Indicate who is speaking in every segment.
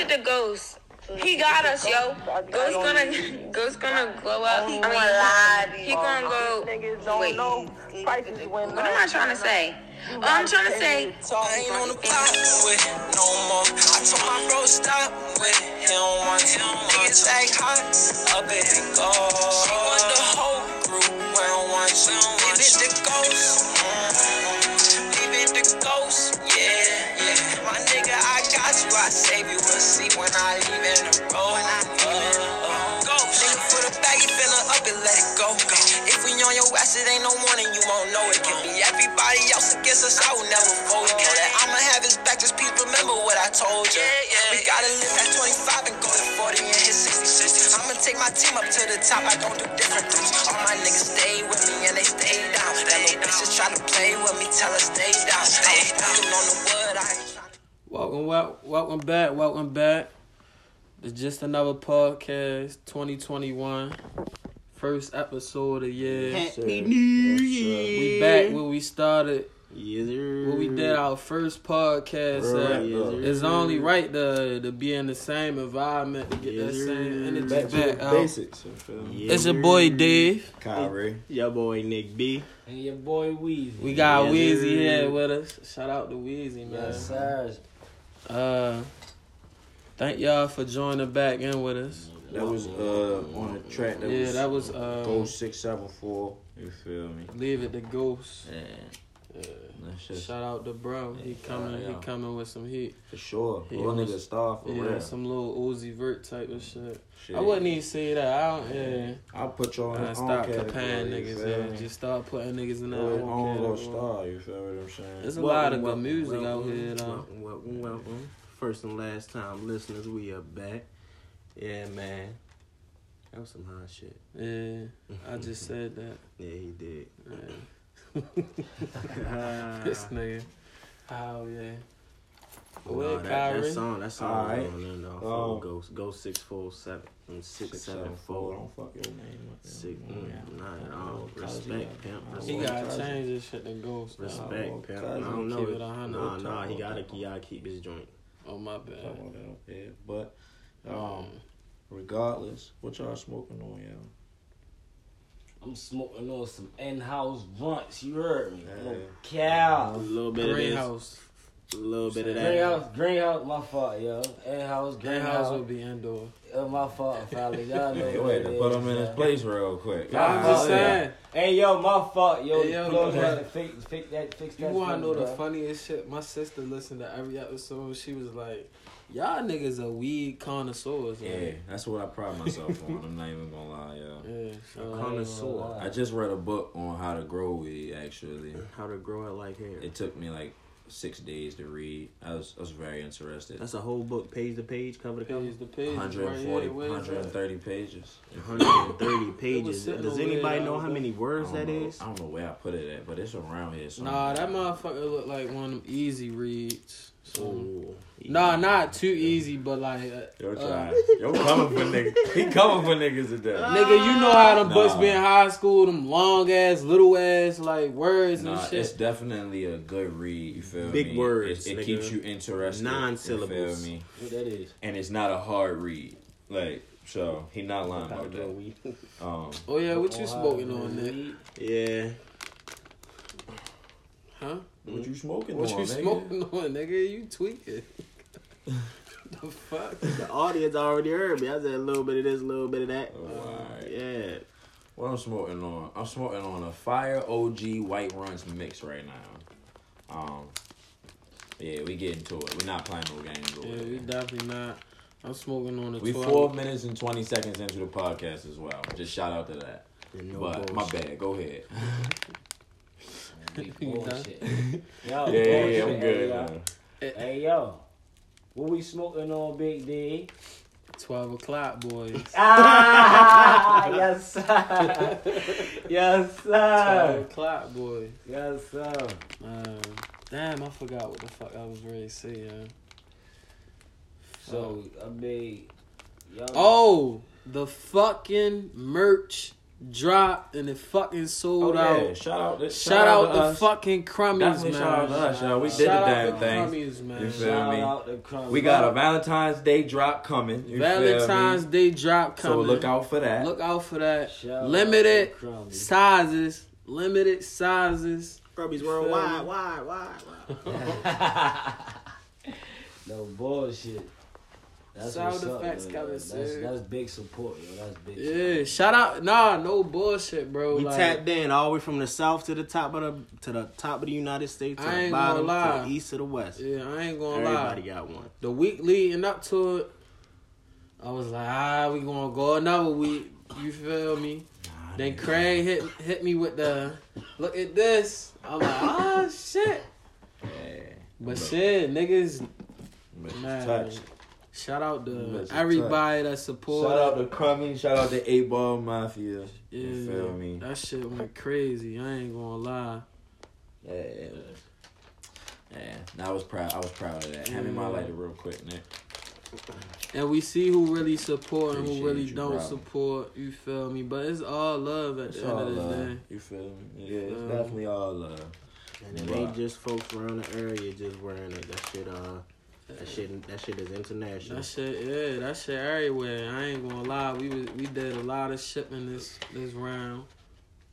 Speaker 1: at the ghost. He got us, yo. Ghost gonna, ghost gonna glow up. I mean, he gonna go. Wait,
Speaker 2: Prices went
Speaker 1: what am I trying to say? Oh, I'm trying to say.
Speaker 3: I ain't on the block with no more. I told my bro stop with him once. Niggas act hot, up and go. She want the whole group round one. Leave it the ghost. Mm. Leave it the ghost. Yeah, yeah. My nigga, I got you. I save you. We'll see when I leave in the road. Uh, uh, Nigga, put a baggy feeling up and let it go. If we on your ass, it ain't no warning, you won't know it. Can be everybody else against us, I will never fold. Know that I'ma have his back, just please remember what I told ya. We gotta live at 25 and go to 40 and hit 66. I'ma take my team up to the top, I don't do different groups. All my niggas stay with me and they stay down. That little bitch just try to play with me, tell her stay down. I was walking on the wood, I ain't tryna-
Speaker 4: Welcome, wel- welcome back, welcome back. It's just another podcast, 2021, first episode of the year.
Speaker 5: Happy
Speaker 6: sir. uh,
Speaker 5: New
Speaker 6: Yes,
Speaker 5: Year.
Speaker 4: We back where we started,
Speaker 5: Yes, sir.
Speaker 4: where we did our first podcast.
Speaker 6: Right,
Speaker 4: at.
Speaker 6: yes,
Speaker 5: sir.
Speaker 4: It's only right to to be in the same environment to get that
Speaker 5: Yes, sir.
Speaker 4: same energy
Speaker 6: Back
Speaker 4: back.
Speaker 6: to the
Speaker 4: out.
Speaker 6: basics. You feel me?
Speaker 5: Yes,
Speaker 4: It's your boy
Speaker 5: sir.
Speaker 4: Dave.
Speaker 6: Kyrie.
Speaker 5: Your boy Nick B.
Speaker 7: And your boy Weezy.
Speaker 4: We got
Speaker 5: Yes,
Speaker 4: Wheezy
Speaker 5: sir.
Speaker 4: here with us. Shout out to Wheezy, man.
Speaker 7: Yes, sir.
Speaker 4: Uh, thank y'all for joining back in with us.
Speaker 6: That was uh on the track. That
Speaker 4: yeah,
Speaker 6: was
Speaker 4: that was um,
Speaker 6: Go six seven four.
Speaker 5: You feel me?
Speaker 4: Leave it to Ghost.
Speaker 5: Yeah. That's just
Speaker 4: Shout out to bro. He
Speaker 5: Yeah,
Speaker 4: coming.
Speaker 5: yeah.
Speaker 4: He coming with some heat.
Speaker 6: For sure.
Speaker 4: He
Speaker 6: Little
Speaker 4: was-
Speaker 6: nigga star for
Speaker 4: Yeah,
Speaker 6: real.
Speaker 4: some little Uzi Vert type of shit.
Speaker 6: Shit.
Speaker 4: I wouldn't even say that. I don't. Yeah.
Speaker 6: I'll put you on
Speaker 4: I
Speaker 6: the
Speaker 4: stop
Speaker 6: own
Speaker 4: comparing
Speaker 6: category, you
Speaker 4: niggas.
Speaker 6: feel
Speaker 4: Yeah.
Speaker 6: me?
Speaker 4: Just start putting niggas in
Speaker 6: Go
Speaker 4: that
Speaker 6: with
Speaker 4: own
Speaker 6: own little
Speaker 4: category.
Speaker 6: star. You feel what I'm saying?
Speaker 4: There's a lot of good music out here, though.
Speaker 5: Welcome, welcome, welcome. First and last time listeners, we are back. Yeah, man. That was some hot shit.
Speaker 4: Yeah, I just said that.
Speaker 5: Yeah, he did.
Speaker 4: Yeah. this nigga. Oh yeah. Go
Speaker 5: No,
Speaker 4: ahead,
Speaker 5: that,
Speaker 4: Kyrie.
Speaker 5: that song, that song
Speaker 6: All
Speaker 5: was
Speaker 6: right.
Speaker 5: on there, though.
Speaker 6: Oh.
Speaker 5: Go, go six four seven and six seven four.
Speaker 6: Don't fuck your name up.
Speaker 5: Six
Speaker 6: man.
Speaker 5: mm, nine. Oh, respect, pimp.
Speaker 4: He
Speaker 5: Respect,
Speaker 4: gotta change this shit to Ghost. though.
Speaker 6: Oh,
Speaker 5: respect, pimp. I
Speaker 6: Keep
Speaker 5: don't know.
Speaker 4: it
Speaker 5: if-
Speaker 4: a hundred.
Speaker 5: Nah, nah. He gotta, he gotta keep his joint.
Speaker 4: Oh my
Speaker 6: I
Speaker 4: bad.
Speaker 6: want that up there. But um, regardless, what y'all smoking on, y'all?
Speaker 7: I'm smoking on some in-house blunts. You heard me.
Speaker 6: Yeah.
Speaker 7: No
Speaker 5: A
Speaker 7: cow.
Speaker 5: little bit of
Speaker 4: Greenhouse.
Speaker 5: this, a little bit of that.
Speaker 7: Greenhouse, greenhouse, my fault, yo. In-house,
Speaker 4: Greenhouse will
Speaker 7: greenhouse,
Speaker 4: be indoor.
Speaker 7: uh, my fault, finally. Y'all know
Speaker 6: Go
Speaker 7: what
Speaker 6: ahead
Speaker 7: it
Speaker 6: and put
Speaker 7: is,
Speaker 6: him in his
Speaker 7: man.
Speaker 6: place real quick.
Speaker 7: Nah,
Speaker 4: I'm just
Speaker 7: yeah.
Speaker 4: saying.
Speaker 7: Hey, yo, my fault, yo.
Speaker 4: Hey, yo,
Speaker 7: you
Speaker 4: go
Speaker 7: know what
Speaker 4: ahead.
Speaker 7: I'm fix, fix that, fix
Speaker 4: You
Speaker 7: that.
Speaker 4: wanna
Speaker 7: for
Speaker 4: know
Speaker 7: me,
Speaker 4: the
Speaker 7: bro.
Speaker 4: funniest shit? My sister listened to every episode. She was like, "Y'all niggas are weed connoisseurs."
Speaker 6: Yeah,
Speaker 4: man."
Speaker 6: that's what I pride myself on. I'm not even gonna lie, y'all.
Speaker 4: yeah. so-
Speaker 5: Connoisseur.
Speaker 6: I just read a book on how to grow weed. Actually,
Speaker 5: How to grow it like hair.
Speaker 6: it took me like six days to read. I was I was very interested.
Speaker 5: That's a whole book, page to page, cover to cover.
Speaker 4: Page the page.
Speaker 6: 140,
Speaker 4: right here, where's that?
Speaker 6: 130 pages.
Speaker 5: 130 pages.
Speaker 4: sitting
Speaker 5: Does
Speaker 4: over
Speaker 5: anybody
Speaker 4: there,
Speaker 5: know
Speaker 4: I
Speaker 5: how
Speaker 4: was
Speaker 5: many
Speaker 6: I
Speaker 5: words
Speaker 6: don't
Speaker 5: that
Speaker 6: know-
Speaker 5: is?
Speaker 6: I don't know where I put it at, but it's around here. Somewhere.
Speaker 4: Nah, that motherfucker look like one of them easy reads. So.
Speaker 5: Oh,
Speaker 4: Nah, not too easy, but like, uh,
Speaker 6: Yo,
Speaker 4: uh,
Speaker 6: John, yo, coming for niggas. He coming for niggas today.
Speaker 4: nigga, you know how them books
Speaker 6: Nah.
Speaker 4: be in high school, them long ass, little ass, like words
Speaker 6: Nah,
Speaker 4: and
Speaker 6: it's
Speaker 4: shit.
Speaker 6: definitely a good read. You feel me?
Speaker 5: Big words,
Speaker 6: It,
Speaker 5: nigga.
Speaker 6: it keeps you interested.
Speaker 5: Nine
Speaker 6: you feel
Speaker 5: syllables.
Speaker 6: me?
Speaker 7: What that is?
Speaker 6: And it's not a hard read. Like, so he not lying
Speaker 5: How to
Speaker 6: about
Speaker 5: grow
Speaker 6: that.
Speaker 5: weed.
Speaker 6: Um,
Speaker 4: Oh yeah, what you
Speaker 7: Ohio,
Speaker 4: smoking on,
Speaker 7: man.
Speaker 4: nigga?
Speaker 5: Yeah.
Speaker 4: Huh?
Speaker 6: Um, what you smoking
Speaker 4: What
Speaker 6: on?
Speaker 4: you
Speaker 6: nigga?
Speaker 4: smoking on, nigga? You tweaking? the fuck?
Speaker 5: The audience already heard me. I said a little bit of this, a little bit of that.
Speaker 6: Oh, alright.
Speaker 5: Yeah.
Speaker 6: What I'm smoking on? I'm smoking on a Fire OG White Runs mix right now. Um, yeah, we get into it. We're not playing no games. over
Speaker 4: Yeah,
Speaker 6: here.
Speaker 4: we definitely not. I'm smoking on the
Speaker 6: We
Speaker 4: twelve.
Speaker 6: four minutes and twenty seconds into the podcast as well. Just shout out to that.
Speaker 5: And no
Speaker 6: but my
Speaker 5: bullshit.
Speaker 6: bad. Go ahead.
Speaker 7: We
Speaker 4: You done?
Speaker 7: bullshit. Yo,
Speaker 6: Yeah, yeah, yeah, I'm
Speaker 7: bullshit,
Speaker 6: good.
Speaker 7: yo.
Speaker 6: man.
Speaker 7: Hey yo, what we smoking on, Big D?
Speaker 4: Twelve o'clock, boys.
Speaker 7: Ah, yes sir, yes
Speaker 8: Ah!
Speaker 4: Twelve
Speaker 7: sir,
Speaker 4: o'clock, boy.
Speaker 7: yes sir.
Speaker 4: Um, damn, I forgot what the fuck I was ready to say. Yeah.
Speaker 7: So I mean, yo,
Speaker 8: oh!
Speaker 4: Oh, the fucking Oh, merch dropped and it fucking sold
Speaker 8: Oh,
Speaker 4: out.
Speaker 8: yeah. Shout out, shout,
Speaker 4: Shout out
Speaker 8: to
Speaker 4: the
Speaker 8: us.
Speaker 4: fucking crummies,
Speaker 8: Definitely
Speaker 4: man.
Speaker 8: shout out to us, y'all. We did
Speaker 4: Shout
Speaker 8: the
Speaker 4: out
Speaker 8: damn
Speaker 4: the
Speaker 8: thing.
Speaker 4: crummies, man.
Speaker 8: You feel
Speaker 6: Shout
Speaker 8: me?
Speaker 6: out to Crumb.
Speaker 8: We got a Valentine's Day drop coming. You
Speaker 4: Valentine's
Speaker 8: feel me?
Speaker 4: Day drop coming.
Speaker 8: So look out for that.
Speaker 4: Look out for that.
Speaker 6: Shout out
Speaker 4: limited
Speaker 6: to Crummies.
Speaker 4: sizes. Limited sizes.
Speaker 5: Grubby's
Speaker 4: Feel
Speaker 5: worldwide,
Speaker 4: me?
Speaker 5: wide, wide, wide.
Speaker 6: no bullshit. That's
Speaker 4: Shout
Speaker 6: what's
Speaker 4: out to
Speaker 6: up,
Speaker 4: Facts
Speaker 6: yo,
Speaker 4: Kevin
Speaker 6: that's,
Speaker 4: said.
Speaker 6: that's big support, yo. That's big.
Speaker 4: Yeah. Shout out. Nah, no bullshit, bro.
Speaker 5: We
Speaker 4: like,
Speaker 5: tapped in all the way from the south to the top of the to the top of the United States to
Speaker 4: I
Speaker 5: the
Speaker 4: ain't gonna
Speaker 5: bottom
Speaker 4: lie.
Speaker 5: to the east to the west.
Speaker 4: Yeah, I ain't gonna lie.
Speaker 5: Everybody got one.
Speaker 4: The week leading up to it, I was like, ah, we gonna go another week. You feel me?
Speaker 8: Nah,
Speaker 4: Then
Speaker 8: nigga.
Speaker 4: Craig hit hit me with the look at this. I'm like, ah, shit.
Speaker 8: Yeah.
Speaker 4: But
Speaker 8: Look.
Speaker 4: shit, niggas,
Speaker 8: Mr.
Speaker 4: Man.
Speaker 8: Touch.
Speaker 4: shout out to
Speaker 8: Mr. Tut.
Speaker 4: everybody that support.
Speaker 8: Shout out to Crummy. Shout out to Eight Ball Mafia.
Speaker 4: yeah,
Speaker 8: You feel me?
Speaker 4: that shit went crazy. I ain't gonna lie.
Speaker 8: Yeah. Yeah. Nah, I was proud. I was proud of that. Hand me my
Speaker 4: Yeah.
Speaker 8: lighter real quick, Nick.
Speaker 4: And we see who really support and who
Speaker 8: Appreciate
Speaker 4: really
Speaker 8: you,
Speaker 4: don't
Speaker 8: brother.
Speaker 4: support. You feel me? But it's all love at
Speaker 8: It's
Speaker 4: the end
Speaker 8: all
Speaker 4: of the
Speaker 8: love.
Speaker 4: day.
Speaker 8: You feel me? Yeah, it's
Speaker 4: Um,
Speaker 8: definitely all love.
Speaker 5: And it
Speaker 8: Right.
Speaker 5: ain't just folks around the area just wearing it. That shit, uh, that shit, that shit is international.
Speaker 4: That shit, yeah, that shit everywhere. I ain't gonna lie, we was, we did a lot of shipping this this round.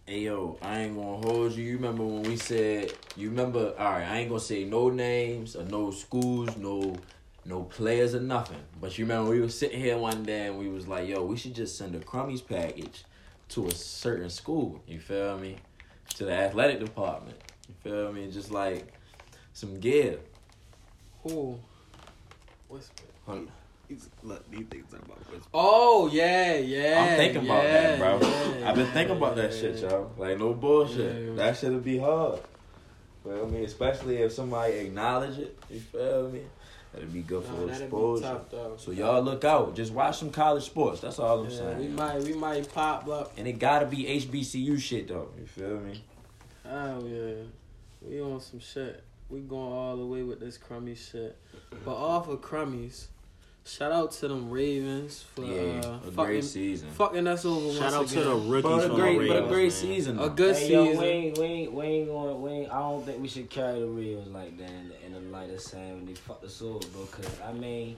Speaker 8: Hey yo, I ain't gonna hold you. You remember when we said you remember? All right, I ain't gonna say no names or no schools, no no players or nothing. But you remember we was sitting here one day and we was like, yo, we should just send a crummies package to a certain school. You feel me? To the athletic department. You feel me? Just like some gear.
Speaker 4: Who? What's?
Speaker 5: These- Look, these things are about this.
Speaker 4: Oh yeah, yeah.
Speaker 8: I'm thinking about
Speaker 4: yeah,
Speaker 8: that, bro.
Speaker 4: yeah,
Speaker 8: I've been thinking about that
Speaker 4: yeah.
Speaker 8: shit, y'all. Like no bullshit.
Speaker 4: Yeah.
Speaker 8: That shit'll be hard. Feel me? Especially if somebody acknowledge it. You feel me? That'd be good
Speaker 4: Nah,
Speaker 8: for
Speaker 4: that'd be
Speaker 8: exposure.
Speaker 4: tough, though.
Speaker 8: So y'all look out. Just watch some college sports. That's all I'm
Speaker 4: Yeah,
Speaker 8: saying.
Speaker 4: we might we might pop up.
Speaker 8: And it gotta be HBCU shit though. You feel me?
Speaker 4: Oh yeah, we on some shit. We going all the way with this crummy shit. But off of crummies, shout out to them Ravens for
Speaker 8: yeah,
Speaker 4: uh,
Speaker 8: a great
Speaker 4: fucking
Speaker 8: season.
Speaker 4: fucking us over.
Speaker 5: Shout out
Speaker 4: once
Speaker 5: to the
Speaker 4: again.
Speaker 5: rookies
Speaker 8: But a
Speaker 5: from
Speaker 8: great,
Speaker 5: the
Speaker 8: but a
Speaker 5: Ravens,
Speaker 8: great
Speaker 5: man.
Speaker 8: season.
Speaker 4: a
Speaker 8: though.
Speaker 4: good
Speaker 6: Hey, yo,
Speaker 4: season.
Speaker 6: we ain't, we ain't, we ain't going, we ain't, I don't think we should carry the reels like that in the, in the light of saying when they fuck the sword, because, I mean,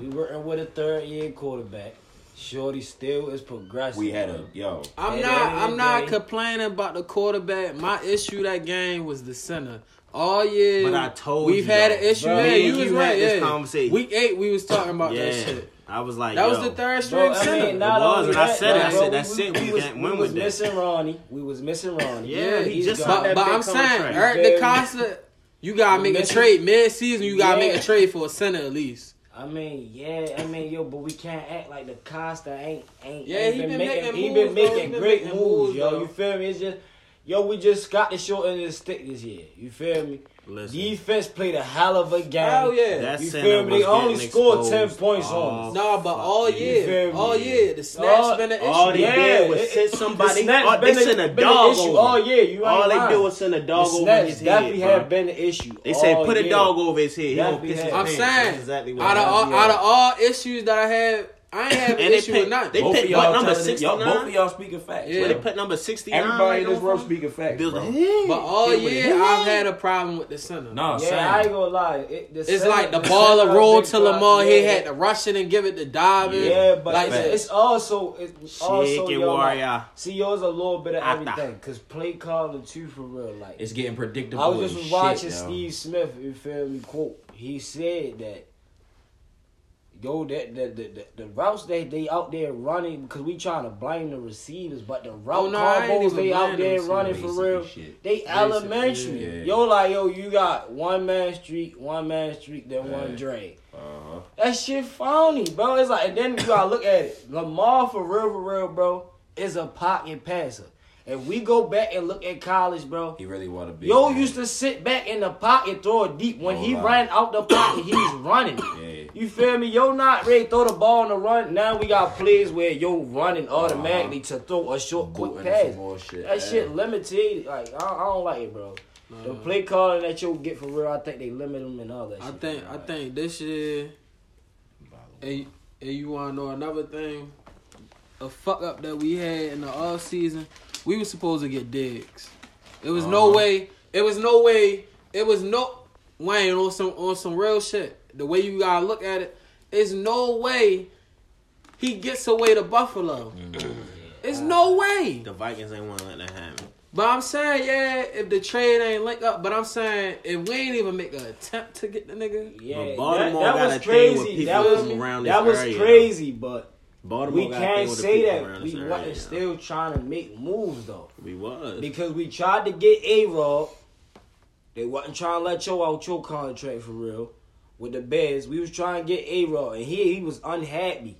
Speaker 6: we working with a third-year quarterback. Shorty still is progressing.
Speaker 8: We had a yo.
Speaker 4: I'm
Speaker 6: At the
Speaker 4: not.
Speaker 6: end of
Speaker 4: I'm
Speaker 6: the
Speaker 4: not
Speaker 6: day-
Speaker 4: complaining about the quarterback. My issue that game was the center. All year,
Speaker 5: But I told
Speaker 4: we've
Speaker 5: you,
Speaker 4: had
Speaker 5: though.
Speaker 4: an issue.
Speaker 5: Bro,
Speaker 4: yeah,
Speaker 5: me
Speaker 4: you
Speaker 5: and
Speaker 4: was
Speaker 5: you
Speaker 4: right.
Speaker 5: had this
Speaker 4: yeah.
Speaker 5: conversation.
Speaker 4: Week eight, we was talking about that shit.
Speaker 5: I was like,
Speaker 4: That was
Speaker 5: yo,
Speaker 4: the third string
Speaker 6: Bro, I
Speaker 4: center.
Speaker 6: mean, not
Speaker 5: It was,
Speaker 6: only
Speaker 5: and I
Speaker 6: that,
Speaker 5: said it. I
Speaker 6: bro,
Speaker 5: said, that's
Speaker 6: we-
Speaker 5: it.
Speaker 6: We,
Speaker 5: We
Speaker 6: was,
Speaker 5: can't
Speaker 6: we
Speaker 5: win
Speaker 6: was
Speaker 5: with that.
Speaker 6: missing Ronnie. We was missing Ronnie.
Speaker 5: Yeah, he
Speaker 6: he's
Speaker 5: just
Speaker 6: gone.
Speaker 4: But,
Speaker 5: signed that
Speaker 4: but
Speaker 5: big
Speaker 4: I'm saying,
Speaker 5: contract.
Speaker 4: Eric
Speaker 6: Yeah.
Speaker 4: DaCosta, you gotta make a
Speaker 6: Listen.
Speaker 4: trade mid-season. You gotta make
Speaker 6: Yeah.
Speaker 4: a trade for a center at least.
Speaker 6: I mean, yeah, I mean, yo, but we can't act like the Costa ain't ain't.
Speaker 4: Yeah,
Speaker 6: ain't
Speaker 4: he been making
Speaker 6: he
Speaker 4: moves, bro.
Speaker 6: been
Speaker 4: He
Speaker 6: making
Speaker 4: been
Speaker 6: great
Speaker 4: making
Speaker 6: moves,
Speaker 4: moves,
Speaker 6: yo.
Speaker 4: bro.
Speaker 6: You feel me? It's just, yo, we just got the short end of the stick this year. You feel me?
Speaker 5: Listen.
Speaker 6: Defense played a hell of a game.
Speaker 4: Hell yeah.
Speaker 5: That
Speaker 6: You
Speaker 5: center
Speaker 6: feel me? They
Speaker 5: was
Speaker 6: only
Speaker 5: getting
Speaker 6: scored 10
Speaker 5: exposed
Speaker 6: points
Speaker 5: all
Speaker 6: on us.
Speaker 4: Nah, but
Speaker 5: fucking
Speaker 4: all year,
Speaker 6: feel me?
Speaker 4: all year, the snap's
Speaker 6: All-
Speaker 4: been an issue.
Speaker 5: All they
Speaker 6: Yeah,
Speaker 5: did was
Speaker 6: it-
Speaker 5: send
Speaker 6: it-
Speaker 5: somebody.
Speaker 6: the snaps
Speaker 5: oh, they
Speaker 6: been a-
Speaker 5: sent a
Speaker 6: been an
Speaker 5: dog
Speaker 6: issue
Speaker 5: over.
Speaker 6: all year. You ain't
Speaker 5: all they
Speaker 6: lying.
Speaker 5: did was send a dog
Speaker 6: the
Speaker 5: over his
Speaker 6: snaps definitely
Speaker 5: head.
Speaker 6: have
Speaker 5: bro.
Speaker 6: been the issue.
Speaker 5: They said
Speaker 4: Oh,
Speaker 6: all
Speaker 5: put a
Speaker 6: year.
Speaker 5: dog over his head. He
Speaker 6: That
Speaker 5: gonna
Speaker 6: we
Speaker 5: piss
Speaker 6: had.
Speaker 5: his
Speaker 4: I'm
Speaker 5: pants.
Speaker 4: saying,
Speaker 5: That's exactly what
Speaker 4: out of all,
Speaker 5: happened.
Speaker 4: out of all issues that I had, I ain't have an
Speaker 5: And they
Speaker 4: issue with
Speaker 5: picked-
Speaker 4: nothing.
Speaker 5: they
Speaker 8: Both of
Speaker 5: picked
Speaker 8: y'all
Speaker 5: what, number
Speaker 8: telling it- y'all-
Speaker 5: 69?
Speaker 8: Both of y'all speaking facts.
Speaker 4: Yeah.
Speaker 5: Where
Speaker 8: bro.
Speaker 5: they put number sixty nine.
Speaker 8: Everybody in this room speaking facts.
Speaker 5: Bills,
Speaker 8: bro.
Speaker 5: hey,
Speaker 4: But all
Speaker 5: they would've
Speaker 4: year,
Speaker 5: hit.
Speaker 4: I've had a problem with the center.
Speaker 8: Nah,
Speaker 6: Yeah,
Speaker 8: same.
Speaker 6: I ain't gonna lie. It, the
Speaker 4: It's
Speaker 6: center-
Speaker 4: like the
Speaker 6: the
Speaker 4: ball
Speaker 6: center
Speaker 4: rolled
Speaker 6: big
Speaker 4: to
Speaker 6: block,
Speaker 4: Lamar. He
Speaker 6: yeah.
Speaker 4: had to rush it and give it to Dobbin.
Speaker 6: Yeah, but
Speaker 4: like
Speaker 6: it's, it's also it's also
Speaker 5: Shake it,
Speaker 6: yo, like,
Speaker 5: warrior.
Speaker 6: see yours a little bit of
Speaker 5: Atta.
Speaker 6: everything because play calling too for real. Like
Speaker 8: It's getting predictable.
Speaker 6: I was
Speaker 8: as
Speaker 6: just
Speaker 8: shit,
Speaker 6: watching
Speaker 8: yo.
Speaker 6: Steve Smith. You feel me? Quote. He said that. Yo, that the, the the the routes they they out there running because we trying to blame the receivers, but the route
Speaker 8: Oh,
Speaker 4: no, I ain't
Speaker 6: combos
Speaker 4: even
Speaker 6: they out
Speaker 4: blaming
Speaker 6: there
Speaker 4: them,
Speaker 6: running for
Speaker 8: Basic
Speaker 6: real.
Speaker 8: shit.
Speaker 6: They elementary.
Speaker 8: yeah.
Speaker 6: Yo, like yo, you got one man street, one man street, then one
Speaker 8: Right.
Speaker 6: drain.
Speaker 8: Uh-huh.
Speaker 6: That shit phony, bro. It's like, and then you gotta look at it. Lamar, for real, for real, bro, is a pocket passer. If we go back and look at college, bro,
Speaker 8: He really want to be.
Speaker 6: yo used to sit back in the pocket, throw it deep. When
Speaker 8: Oh,
Speaker 6: he
Speaker 8: wow.
Speaker 6: ran out the pocket, he was running.
Speaker 8: Yeah.
Speaker 6: You feel me? Yo, not ready to throw the ball on the run. Now we got plays where yo running automatically to throw a short, quick
Speaker 8: Booting
Speaker 6: pass.
Speaker 8: some more shit.
Speaker 6: That shit
Speaker 8: Yeah.
Speaker 6: limited. Like, I, I don't like it, bro. The play calling that you'll get for real, I think they limit them and all that
Speaker 4: I
Speaker 6: shit.
Speaker 4: think I think this year, and, and you want to know another thing? a fuck up that we had in the off season, we were supposed to get digs. It was no way. It was no way. It was no Wayne on some on some real shit. The way you gotta look at it, it's no way he gets away to Buffalo. It's no way.
Speaker 5: The Vikings ain't want to let that happen.
Speaker 4: But I'm saying, yeah, if the trade ain't linked up, but I'm saying if we ain't even make an attempt to get the nigga,
Speaker 6: Yeah,
Speaker 5: But
Speaker 6: that-
Speaker 5: Baltimore
Speaker 6: that,
Speaker 5: got
Speaker 6: was
Speaker 5: a thing with
Speaker 6: crazy.
Speaker 5: people
Speaker 6: that was,
Speaker 5: from around
Speaker 6: that
Speaker 5: this
Speaker 6: was
Speaker 5: area.
Speaker 6: crazy, but
Speaker 5: Baltimore
Speaker 6: we
Speaker 5: gotta deal
Speaker 6: can't
Speaker 5: with the
Speaker 6: say
Speaker 5: people
Speaker 6: that
Speaker 5: around
Speaker 6: we
Speaker 5: this area
Speaker 6: wasn't
Speaker 5: now.
Speaker 6: still trying to make moves though,
Speaker 5: We was.
Speaker 6: because we tried to get A Rod. They wasn't trying to let yo out your contract for real with the Bears. We was trying to get A Rod, and he he was unhappy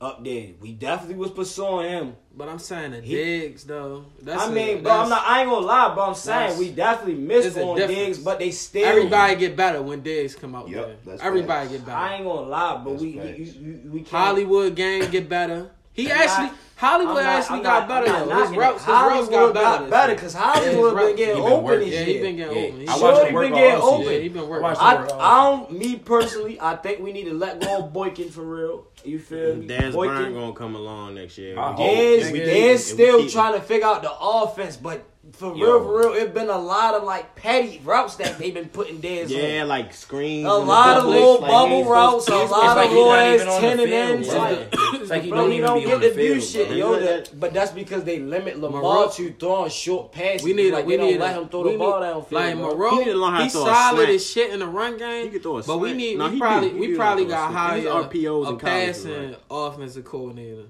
Speaker 6: up there. We definitely was pursuing him.
Speaker 4: but I'm saying the
Speaker 6: He-
Speaker 4: digs though. That's
Speaker 6: I
Speaker 4: a-
Speaker 6: mean, bro,
Speaker 4: that's-
Speaker 6: I'm not. I ain't gonna lie, but I'm saying
Speaker 4: that's-
Speaker 6: we definitely
Speaker 4: it's
Speaker 6: missed
Speaker 4: a
Speaker 6: on
Speaker 4: difference.
Speaker 6: digs, but they still
Speaker 4: Everybody get better when digs come out.
Speaker 2: Yup,
Speaker 4: there.
Speaker 2: that's
Speaker 4: Everybody
Speaker 2: facts.
Speaker 4: get better.
Speaker 6: I ain't gonna lie, but
Speaker 2: That's
Speaker 6: we, we,
Speaker 2: facts.
Speaker 6: you- you- we can't.
Speaker 4: Hollywood game get better. He
Speaker 6: I'm
Speaker 4: actually
Speaker 6: not-
Speaker 4: Hollywood
Speaker 6: I'm not-
Speaker 4: actually
Speaker 6: I'm
Speaker 4: got
Speaker 6: not- I'm
Speaker 4: better
Speaker 6: not
Speaker 4: though. His
Speaker 6: knocking it.
Speaker 4: routes, his routes
Speaker 6: Hollywood
Speaker 4: got better. this
Speaker 6: better
Speaker 4: year.
Speaker 6: because
Speaker 4: Yeah, his
Speaker 6: Hollywood
Speaker 4: routes-
Speaker 6: been getting
Speaker 8: he been
Speaker 6: open
Speaker 8: working.
Speaker 6: and
Speaker 4: Yeah,
Speaker 6: shit.
Speaker 4: he been getting
Speaker 8: Yeah,
Speaker 4: open. He
Speaker 8: I
Speaker 4: been-
Speaker 8: watched
Speaker 6: Shorty
Speaker 8: him work
Speaker 6: been
Speaker 8: all
Speaker 6: getting
Speaker 8: offseason.
Speaker 6: open.
Speaker 4: Yeah, he been working.
Speaker 6: I,
Speaker 4: all offseason.
Speaker 6: I don't. Me personally, I think we need to let go of Boykin for real. You feel me?
Speaker 5: Dez Bryant
Speaker 6: Boykin.
Speaker 5: gonna come along next year.
Speaker 8: I hope.
Speaker 6: Dez,
Speaker 5: If we
Speaker 4: nigga.
Speaker 5: keep
Speaker 6: Dez
Speaker 5: him, if we
Speaker 6: still
Speaker 5: keep him.
Speaker 6: trying to figure out the offense, but for
Speaker 8: Yo.
Speaker 6: real, for real, it been a lot of like petty routes that they've been putting Dez on.
Speaker 5: Yeah, like screens.
Speaker 6: A
Speaker 5: in the
Speaker 6: lot of
Speaker 5: public,
Speaker 6: little
Speaker 5: like,
Speaker 6: bubble
Speaker 5: he's-
Speaker 6: routes, a
Speaker 5: he's-
Speaker 6: lot
Speaker 5: like
Speaker 6: of
Speaker 5: he not
Speaker 6: little
Speaker 5: even
Speaker 6: ass
Speaker 5: on
Speaker 6: ten and ends.
Speaker 5: bro.
Speaker 6: Like,
Speaker 8: It's like he
Speaker 6: bro,
Speaker 8: don't
Speaker 6: he
Speaker 8: even
Speaker 6: don't
Speaker 8: be on
Speaker 6: get
Speaker 8: the
Speaker 6: to do
Speaker 8: field,
Speaker 6: shit,
Speaker 8: bro.
Speaker 6: yo.
Speaker 5: Like
Speaker 6: that-
Speaker 5: that-
Speaker 6: But that's because they limit Lamar
Speaker 4: Moreau-
Speaker 6: to throwing short passes.
Speaker 4: We need,
Speaker 6: like
Speaker 4: we
Speaker 6: they
Speaker 4: need
Speaker 6: don't let him throw
Speaker 4: we
Speaker 6: the
Speaker 4: need-
Speaker 6: ball downfield.
Speaker 4: Like
Speaker 6: bro.
Speaker 4: Moreau,
Speaker 5: He need to learn how to
Speaker 4: he's
Speaker 5: throw a
Speaker 4: solid
Speaker 5: slant.
Speaker 4: as shit in the run game.
Speaker 5: He can throw a
Speaker 4: but we
Speaker 5: slant.
Speaker 4: need,
Speaker 5: No,
Speaker 4: we
Speaker 5: he
Speaker 4: probably,
Speaker 5: do. He
Speaker 4: we
Speaker 5: do
Speaker 4: probably
Speaker 5: throw a
Speaker 4: got
Speaker 5: slant. He
Speaker 4: hired
Speaker 5: was RPOs
Speaker 4: a
Speaker 5: in college,
Speaker 4: passing
Speaker 5: right?
Speaker 4: offensive coordinator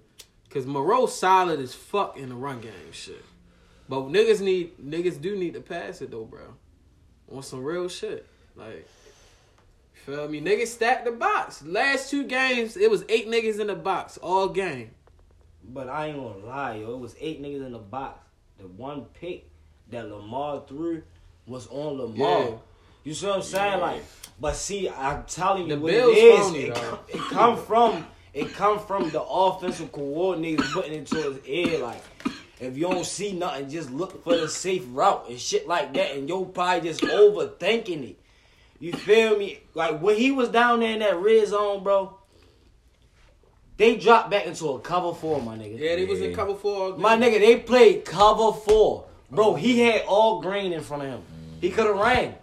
Speaker 4: because Moreau solid as fuck in the run game shit. But niggas need niggas do need to pass it though, bro. On some real shit, like. Feel me? Niggas stacked the box. Last two games, it was eight niggas in the box all game.
Speaker 6: But I ain't gonna lie, yo. It was eight niggas in the box. The one pick that Lamar threw was on Lamar.
Speaker 4: Yeah.
Speaker 6: You see what I'm saying? Like, but see, I'm telling you,
Speaker 4: The
Speaker 6: what
Speaker 4: Bills
Speaker 6: it is.
Speaker 4: phony,
Speaker 6: it,
Speaker 4: though.
Speaker 6: come, it come from it come from the offensive coordinator putting it to his ear. Like, if you don't see nothing, just look for the safe route and shit like that. And you probably just overthinking it. You feel me? Like when he was down there in that red zone, bro. They dropped back into a cover four, my nigga.
Speaker 4: Yeah, they was in cover four. All game.
Speaker 6: My nigga, they played cover four. Bro, he had all green in front of him.
Speaker 4: Mm.
Speaker 6: He could have ran.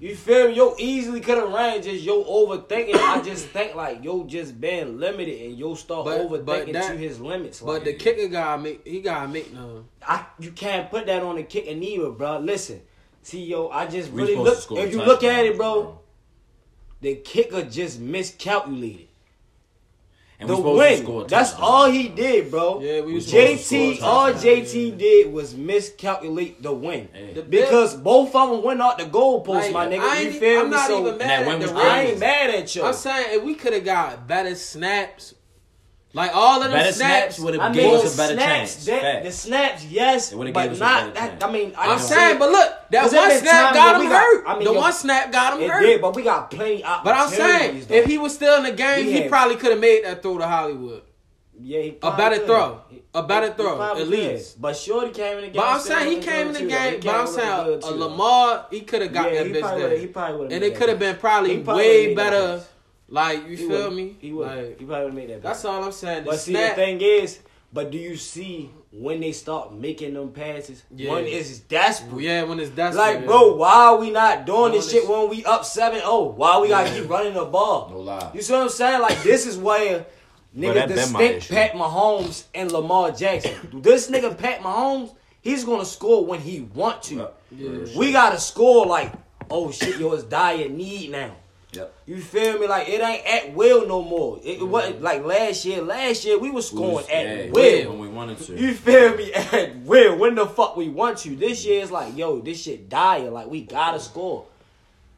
Speaker 6: You feel me? Yo easily could have ran, just yo overthinking. I just think like yo just being limited and yo start
Speaker 4: But-
Speaker 6: overthinking
Speaker 4: but that-
Speaker 6: to his limits. Like,
Speaker 4: but the kicker guy make he gotta make none.
Speaker 6: I, you can't put that on the kicker neither, bro. Listen, see yo, I just
Speaker 8: We
Speaker 6: really
Speaker 8: supposed to
Speaker 6: look.
Speaker 8: score
Speaker 6: If you
Speaker 8: touchdowns,
Speaker 6: look at it, bro, the kicker just miscalculated.
Speaker 8: And we
Speaker 6: the
Speaker 8: supposed
Speaker 6: win.
Speaker 8: to score a
Speaker 6: That's
Speaker 8: touchdown.
Speaker 6: all he did, bro.
Speaker 4: Yeah, we was
Speaker 8: supposed to
Speaker 6: JT,
Speaker 8: score a
Speaker 6: all
Speaker 8: touchdown.
Speaker 6: JT did was miscalculate the win.
Speaker 8: Hey.
Speaker 4: The
Speaker 6: Because both of them went out the
Speaker 4: Like,
Speaker 6: goalpost, my
Speaker 4: I
Speaker 6: nigga. You
Speaker 4: ain't-
Speaker 6: feel
Speaker 4: I'm
Speaker 6: me?
Speaker 4: not
Speaker 6: So
Speaker 4: even
Speaker 8: that
Speaker 4: mad
Speaker 8: win
Speaker 4: at
Speaker 8: was
Speaker 4: the
Speaker 6: I
Speaker 8: crazy.
Speaker 4: Ravens.
Speaker 6: ain't mad at you.
Speaker 4: I'm saying if we could have got better snaps, like all of them
Speaker 8: Better
Speaker 4: snaps.
Speaker 8: snaps would've
Speaker 6: I
Speaker 8: gave
Speaker 6: mean,
Speaker 8: us a better
Speaker 6: snaps,
Speaker 8: chance.
Speaker 6: that-
Speaker 8: Facts.
Speaker 6: the snaps, yes,
Speaker 8: It would've
Speaker 6: but
Speaker 8: gave us a
Speaker 6: not
Speaker 8: better
Speaker 6: that.
Speaker 8: chance.
Speaker 6: I mean, I
Speaker 4: I'm
Speaker 6: can
Speaker 4: saying,
Speaker 6: see-
Speaker 4: but look, that
Speaker 6: 'Cause it
Speaker 4: one
Speaker 6: been
Speaker 4: snap
Speaker 6: times
Speaker 4: got
Speaker 6: where
Speaker 4: him
Speaker 6: we got-
Speaker 4: hurt.
Speaker 6: I mean,
Speaker 4: the
Speaker 6: yo,
Speaker 4: one snap got him
Speaker 6: it
Speaker 4: hurt.
Speaker 6: did, but we got plenty
Speaker 4: but I'm saying,
Speaker 6: opportunities. though.
Speaker 4: if he was still in the game,
Speaker 6: We
Speaker 4: he
Speaker 6: had-
Speaker 4: probably could have made that throw to Hollywood.
Speaker 6: yeah, he
Speaker 4: a
Speaker 6: probably
Speaker 4: better
Speaker 6: could.
Speaker 4: throw.
Speaker 6: He-
Speaker 4: A better
Speaker 6: he
Speaker 4: throw,
Speaker 6: probably
Speaker 4: at
Speaker 6: could.
Speaker 4: least.
Speaker 6: But Shorty came in the game.
Speaker 4: But I'm
Speaker 6: still
Speaker 4: saying he
Speaker 6: looking
Speaker 4: came in
Speaker 6: good,
Speaker 4: the
Speaker 6: too, though. He
Speaker 4: game.
Speaker 6: came
Speaker 4: But I'm
Speaker 6: looking
Speaker 4: saying
Speaker 6: good,
Speaker 4: a
Speaker 6: too.
Speaker 4: Lamar, he could have got
Speaker 6: Yeah,
Speaker 4: that
Speaker 6: he
Speaker 4: bitch
Speaker 6: probably
Speaker 4: there,
Speaker 6: would've- he probably would've
Speaker 4: and
Speaker 6: made
Speaker 4: it
Speaker 6: that
Speaker 4: could have
Speaker 6: catch.
Speaker 4: been probably
Speaker 6: He probably
Speaker 4: way
Speaker 6: would've made that
Speaker 4: better.
Speaker 6: catch.
Speaker 4: Like you
Speaker 6: He
Speaker 4: feel
Speaker 6: would.
Speaker 4: me?
Speaker 6: He would.
Speaker 4: Like,
Speaker 6: he probably made that.
Speaker 4: that's
Speaker 6: play.
Speaker 4: all I'm saying. The
Speaker 6: But see, the
Speaker 4: snap-
Speaker 6: thing is, but do you see when they start making them passes?
Speaker 4: Yeah.
Speaker 6: One is desperate.
Speaker 4: yeah, when it's that
Speaker 6: Like,
Speaker 4: yeah.
Speaker 6: bro, why are we not doing this
Speaker 4: Doing
Speaker 6: shit when we up 7-0? Why we gotta keep running the ball?
Speaker 8: No lie.
Speaker 6: You see what I'm saying? Like, this is where
Speaker 5: that
Speaker 6: niggas
Speaker 5: been my
Speaker 6: distinct
Speaker 5: issue.
Speaker 6: Pat Mahomes and Lamar Jackson. this nigga Pat Mahomes, he's gonna score when he want to.
Speaker 4: Yeah.
Speaker 6: We gotta score like, oh shit, yo, it's dire need now.
Speaker 8: Yep.
Speaker 6: You feel me? Like it ain't at will no more. It, it wasn't like last year. Last year we was
Speaker 8: We was-
Speaker 6: scoring at
Speaker 8: yeah,
Speaker 6: will.
Speaker 8: when we wanted to.
Speaker 6: You feel me? At will. When the fuck we want you? This year it's like, yo, this shit dire. Like we gotta score.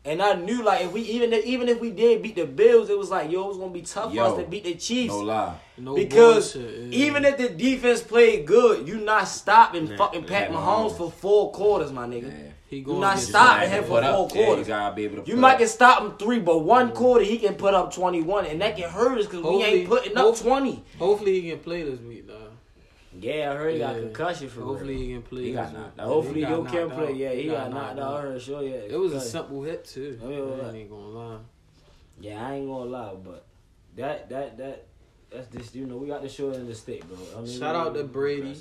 Speaker 6: And I knew like if we even if, even if we did beat the Bills, it was like, yo, it was gonna be tough for us
Speaker 8: Yo.
Speaker 6: to beat the Chiefs.
Speaker 8: no lie.
Speaker 4: No
Speaker 6: Because
Speaker 4: bullshit, yeah.
Speaker 6: even if the defense played good, you not stopping
Speaker 5: Nah,
Speaker 6: fucking
Speaker 5: nah,
Speaker 6: Pat
Speaker 8: Mahomes.
Speaker 6: Mahomes for four quarters, my nigga.
Speaker 8: Yeah.
Speaker 4: he
Speaker 6: You
Speaker 4: going
Speaker 6: not
Speaker 4: to get
Speaker 6: stopping
Speaker 8: You
Speaker 6: him
Speaker 8: put
Speaker 6: for
Speaker 8: up.
Speaker 6: four
Speaker 8: Yeah, you
Speaker 6: quarters.
Speaker 8: gotta be able to
Speaker 6: You
Speaker 8: put
Speaker 6: might
Speaker 8: up.
Speaker 6: can stop him three, but one quarter he can put up twenty one, and that can hurt us because we
Speaker 4: Hopefully-
Speaker 6: ain't putting up
Speaker 4: hopefully-
Speaker 6: twenty.
Speaker 4: Hopefully he can play this week though.
Speaker 6: Yeah, I heard he got
Speaker 4: Yeah.
Speaker 6: concussion for
Speaker 4: Hopefully
Speaker 6: real.
Speaker 4: he can play.
Speaker 8: He
Speaker 4: this
Speaker 8: got
Speaker 4: week.
Speaker 8: knocked out.
Speaker 6: Hopefully,
Speaker 4: He got
Speaker 6: Yo can
Speaker 4: knocked
Speaker 6: play.
Speaker 4: out.
Speaker 6: Yeah, he, got, knocked out. I heard sure. Yeah,
Speaker 4: It was a
Speaker 6: concussion.
Speaker 4: simple hit too.
Speaker 6: Oh, yeah,
Speaker 4: I
Speaker 6: right.
Speaker 4: ain't gonna lie.
Speaker 6: Yeah, I ain't gonna lie, but that that that that's just you know we got the short end of the stick, bro. I mean,
Speaker 4: Shout
Speaker 6: we-
Speaker 4: out to Brady.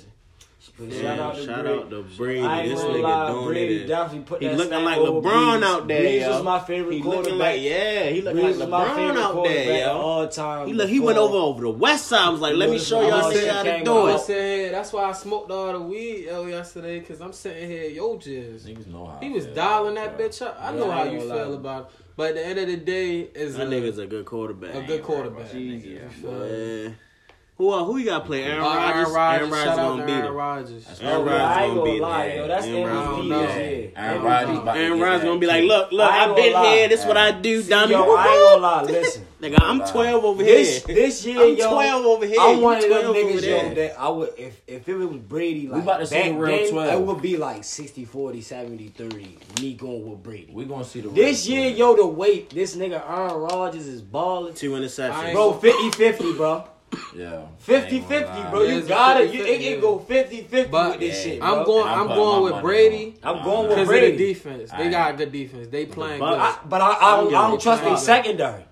Speaker 6: But
Speaker 5: Yeah,
Speaker 6: shout out to Brady.
Speaker 5: Brady.
Speaker 6: I ain't
Speaker 5: This
Speaker 6: gonna
Speaker 5: nigga
Speaker 6: lie,
Speaker 5: doing
Speaker 6: Brady
Speaker 5: it.
Speaker 6: definitely put
Speaker 5: He
Speaker 6: that
Speaker 5: looking
Speaker 6: stamp
Speaker 5: like
Speaker 6: over
Speaker 5: LeBron
Speaker 6: Breeze.
Speaker 5: out there,
Speaker 6: Breeze
Speaker 5: yo.
Speaker 6: was my favorite
Speaker 5: He
Speaker 6: quarterback.
Speaker 5: looking like yeah, he looking
Speaker 6: Breeze was
Speaker 5: like
Speaker 6: my
Speaker 5: LeBron
Speaker 6: favorite
Speaker 5: out
Speaker 6: quarterback Oh,
Speaker 5: there,
Speaker 6: of
Speaker 5: yo.
Speaker 6: all time.
Speaker 5: He look, he went over
Speaker 6: before-
Speaker 5: over the west side. I was like, let me
Speaker 6: He
Speaker 5: show
Speaker 6: was-
Speaker 5: y'all
Speaker 6: all
Speaker 5: shit
Speaker 6: shit
Speaker 5: how
Speaker 6: came
Speaker 5: to
Speaker 4: I
Speaker 5: do
Speaker 6: out.
Speaker 4: was
Speaker 5: it.
Speaker 4: sitting here, that's why I smoked all the weed L yesterday, because I'm sitting here at your jizz.
Speaker 8: Niggas know how.
Speaker 4: He
Speaker 8: I
Speaker 4: was
Speaker 8: feel.
Speaker 4: dialing that
Speaker 8: Yeah.
Speaker 4: bitch up. I
Speaker 6: Yeah,
Speaker 4: know
Speaker 6: I
Speaker 4: how
Speaker 6: ain't
Speaker 4: you
Speaker 6: gonna lie.
Speaker 4: feel about it. But at the end of the day, is
Speaker 5: That
Speaker 4: a,
Speaker 5: nigga's a good quarterback.
Speaker 4: a good quarterback.
Speaker 6: Jesus,
Speaker 4: You feel me?
Speaker 5: Yeah. Who uh, who you got to play? Aaron
Speaker 4: Uh,
Speaker 5: Rodgers. Aaron Rodgers
Speaker 4: shout out to
Speaker 5: gonna beat
Speaker 4: Aaron
Speaker 5: him.
Speaker 4: Rodgers.
Speaker 8: That's
Speaker 5: Aaron
Speaker 6: Bro, Oh, I ain't
Speaker 5: Rodgers
Speaker 6: gonna
Speaker 5: gonna beat
Speaker 6: lie,
Speaker 5: him.
Speaker 6: yo. That's
Speaker 5: Aaron
Speaker 4: Rodgers.
Speaker 6: MVP this year.
Speaker 8: Aaron
Speaker 6: MVP.
Speaker 8: Rodgers about
Speaker 5: Aaron
Speaker 8: get
Speaker 5: Rodgers
Speaker 8: that
Speaker 5: gonna be
Speaker 8: too.
Speaker 5: like, look, look,
Speaker 6: I ain't
Speaker 5: I've been
Speaker 6: gonna lie.
Speaker 5: here. This what I do,
Speaker 6: Yo, I
Speaker 5: dummy.
Speaker 6: ain't gonna lie. Listen,
Speaker 5: Nigga, I'm twelve over
Speaker 6: this
Speaker 5: here.
Speaker 6: this year,
Speaker 5: I'm
Speaker 6: yo,
Speaker 5: 12 over here.
Speaker 6: I'm one of
Speaker 5: You
Speaker 6: them
Speaker 5: 12 over
Speaker 6: niggas, yo.
Speaker 5: there.
Speaker 6: That I would if if it was Brady, like
Speaker 8: about to see
Speaker 6: back
Speaker 8: the real
Speaker 6: then,
Speaker 8: 12.
Speaker 6: It would be like 60, 40, 70, 30. Me going with Brady.
Speaker 8: We gonna see the
Speaker 6: This
Speaker 8: real
Speaker 6: year,
Speaker 8: player.
Speaker 6: yo, the weight this nigga Aaron Rodgers is balling.
Speaker 5: Two interceptions.
Speaker 4: I
Speaker 6: Bro, 50-50, bro.
Speaker 8: Yeah.
Speaker 6: 50-50, bro.
Speaker 4: Yeah,
Speaker 6: You
Speaker 4: it's a
Speaker 6: got it. You, it
Speaker 4: 50-50,
Speaker 6: can go 50-50
Speaker 4: But
Speaker 6: with this shit, bro.
Speaker 4: I'm going.
Speaker 8: And I'm
Speaker 4: I'm
Speaker 8: putting my
Speaker 4: going
Speaker 8: money
Speaker 4: with Brady
Speaker 8: on-
Speaker 6: I'm going
Speaker 4: because of
Speaker 6: with
Speaker 4: the
Speaker 6: Brady.
Speaker 4: defense. They
Speaker 8: Aight.
Speaker 4: got a good defense. They playing
Speaker 5: Bucks.
Speaker 4: good.
Speaker 6: I, but I, I don't, I don't trust
Speaker 4: Yeah.
Speaker 6: their secondary.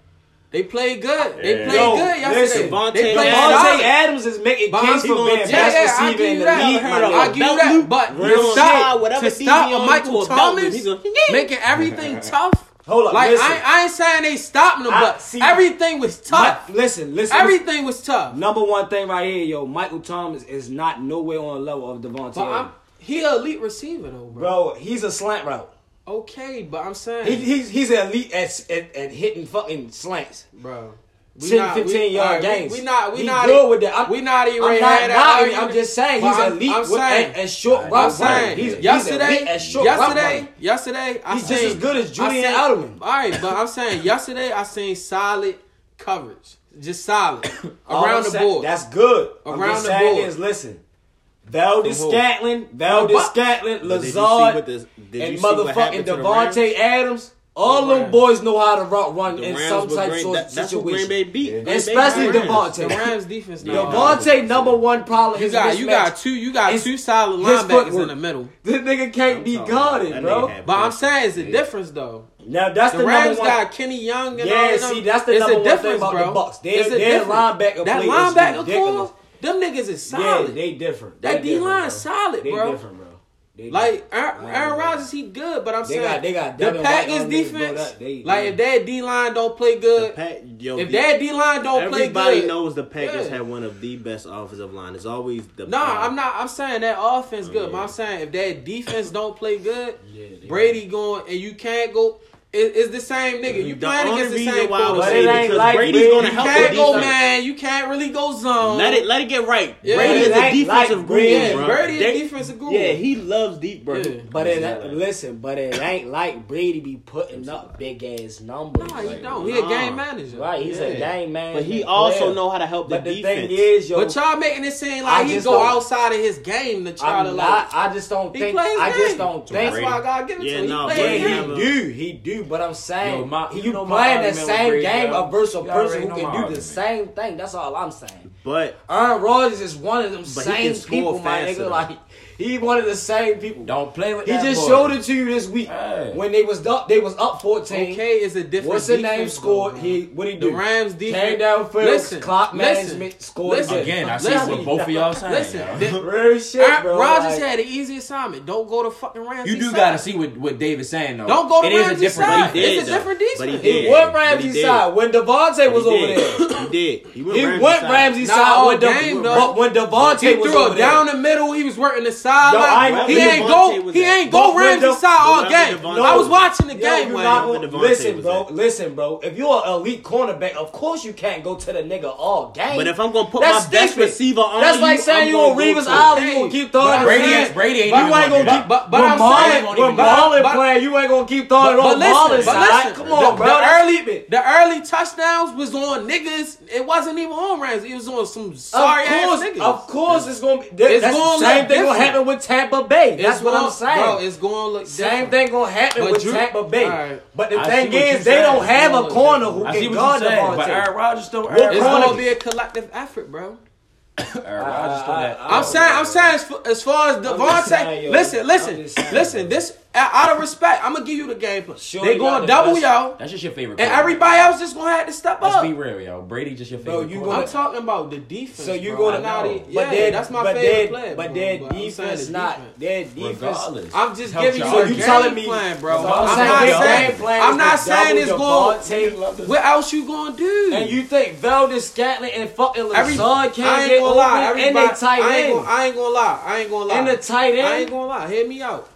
Speaker 4: They played good. They
Speaker 8: Yeah.
Speaker 4: played
Speaker 6: Yo,
Speaker 4: good yesterday.
Speaker 5: listen, Vontae
Speaker 4: they played
Speaker 5: Adams-
Speaker 6: Devontae
Speaker 4: solid.
Speaker 6: Adams is making
Speaker 4: Bonds-
Speaker 6: case
Speaker 5: he
Speaker 6: for
Speaker 5: gonna-
Speaker 6: being
Speaker 4: Yeah,
Speaker 6: best
Speaker 4: yeah, I
Speaker 6: receiver
Speaker 4: give
Speaker 6: in
Speaker 4: you
Speaker 6: the
Speaker 4: that.
Speaker 6: league. my
Speaker 4: I
Speaker 6: nigga.
Speaker 4: give you that. But
Speaker 5: Real
Speaker 4: to
Speaker 5: shit.
Speaker 4: stop,
Speaker 5: Whatever
Speaker 4: to
Speaker 5: DB
Speaker 4: stop
Speaker 5: on,
Speaker 4: a
Speaker 5: he
Speaker 4: Michael
Speaker 5: gonna talk to him.
Speaker 4: Thomas
Speaker 5: He gonna-
Speaker 4: making everything tough.
Speaker 6: Hold up,
Speaker 4: like
Speaker 6: listen.
Speaker 4: I, I ain't saying they stopping them,
Speaker 6: I-
Speaker 4: but
Speaker 6: see-
Speaker 4: everything was tough.
Speaker 6: My- listen, listen.
Speaker 4: everything was tough.
Speaker 6: Number one thing right here, yo, Michael Thomas is not nowhere on the level of Devontae.
Speaker 4: but I'm,
Speaker 6: Adams.
Speaker 4: he an elite receiver though, bro.
Speaker 6: Bro, he's a slant route.
Speaker 4: Okay, but I'm saying,
Speaker 6: He, he's he's elite at, at at hitting fucking slants.
Speaker 4: bro.
Speaker 6: 10, 15 yard
Speaker 4: alright, we-
Speaker 6: games.
Speaker 4: We, not, we
Speaker 6: He
Speaker 4: not e-
Speaker 6: good with that. I'm-
Speaker 4: we not even.
Speaker 6: I'm
Speaker 4: had
Speaker 6: not
Speaker 4: that
Speaker 6: knocking.
Speaker 4: argument.
Speaker 6: I'm just saying
Speaker 4: But
Speaker 6: he's
Speaker 4: I'm-
Speaker 6: elite
Speaker 4: I'm
Speaker 6: with,
Speaker 4: saying-
Speaker 6: and, and short route
Speaker 4: I'm
Speaker 6: running.
Speaker 4: saying
Speaker 6: He's, he's
Speaker 4: yesterday,
Speaker 6: elite at short route
Speaker 4: yesterday,
Speaker 6: running.
Speaker 4: yesterday, I
Speaker 6: He's just
Speaker 4: seen,
Speaker 6: as good as Julian
Speaker 4: I seen-
Speaker 6: Edelman.
Speaker 4: All right, but I'm saying yesterday I seen solid coverage, just solid
Speaker 6: All I'm
Speaker 4: around the
Speaker 6: saying-
Speaker 4: board.
Speaker 6: That's good. Around
Speaker 4: Around
Speaker 6: I'm just
Speaker 4: the
Speaker 6: saying
Speaker 4: board.
Speaker 6: is listen. Valdez
Speaker 4: From who?
Speaker 6: Scatlin, Valdez
Speaker 4: But-
Speaker 6: Scatlin,
Speaker 5: But did you see
Speaker 6: Lazard,
Speaker 5: what this- did
Speaker 6: and
Speaker 5: you see what
Speaker 6: motherfucking
Speaker 5: happened to the Rams?
Speaker 6: Devontae Adams. All
Speaker 4: The
Speaker 6: them
Speaker 4: Rams.
Speaker 6: boys know how to rock run
Speaker 5: The
Speaker 6: in
Speaker 5: Rams
Speaker 6: some
Speaker 5: were
Speaker 6: type
Speaker 5: great.
Speaker 6: of
Speaker 5: That- that's what Green
Speaker 6: situation.
Speaker 5: Bay beat.
Speaker 8: Yeah.
Speaker 5: Green Bay
Speaker 6: Especially
Speaker 5: beat the
Speaker 6: Devontae.
Speaker 5: Rams.
Speaker 4: the Rams defense. now.
Speaker 6: Devontae number one problem
Speaker 4: you
Speaker 6: is
Speaker 4: got you
Speaker 6: mismatch.
Speaker 4: got two you got
Speaker 6: It's
Speaker 4: two solid
Speaker 6: his
Speaker 4: linebackers
Speaker 6: footwork.
Speaker 4: in the middle.
Speaker 6: This nigga can't be
Speaker 5: talking about
Speaker 6: guarded,
Speaker 5: that
Speaker 6: bro.
Speaker 5: nigga had-
Speaker 4: But I'm saying it's a difference though.
Speaker 6: Now that's the,
Speaker 4: The Rams
Speaker 6: number one.
Speaker 4: got Kenny Young and
Speaker 6: Yeah,
Speaker 4: all of them.
Speaker 6: see, that's the
Speaker 4: it's
Speaker 6: number
Speaker 4: a
Speaker 6: one thing
Speaker 4: difference,
Speaker 6: about
Speaker 4: bro.
Speaker 6: the Bucks. They-
Speaker 4: It's a
Speaker 6: their
Speaker 4: difference.
Speaker 6: linebacker
Speaker 4: that
Speaker 6: play is
Speaker 4: linebacker
Speaker 6: ridiculous.
Speaker 4: core, them niggas is
Speaker 6: yeah,
Speaker 4: solid.
Speaker 6: they different.
Speaker 4: That
Speaker 6: They different,
Speaker 4: D-line
Speaker 6: bro.
Speaker 4: solid,
Speaker 6: They
Speaker 4: bro.
Speaker 6: different, bro. They
Speaker 4: Like
Speaker 6: different.
Speaker 4: Aaron, Aaron Rodgers, he good, but I'm
Speaker 6: They
Speaker 4: saying
Speaker 6: got- they got
Speaker 4: the
Speaker 6: Devin White
Speaker 4: Packers
Speaker 6: on niggas, bro.
Speaker 4: defense.
Speaker 6: That- they-
Speaker 4: like
Speaker 6: yeah.
Speaker 4: if their D line don't play good,
Speaker 5: Pat- yo,
Speaker 4: if
Speaker 5: the-
Speaker 4: their D line don't play
Speaker 5: Everybody
Speaker 4: good,
Speaker 5: knows the Packers
Speaker 4: Yeah.
Speaker 5: have one of the best offensive line. It's always the
Speaker 4: No, I'm not. I'm saying that offense good, but I'm saying if that defense don't play good,
Speaker 6: Yeah, they-
Speaker 4: Brady going and you can't go. It, it's the same nigga. You
Speaker 5: The
Speaker 4: playing
Speaker 5: only
Speaker 4: against the
Speaker 5: reason
Speaker 4: same
Speaker 5: why I would
Speaker 6: But
Speaker 5: say
Speaker 6: it
Speaker 4: quarterback.
Speaker 6: ain't
Speaker 5: because
Speaker 6: like
Speaker 5: Brady's
Speaker 6: Brady.
Speaker 5: gonna
Speaker 4: You
Speaker 5: help
Speaker 4: can't
Speaker 5: the
Speaker 4: go
Speaker 5: defense.
Speaker 4: man. You can't really go zone.
Speaker 5: Let it let it get right.
Speaker 4: Yeah.
Speaker 5: Brady is
Speaker 6: It
Speaker 5: a
Speaker 6: ain't
Speaker 5: defensive
Speaker 6: like
Speaker 5: guru,
Speaker 6: Brady.
Speaker 5: bro.
Speaker 4: Brady is
Speaker 5: They-
Speaker 4: defensive guru.
Speaker 5: Yeah, he loves deep, bro.
Speaker 4: Yeah.
Speaker 6: But it
Speaker 5: Exactly.
Speaker 6: listen, but it ain't like Brady be putting up big ass numbers.
Speaker 4: No, he
Speaker 6: like,
Speaker 4: don't. He a
Speaker 5: nah.
Speaker 4: game manager.
Speaker 6: Right, he's a
Speaker 5: Yeah.
Speaker 6: game man.
Speaker 5: But he
Speaker 6: and
Speaker 5: also
Speaker 6: player.
Speaker 5: know how to help the
Speaker 6: But the
Speaker 5: defense.
Speaker 6: thing is, yo,
Speaker 4: But y'all making it seem
Speaker 6: I
Speaker 4: like he
Speaker 6: just
Speaker 4: go
Speaker 6: don't-
Speaker 4: outside of his game to try to
Speaker 6: I'm
Speaker 4: like.
Speaker 6: not, I just don't
Speaker 4: He
Speaker 6: think.
Speaker 4: plays
Speaker 6: I just
Speaker 4: game.
Speaker 6: don't think.
Speaker 4: That's why I gotta give it
Speaker 5: Yeah,
Speaker 4: to him. he
Speaker 5: no,
Speaker 6: Yeah,
Speaker 4: played
Speaker 5: Brady
Speaker 6: he
Speaker 4: game.
Speaker 5: have a-
Speaker 6: do, he do, but I'm saying
Speaker 8: Yo, my-
Speaker 6: you,
Speaker 8: you know my
Speaker 6: playing the
Speaker 8: argument with
Speaker 6: same
Speaker 8: Brady,
Speaker 6: game
Speaker 8: bro.
Speaker 6: of versus a
Speaker 8: You already
Speaker 6: person who
Speaker 8: know
Speaker 6: can
Speaker 8: my
Speaker 6: do the
Speaker 8: argument.
Speaker 6: same thing. That's all I'm saying.
Speaker 5: But
Speaker 6: Aaron Rodgers is one of them
Speaker 5: he
Speaker 6: same
Speaker 5: can score
Speaker 6: people, my
Speaker 5: faster,
Speaker 6: nigga.
Speaker 5: though.
Speaker 6: Like he one of the same people.
Speaker 8: Don't play with
Speaker 6: he
Speaker 8: that.
Speaker 6: just
Speaker 8: boy.
Speaker 6: showed it to you this week
Speaker 8: Hey.
Speaker 6: when they was up. They was up fourteen.
Speaker 4: Okay, is a different.
Speaker 6: What's his name
Speaker 4: defense,
Speaker 6: scored?
Speaker 4: though, bro.
Speaker 6: He what he do?
Speaker 4: The Rams defense
Speaker 6: came down first.
Speaker 4: Listen,
Speaker 6: clock
Speaker 4: listen,
Speaker 6: management scored
Speaker 4: listen.
Speaker 6: again.
Speaker 8: Again, I see
Speaker 4: Listen.
Speaker 8: what both of y'all saying.
Speaker 4: Listen,
Speaker 8: yo.
Speaker 4: the-
Speaker 6: Real shit,
Speaker 4: Aaron
Speaker 6: bro.
Speaker 4: Rodgers
Speaker 6: like-
Speaker 4: had an easy assignment. Don't go to fucking Rams.
Speaker 8: You do gotta see what, what David's saying though.
Speaker 4: Don't go to
Speaker 8: It is a
Speaker 4: Ramsey's
Speaker 8: different
Speaker 4: side.
Speaker 8: defense.
Speaker 4: It's a
Speaker 5: did, though.
Speaker 4: different
Speaker 5: But
Speaker 4: defense.
Speaker 5: he
Speaker 6: He
Speaker 5: did.
Speaker 6: went
Speaker 5: But he
Speaker 6: Ramsey's
Speaker 5: did.
Speaker 6: side when Devontae
Speaker 5: But
Speaker 6: was
Speaker 5: he
Speaker 6: over
Speaker 5: did.
Speaker 6: there.
Speaker 5: He did. He went
Speaker 6: He
Speaker 5: Ramsey's
Speaker 6: went
Speaker 5: side.
Speaker 6: Ramsey's
Speaker 4: Nah,
Speaker 6: side
Speaker 4: all
Speaker 6: when,
Speaker 4: game,
Speaker 6: De-
Speaker 4: though.
Speaker 6: but when Devontae
Speaker 4: He
Speaker 6: was
Speaker 4: threw
Speaker 6: over
Speaker 4: it down
Speaker 6: there.
Speaker 4: the middle. He was working the
Speaker 6: I
Speaker 4: sideline.
Speaker 6: ain't-
Speaker 4: He
Speaker 6: Devontae
Speaker 4: ain't go.
Speaker 5: was
Speaker 4: He
Speaker 5: at-
Speaker 4: ain't go
Speaker 6: But when
Speaker 4: Ramsey's
Speaker 6: De-
Speaker 4: side all
Speaker 5: Devontae-
Speaker 4: game.
Speaker 5: Devontae-
Speaker 4: I was watching the
Speaker 6: Yo,
Speaker 4: game.
Speaker 6: you
Speaker 4: Wayne.
Speaker 6: not
Speaker 5: Where
Speaker 6: gonna-
Speaker 5: Devontae
Speaker 6: listen,
Speaker 5: was
Speaker 6: bro.
Speaker 5: at.
Speaker 6: Listen, bro. If you're an elite cornerback, of course you can't go to the nigga all game.
Speaker 5: But if I'm gonna put
Speaker 6: That's
Speaker 5: my best
Speaker 6: stupid.
Speaker 5: receiver on
Speaker 6: that's
Speaker 5: you,
Speaker 6: like saying
Speaker 5: I'm
Speaker 6: you on
Speaker 5: gonna go
Speaker 6: Revis
Speaker 5: to-
Speaker 6: Island, you gonna keep throwing. it.
Speaker 8: Brady
Speaker 6: Yes.
Speaker 8: ain't- Brady ain't
Speaker 6: But
Speaker 8: even
Speaker 6: you
Speaker 8: gonna
Speaker 6: ain't gonna
Speaker 8: do that.
Speaker 6: keep.
Speaker 4: But- but
Speaker 6: when
Speaker 4: I'm
Speaker 6: Marlin-
Speaker 4: saying- but-
Speaker 6: when Marlin
Speaker 4: but-
Speaker 6: playing, you ain't gonna keep throwing it
Speaker 4: But
Speaker 6: on Marlin
Speaker 4: listen, but
Speaker 6: side.
Speaker 4: listen.
Speaker 6: Come on,
Speaker 4: the,
Speaker 6: bro.
Speaker 4: The
Speaker 6: That's
Speaker 4: early,
Speaker 6: stupid.
Speaker 4: the early touchdowns was on niggas. It wasn't even on Rams. It was on some sorry
Speaker 6: of course,
Speaker 4: ass niggas.
Speaker 6: of course, it's gonna be. That,
Speaker 4: It's
Speaker 6: that's
Speaker 4: gonna
Speaker 6: the same
Speaker 4: look
Speaker 6: thing gonna
Speaker 4: different.
Speaker 6: happen with Tampa Bay. That's
Speaker 4: It's
Speaker 6: what
Speaker 4: gonna-
Speaker 6: I'm saying.
Speaker 4: Bro, it's going to look
Speaker 6: Same
Speaker 4: different.
Speaker 6: thing gonna happen
Speaker 4: But
Speaker 6: with
Speaker 4: you-
Speaker 6: Tampa Bay.
Speaker 4: alright.
Speaker 6: But the
Speaker 8: I
Speaker 6: thing
Speaker 8: see what
Speaker 6: is,
Speaker 8: you
Speaker 6: they
Speaker 8: saying.
Speaker 6: don't have a
Speaker 4: Hold on.
Speaker 6: corner who
Speaker 8: I see
Speaker 6: can
Speaker 8: what
Speaker 6: guard
Speaker 8: you're saying, but Aaron
Speaker 6: Devontae.
Speaker 8: Rodgers still.
Speaker 6: What
Speaker 8: Aaron
Speaker 4: It's
Speaker 6: corner-
Speaker 8: Rodgers
Speaker 4: going to be a collective effort, bro.
Speaker 8: Aaron Rodgers still
Speaker 6: I- I-
Speaker 8: got.
Speaker 4: I'm saying, I'm saying, as, f- as far as
Speaker 6: just saying,
Speaker 4: Devontae,
Speaker 6: yo.
Speaker 4: listen,
Speaker 6: I'm
Speaker 4: listen,
Speaker 6: just saying.
Speaker 4: listen. This out of respect, I'm gonna give you the game plan.
Speaker 8: Shorty
Speaker 4: they
Speaker 8: got
Speaker 4: gonna
Speaker 8: the
Speaker 4: double
Speaker 8: best-
Speaker 4: y'all,
Speaker 8: That's just your favorite.
Speaker 4: and
Speaker 8: quarterback.
Speaker 4: everybody else just gonna have to step
Speaker 8: Let's
Speaker 4: up.
Speaker 8: be real, y'all. Brady just your
Speaker 6: Bro,
Speaker 8: favorite.
Speaker 6: you
Speaker 4: I'm
Speaker 8: quarterback.
Speaker 6: gonna-
Speaker 4: talking about the defense.
Speaker 6: So you
Speaker 4: bro.
Speaker 6: gonna
Speaker 4: Not
Speaker 8: know.
Speaker 4: it-
Speaker 8: But
Speaker 4: yeah,
Speaker 6: their-
Speaker 4: that's my
Speaker 6: but
Speaker 4: favorite
Speaker 6: their-
Speaker 4: player.
Speaker 6: But
Speaker 4: bro,
Speaker 6: their
Speaker 4: but I'm saying the
Speaker 6: defense, not
Speaker 4: defense.
Speaker 6: their defense.
Speaker 8: regardless.
Speaker 4: I'm just
Speaker 8: Help
Speaker 4: giving you
Speaker 8: y'all.
Speaker 6: So
Speaker 4: a
Speaker 6: you
Speaker 4: game
Speaker 6: telling me-
Speaker 4: plan, bro.
Speaker 6: so
Speaker 4: I'm,
Speaker 6: I'm
Speaker 4: not
Speaker 6: saying
Speaker 4: saying,
Speaker 6: game plan
Speaker 4: I'm
Speaker 6: is to
Speaker 4: not saying
Speaker 6: double
Speaker 4: it's
Speaker 6: Devontae
Speaker 4: going.
Speaker 6: Love-
Speaker 4: What else you gonna do?
Speaker 6: And you think Veldis, Scatlin, and fucking
Speaker 4: Every,
Speaker 6: Lazard
Speaker 4: I
Speaker 6: can't
Speaker 4: ain't
Speaker 6: get
Speaker 4: gonna lie.
Speaker 6: open, and they
Speaker 4: Everybody,
Speaker 6: tight
Speaker 4: I, ain't
Speaker 6: end,
Speaker 4: gonna, I ain't gonna lie. I ain't gonna lie.
Speaker 6: and the tight
Speaker 4: I ain't
Speaker 6: end.
Speaker 4: gonna lie. Hear me out.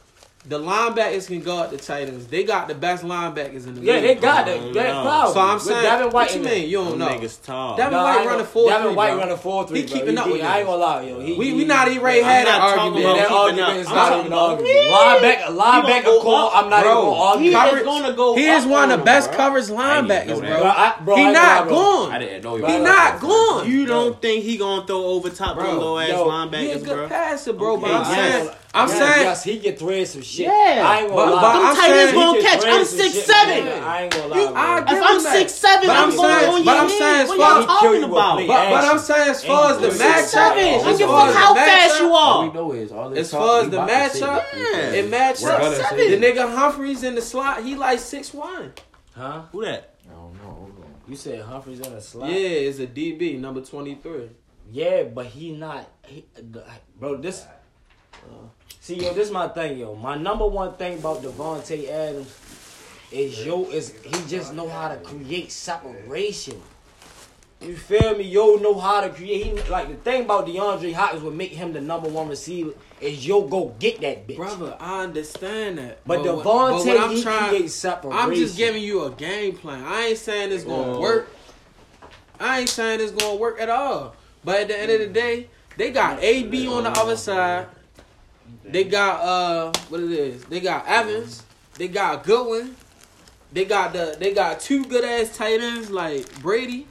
Speaker 4: The linebackers can guard the tight ends. They got the best linebackers in the
Speaker 6: Yeah,
Speaker 4: league.
Speaker 6: they got
Speaker 5: I
Speaker 6: that.
Speaker 5: don't
Speaker 6: That
Speaker 5: know.
Speaker 6: power.
Speaker 4: So I'm
Speaker 6: With
Speaker 4: saying,
Speaker 6: Devin White
Speaker 4: what you
Speaker 6: in
Speaker 4: mean?
Speaker 6: there.
Speaker 4: You don't
Speaker 5: Them
Speaker 4: know?
Speaker 5: niggas
Speaker 4: That-
Speaker 5: tall.
Speaker 4: Devin
Speaker 6: Nah,
Speaker 4: White
Speaker 6: I ain't
Speaker 4: run
Speaker 6: gonna-
Speaker 4: a 4-3,
Speaker 6: Devin White
Speaker 4: bro.
Speaker 6: run a four three.
Speaker 4: He keeping up with
Speaker 6: I
Speaker 4: niggas.
Speaker 6: ain't gonna lie, yo. He,
Speaker 4: We
Speaker 6: he,
Speaker 4: we not even Ray
Speaker 5: I'm
Speaker 4: had
Speaker 5: not
Speaker 4: an
Speaker 5: talking
Speaker 4: argument.
Speaker 5: about
Speaker 6: Yeah, that
Speaker 5: keeping
Speaker 6: argument
Speaker 5: up.
Speaker 6: is
Speaker 5: I'm
Speaker 6: not
Speaker 5: talking
Speaker 6: even an
Speaker 5: about-
Speaker 6: argument. Linebacker, linebacker call. I'm not even gonna
Speaker 4: Bro,
Speaker 6: argue.
Speaker 5: He
Speaker 4: coverage-
Speaker 5: is gonna go.
Speaker 4: He
Speaker 5: up
Speaker 4: is one of
Speaker 5: on
Speaker 4: the
Speaker 5: him,
Speaker 4: best
Speaker 5: bro.
Speaker 8: I
Speaker 4: coverage
Speaker 8: didn't
Speaker 4: linebackers,
Speaker 8: know
Speaker 4: bro.
Speaker 8: that.
Speaker 6: Bro, I- bro,
Speaker 4: he
Speaker 6: I ain't
Speaker 4: not
Speaker 6: gonna lie, bro.
Speaker 8: I
Speaker 4: gone.
Speaker 8: didn't know.
Speaker 4: He
Speaker 8: y'all
Speaker 4: not
Speaker 8: like that.
Speaker 4: gone.
Speaker 5: You don't think he gonna throw over top
Speaker 6: Bro,
Speaker 5: them low ass
Speaker 6: yo,
Speaker 4: He a
Speaker 5: linebackers,
Speaker 4: good
Speaker 5: bro?
Speaker 4: passer, bro. But
Speaker 5: Okay,
Speaker 4: I'm
Speaker 5: yes.
Speaker 4: saying, I'm
Speaker 6: yes,
Speaker 4: saying,
Speaker 6: yes, he get thread some shit.
Speaker 2: Yeah.
Speaker 6: I ain't gonna
Speaker 4: But-
Speaker 6: lie.
Speaker 4: but
Speaker 2: Them
Speaker 4: I'm
Speaker 2: tight
Speaker 4: saying-
Speaker 2: ends gonna
Speaker 6: He get
Speaker 2: catch.
Speaker 6: thread
Speaker 2: I'm
Speaker 6: some shit,
Speaker 2: six seven.
Speaker 6: man. I ain't gonna lie.
Speaker 4: you,
Speaker 6: bro.
Speaker 4: I
Speaker 2: If I'm
Speaker 4: six
Speaker 2: six seven,
Speaker 4: But
Speaker 2: I'm,
Speaker 4: I'm
Speaker 2: falling
Speaker 4: saying-
Speaker 2: on
Speaker 4: but
Speaker 2: your
Speaker 4: I'm
Speaker 2: head.
Speaker 4: saying as
Speaker 2: what
Speaker 4: far-
Speaker 2: y'all
Speaker 4: He
Speaker 6: kill
Speaker 2: talking
Speaker 6: you with
Speaker 2: about?
Speaker 6: play.
Speaker 4: But, but
Speaker 6: Action.
Speaker 4: I'm saying, as far as the
Speaker 6: Six, seven.
Speaker 2: Six
Speaker 4: matchup,
Speaker 2: seven. I
Speaker 4: as
Speaker 2: don't give a
Speaker 4: far
Speaker 2: fuck
Speaker 4: as
Speaker 2: how
Speaker 4: the
Speaker 2: fast
Speaker 4: matchup-
Speaker 2: you
Speaker 8: All we
Speaker 2: are.
Speaker 8: know is all this
Speaker 4: As
Speaker 8: talk,
Speaker 4: far as
Speaker 8: we
Speaker 4: the
Speaker 8: about to see
Speaker 4: matchup,
Speaker 8: it.
Speaker 4: it matched
Speaker 8: We're
Speaker 4: up.
Speaker 8: gonna see
Speaker 4: The
Speaker 8: it.
Speaker 4: nigga Humphreys in the slot, he like six one.
Speaker 6: huh?
Speaker 5: Who that?
Speaker 8: I don't know. Hold on.
Speaker 6: You said Humphrey's in a slot.
Speaker 4: Yeah, it's a DB, number twenty three.
Speaker 6: Yeah, but he not. He, bro, this. uh, see, yo, this my thing, yo. My number one thing about Devontae Adams is yo is he just know how to create separation. You feel me? Yo know how to create. He, like the thing about DeAndre Hopkins would make him the number one receiver is yo go get that bitch.
Speaker 4: Brother, I understand that.
Speaker 6: But
Speaker 4: what- but what
Speaker 6: Devontae, he creates separation.
Speaker 4: I'm just giving you a game plan. I ain't saying it's gonna
Speaker 5: Whoa.
Speaker 4: work. I ain't saying it's gonna work at all. But at the end of the day, they got AB on the other side. They got uh, what it is? They got Evans. They got Goodwin. They got the they got two good ass tight ends like Brady.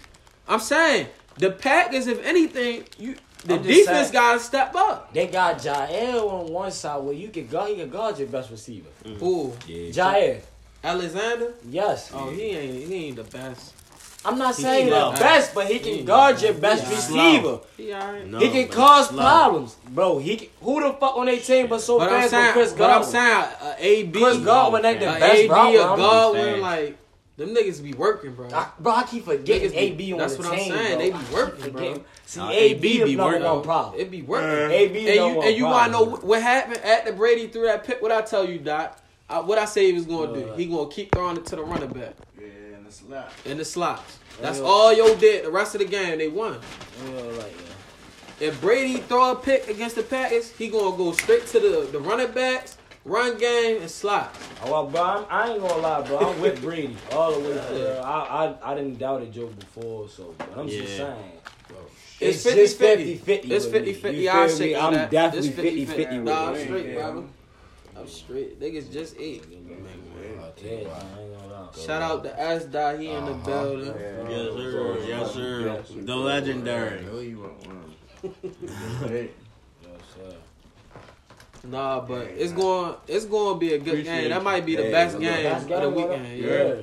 Speaker 4: I'm saying the Packers, if anything, you the
Speaker 6: I'm just
Speaker 4: defense
Speaker 6: saying.
Speaker 4: gotta step up.
Speaker 6: They got Jair on one side where you can guard, he can guard your best receiver.
Speaker 4: Mm-hmm. Ooh,
Speaker 6: Jair,
Speaker 4: Alexander.
Speaker 6: yes.
Speaker 4: Oh, he ain't he ain't the best.
Speaker 6: I'm not saying the
Speaker 5: slow.
Speaker 6: best, but he can
Speaker 4: He
Speaker 6: guard your best
Speaker 4: He
Speaker 6: receiver.
Speaker 4: He alright.
Speaker 5: No,
Speaker 6: he can
Speaker 5: but
Speaker 6: cause
Speaker 5: slow.
Speaker 6: problems, bro. He can, who the fuck on their team but so
Speaker 4: But I'm
Speaker 6: fast with
Speaker 4: saying,
Speaker 6: Chris
Speaker 4: but I'm
Speaker 6: Godwin?
Speaker 4: saying, uh, AB,
Speaker 6: Chris Godwin ain't the
Speaker 4: uh,
Speaker 6: best
Speaker 4: AD,
Speaker 6: route
Speaker 4: or
Speaker 6: runner.
Speaker 4: Godwin,
Speaker 5: Saying.
Speaker 4: like them niggas be working, bro.
Speaker 6: I, bro, I keep forgetting
Speaker 4: Niggas be-
Speaker 6: AB on
Speaker 4: that's
Speaker 6: the
Speaker 4: what I'm
Speaker 6: team.
Speaker 4: saying.
Speaker 6: bro.
Speaker 4: They be
Speaker 6: I keep
Speaker 4: working, bro.
Speaker 6: forgetting. See,
Speaker 5: Nah,
Speaker 6: AB,
Speaker 5: AB
Speaker 6: be
Speaker 5: be
Speaker 6: working.
Speaker 5: working.
Speaker 6: No problem.
Speaker 4: It be working.
Speaker 6: AB
Speaker 4: and
Speaker 6: no
Speaker 4: you
Speaker 6: more
Speaker 4: and you wanna know
Speaker 6: problem.
Speaker 4: what, what happened at the Brady threw that pick? What I tell you, Doc? I, what I say he was gonna do?
Speaker 6: What?
Speaker 4: He gonna keep throwing it to the running back
Speaker 2: Yeah, and it's loud.
Speaker 4: in the slots. That's
Speaker 6: Yeah.
Speaker 4: all yo did. The rest of the game, they won.
Speaker 6: Yeah, like, yeah.
Speaker 4: If Brady throw a pick against the Packers, he gonna go straight to the, the running backs, run game, and slots.
Speaker 6: Oh, Well, bro, I'm, I ain't gonna lie, bro. I'm with Brady all the way through. I, I, I didn't doubt it, Joe, before, so but I'm just
Speaker 5: Yeah.
Speaker 6: saying. bro.
Speaker 4: It's
Speaker 6: just
Speaker 4: 50-50.
Speaker 6: 50-50
Speaker 4: It's
Speaker 6: with
Speaker 4: 50 50.
Speaker 6: me. You feel
Speaker 4: I'll
Speaker 6: me?
Speaker 4: shake
Speaker 6: I'm
Speaker 4: that.
Speaker 6: definitely
Speaker 4: It's 50
Speaker 6: 50-50 with
Speaker 4: Nah, I'm
Speaker 6: it.
Speaker 4: straight,
Speaker 2: Yeah.
Speaker 4: brother. I'm straight. Niggas just ate.
Speaker 6: Yeah, man, I ain't gonna lie.
Speaker 4: Shout out to S. Dot. He in the
Speaker 2: Uh-huh.
Speaker 4: building.
Speaker 5: Yes, sir. Yes, sir. The legendary.
Speaker 6: Yes, sir.
Speaker 4: Nah, but it's going it's going to be a good
Speaker 5: Appreciate
Speaker 4: game. That
Speaker 5: you.
Speaker 4: might be the
Speaker 5: Yeah,
Speaker 4: best
Speaker 5: good luck.
Speaker 4: game
Speaker 6: That's
Speaker 4: of the
Speaker 6: gotta go
Speaker 4: weekend.
Speaker 6: up.
Speaker 4: Yeah.
Speaker 6: Yeah.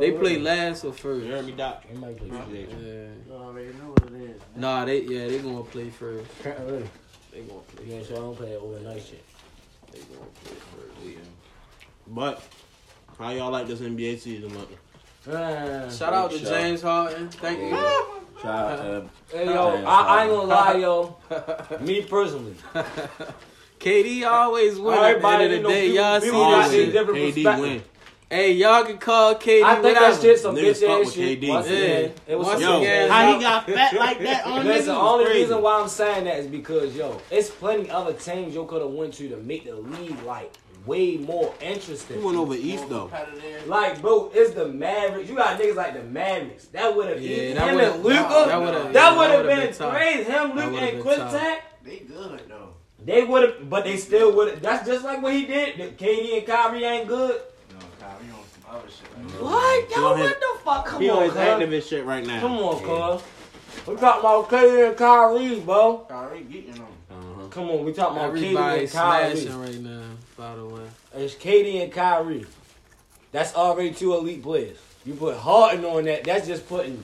Speaker 4: They
Speaker 6: Go
Speaker 4: play
Speaker 6: ahead.
Speaker 4: last or
Speaker 5: You heard
Speaker 4: first.
Speaker 5: me, Doc?
Speaker 6: They might play
Speaker 5: Appreciate you.
Speaker 4: Yeah.
Speaker 2: You already know what it is.
Speaker 4: Nah, they yeah they gonna play first.
Speaker 6: first.
Speaker 4: They gonna play.
Speaker 6: Yeah, so I don't play that overnight shit.
Speaker 4: They gonna play first.
Speaker 5: But how y'all like this NBA season looking?
Speaker 4: Shout out to
Speaker 8: Shout.
Speaker 4: James Harden. Thank you.
Speaker 8: Shout out to
Speaker 6: Hey, yo, I, I ain't gonna lie, yo. Me personally,
Speaker 4: KD always win at the
Speaker 6: Everybody,
Speaker 4: end of
Speaker 6: you
Speaker 4: the
Speaker 6: know,
Speaker 4: day.
Speaker 6: people-
Speaker 4: Y'all see
Speaker 6: people got
Speaker 4: that
Speaker 6: their
Speaker 4: shit.
Speaker 6: different
Speaker 5: KD
Speaker 6: perspective.
Speaker 5: win.
Speaker 4: Hey, y'all can call KD.
Speaker 6: I think
Speaker 4: whatever.
Speaker 6: that shit's some
Speaker 5: Niggas
Speaker 6: bitch
Speaker 5: fuck
Speaker 6: ass
Speaker 5: with
Speaker 6: shit.
Speaker 5: KD.
Speaker 6: Once
Speaker 4: Yeah.
Speaker 6: again, it was
Speaker 4: Once
Speaker 6: some
Speaker 5: Yo,
Speaker 6: bitch ass-
Speaker 4: again,
Speaker 5: how he got fat like that on
Speaker 6: That's
Speaker 5: this?
Speaker 6: the only reason why I'm saying that is because yo, it's plenty other teams you could have went to to make the league like way more
Speaker 5: He
Speaker 6: interesting.
Speaker 5: went over East though.
Speaker 6: Like, bro, it's the Mavericks. You got niggas like the Mavericks. That would have
Speaker 4: Yeah,
Speaker 6: been
Speaker 4: that
Speaker 6: him
Speaker 4: would've-
Speaker 6: and Luca.
Speaker 4: that would've- yeah,
Speaker 6: that
Speaker 4: that
Speaker 6: would have
Speaker 4: would've
Speaker 6: been,
Speaker 4: been tough.
Speaker 6: crazy. Him,
Speaker 4: That
Speaker 6: Luca,
Speaker 4: would've
Speaker 6: and
Speaker 4: been tough.
Speaker 6: Quintet.
Speaker 2: They good though.
Speaker 6: They would have, but they still would. have That's just like what he did. That KD and Kyrie ain't good.
Speaker 2: No, Kyle, we on some other shit. Like that.
Speaker 6: What?
Speaker 5: He
Speaker 6: Yo,
Speaker 5: on
Speaker 6: what
Speaker 5: his-
Speaker 6: the fuck? Come
Speaker 5: He on
Speaker 6: on,
Speaker 5: his
Speaker 6: cuz.
Speaker 5: activist shit right now.
Speaker 6: Come on, cuz. We talking about KD and Kyrie, bro.
Speaker 2: Kyle, they getting them.
Speaker 8: uh
Speaker 6: Come on, we talking about KD
Speaker 4: Everybody
Speaker 6: and Kyrie.
Speaker 4: smashing right now. By the way,
Speaker 6: It's KD and Kyrie. That's already two elite players. You put Harden on that. That's just putting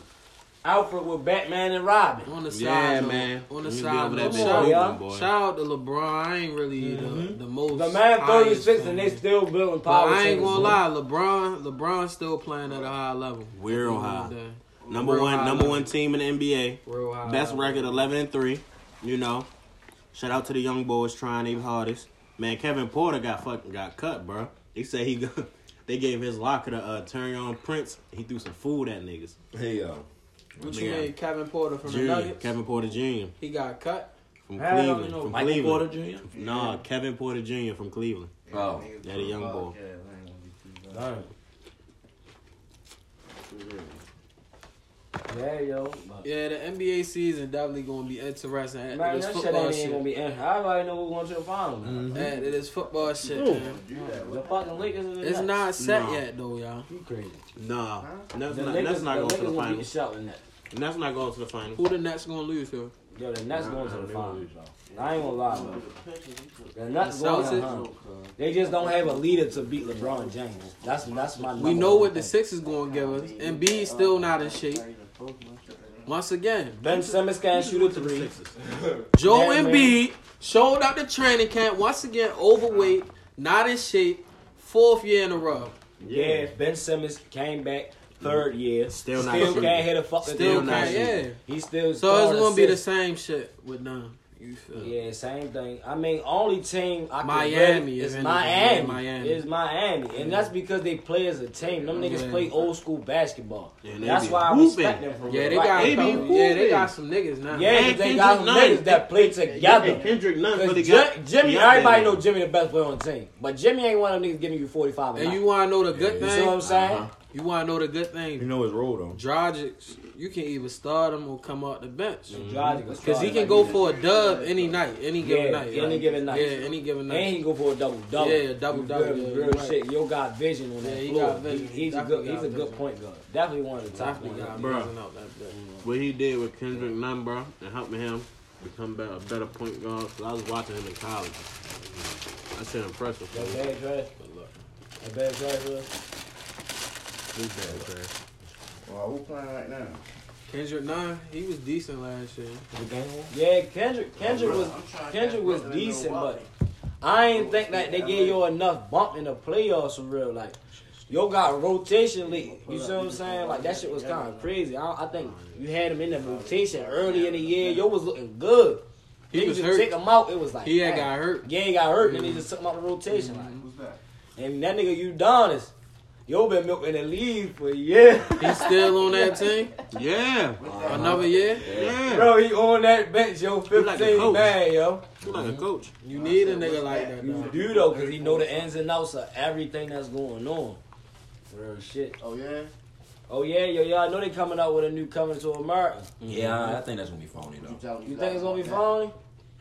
Speaker 9: Alfred with Batman and Robin.
Speaker 4: On the side,
Speaker 5: Yeah,
Speaker 4: though,
Speaker 5: man.
Speaker 4: On the
Speaker 5: You
Speaker 4: side,
Speaker 5: give
Speaker 4: of that
Speaker 5: that boy
Speaker 4: shout,
Speaker 9: open,
Speaker 4: out-
Speaker 5: boy.
Speaker 4: shout out to LeBron. I ain't really the, the most.
Speaker 9: Mm-hmm. The man thirty six
Speaker 4: highest
Speaker 9: and they
Speaker 4: fan.
Speaker 9: still building
Speaker 4: But
Speaker 9: power.
Speaker 4: I ain't
Speaker 9: tables,
Speaker 4: gonna
Speaker 9: man.
Speaker 4: lie, LeBron. LeBron's still playing at a high level.
Speaker 5: We're on
Speaker 4: At the
Speaker 5: high.
Speaker 4: end
Speaker 5: Number
Speaker 4: Real
Speaker 5: one,
Speaker 4: high
Speaker 5: number
Speaker 4: level.
Speaker 5: one team in the NBA.
Speaker 4: of the day. Real high.
Speaker 5: Best
Speaker 4: level.
Speaker 5: record, eleven and three. You know, shout out to the young boys trying their hardest. Man, Kevin Porter got fucking got cut, bro. He said he go- they gave his locker to uh, turn on Prince. He threw some food at niggas.
Speaker 6: Hey yo.
Speaker 4: What you
Speaker 5: Yeah.
Speaker 4: mean, Kevin Porter from the
Speaker 5: Junior,
Speaker 4: Nuggets?
Speaker 5: Kevin Porter Jr.
Speaker 4: He got cut.
Speaker 5: from
Speaker 9: Hell
Speaker 5: Cleveland.
Speaker 9: no.
Speaker 5: From
Speaker 6: Michael
Speaker 5: Cleveland.
Speaker 6: Porter Jr.
Speaker 5: Nah, Kevin Porter Jr. from Cleveland.
Speaker 6: Oh.
Speaker 10: Niggas
Speaker 5: That a young
Speaker 10: podcast, I
Speaker 5: boy.
Speaker 10: ain't gonna be too bad.
Speaker 9: Alright.
Speaker 10: For real.
Speaker 9: Yeah, yo. But,
Speaker 4: Yeah, the NBA season definitely gonna be interesting. It
Speaker 9: man,
Speaker 4: is
Speaker 9: that shit
Speaker 4: football
Speaker 9: ain't even
Speaker 4: shit.
Speaker 9: gonna be in. I already know we're going to the final. man.
Speaker 4: It it is football shit.
Speaker 5: Ooh.
Speaker 4: Man.
Speaker 10: Do that.
Speaker 9: The fucking Lakers is
Speaker 4: It's not set
Speaker 5: Nah.
Speaker 4: yet though, y'all.
Speaker 9: You crazy.
Speaker 5: Nah, that's
Speaker 9: The
Speaker 5: not,
Speaker 9: Lakers,
Speaker 5: that's not going
Speaker 9: the Lakers
Speaker 5: to the
Speaker 9: gonna beat the
Speaker 5: finals.
Speaker 9: shit out the Nets.
Speaker 5: That's not going to the finals.
Speaker 4: Who the Nets gonna lose to?
Speaker 9: Yo, the Nets
Speaker 5: Nah,
Speaker 9: going to
Speaker 5: nah,
Speaker 9: the
Speaker 5: they
Speaker 9: finals,
Speaker 5: lose.
Speaker 9: bro. I ain't gonna lie, bro. The Nets
Speaker 4: The
Speaker 9: going to the
Speaker 4: Celtics?
Speaker 9: finals. They just don't have a leader to beat LeBron James. That's that's my.
Speaker 4: We
Speaker 9: number
Speaker 4: know
Speaker 9: one
Speaker 4: what the
Speaker 9: thing.
Speaker 4: six is gonna give us. And B still not in shape. Once again,
Speaker 9: Ben Simmons can't shoot a three.
Speaker 4: Joe
Speaker 9: Yeah, man.
Speaker 4: Embiid showed up to training camp once again, overweight, not in shape, fourth year in a row.
Speaker 9: Yeah, Ben Simmons came back third year.
Speaker 5: Still
Speaker 9: Still,
Speaker 5: not
Speaker 9: still
Speaker 5: shooting.
Speaker 9: can't hit a fucking
Speaker 4: Still
Speaker 9: three.
Speaker 4: not, yeah.
Speaker 9: He still.
Speaker 4: So it's
Speaker 9: scored
Speaker 4: gonna be the
Speaker 9: assists.
Speaker 4: same shit with them. You feel?
Speaker 9: Yeah, same thing. I mean, only team I can
Speaker 4: Miami,
Speaker 9: really-
Speaker 4: if
Speaker 9: is
Speaker 4: anything,
Speaker 9: Miami.
Speaker 4: Miami.
Speaker 9: Is Miami, and that's because they play as a team. Them niggas
Speaker 4: Yeah.
Speaker 9: play old school basketball.
Speaker 5: Yeah, and they
Speaker 9: that's
Speaker 5: be
Speaker 9: why I
Speaker 5: hooping.
Speaker 9: respect them for
Speaker 4: Yeah,
Speaker 9: real.
Speaker 4: they
Speaker 9: Like,
Speaker 4: got.
Speaker 5: they
Speaker 4: a
Speaker 5: be
Speaker 4: couple- yeah, they
Speaker 5: hooping.
Speaker 4: got some niggas now.
Speaker 9: Yeah, 'cause
Speaker 5: And
Speaker 9: they got
Speaker 5: Kendrick
Speaker 9: some
Speaker 5: Nunn.
Speaker 9: niggas that play
Speaker 5: And
Speaker 9: together.
Speaker 5: Kendrick Nunn
Speaker 9: Cause
Speaker 5: really
Speaker 9: J-
Speaker 5: got
Speaker 9: Jimmy,
Speaker 5: got
Speaker 9: everybody
Speaker 5: there.
Speaker 9: know Jimmy the best player on the team, but Jimmy ain't one of them niggas giving you forty five.
Speaker 4: And you want to know the good
Speaker 9: you
Speaker 4: thing?
Speaker 9: see what I'm saying?
Speaker 6: Uh-huh.
Speaker 4: You want to know the good
Speaker 6: You
Speaker 4: thing?
Speaker 6: know his role though.
Speaker 4: Dragic, you can either start him or come out the bench.
Speaker 9: Because
Speaker 4: Mm-hmm. Cause he can go for a dub any night, any given
Speaker 9: Yeah,
Speaker 4: night.
Speaker 9: any given night.
Speaker 4: Yeah, any given
Speaker 9: and he
Speaker 4: night.
Speaker 9: can go for a double double.
Speaker 4: Yeah, a double-double, yeah,
Speaker 9: Real,
Speaker 4: you're right.
Speaker 9: shit. Yo got vision on
Speaker 4: Yeah,
Speaker 9: that
Speaker 4: he
Speaker 9: floor.
Speaker 4: got vision.
Speaker 9: He- he's a
Speaker 4: Definitely
Speaker 9: good. He's
Speaker 4: got
Speaker 9: a good
Speaker 4: vision.
Speaker 9: point guard. Definitely one of the top
Speaker 4: Definitely got
Speaker 9: point guards.
Speaker 5: Bruh.
Speaker 4: niggas out that bitch.
Speaker 5: what he did with Kendrick Nunn, bro, and helping him become be- a better point guard. 'cause I was watching him in college. That shit impressive.
Speaker 9: That
Speaker 5: bro.
Speaker 9: bad drive. That bad drive. was-
Speaker 10: Well, who playing right now?
Speaker 4: Kendrick Nunn, he was decent last year.
Speaker 9: Yeah, Kendrick. Kendrick was.
Speaker 10: I'm trying to catch
Speaker 9: Kendrick was
Speaker 10: brother in
Speaker 9: decent, but
Speaker 10: Milwaukee.
Speaker 9: I ain't think that they gave you enough bump in the playoffs for real. Like, yo got rotation league. You see what I'm saying? Like, that shit was kind of crazy. I, I think you had him in the rotation early in the year. Yo was looking good.
Speaker 4: He
Speaker 9: Then you
Speaker 4: was
Speaker 9: just
Speaker 4: hurt.
Speaker 9: take him out. It was like,
Speaker 4: He had
Speaker 9: damn.
Speaker 4: got hurt.
Speaker 9: Yeah, he got hurt, and then
Speaker 4: Mhm.
Speaker 9: they just took him out the rotation. Like,
Speaker 10: Who's that?
Speaker 9: and that nigga Udonis, yo been milking the league for years.
Speaker 4: He's still on that team
Speaker 5: Yeah,
Speaker 10: What's that?
Speaker 4: Uh-huh. another year.
Speaker 5: yeah.
Speaker 9: Bro, he on that bench, yo,
Speaker 5: He like a
Speaker 9: 15
Speaker 5: coach.
Speaker 9: man, yo.
Speaker 5: You like a coach.
Speaker 4: You need a nigga like that.
Speaker 9: You
Speaker 4: Dog.
Speaker 9: do though, cause he know the ins and outs of everything that's going on. Real shit.
Speaker 10: Oh yeah.
Speaker 9: Oh yeah, yo, yo, I know they coming out with a new coming to America.
Speaker 6: Yeah, I think that's gonna be phony though.
Speaker 9: You think it's gonna be funny?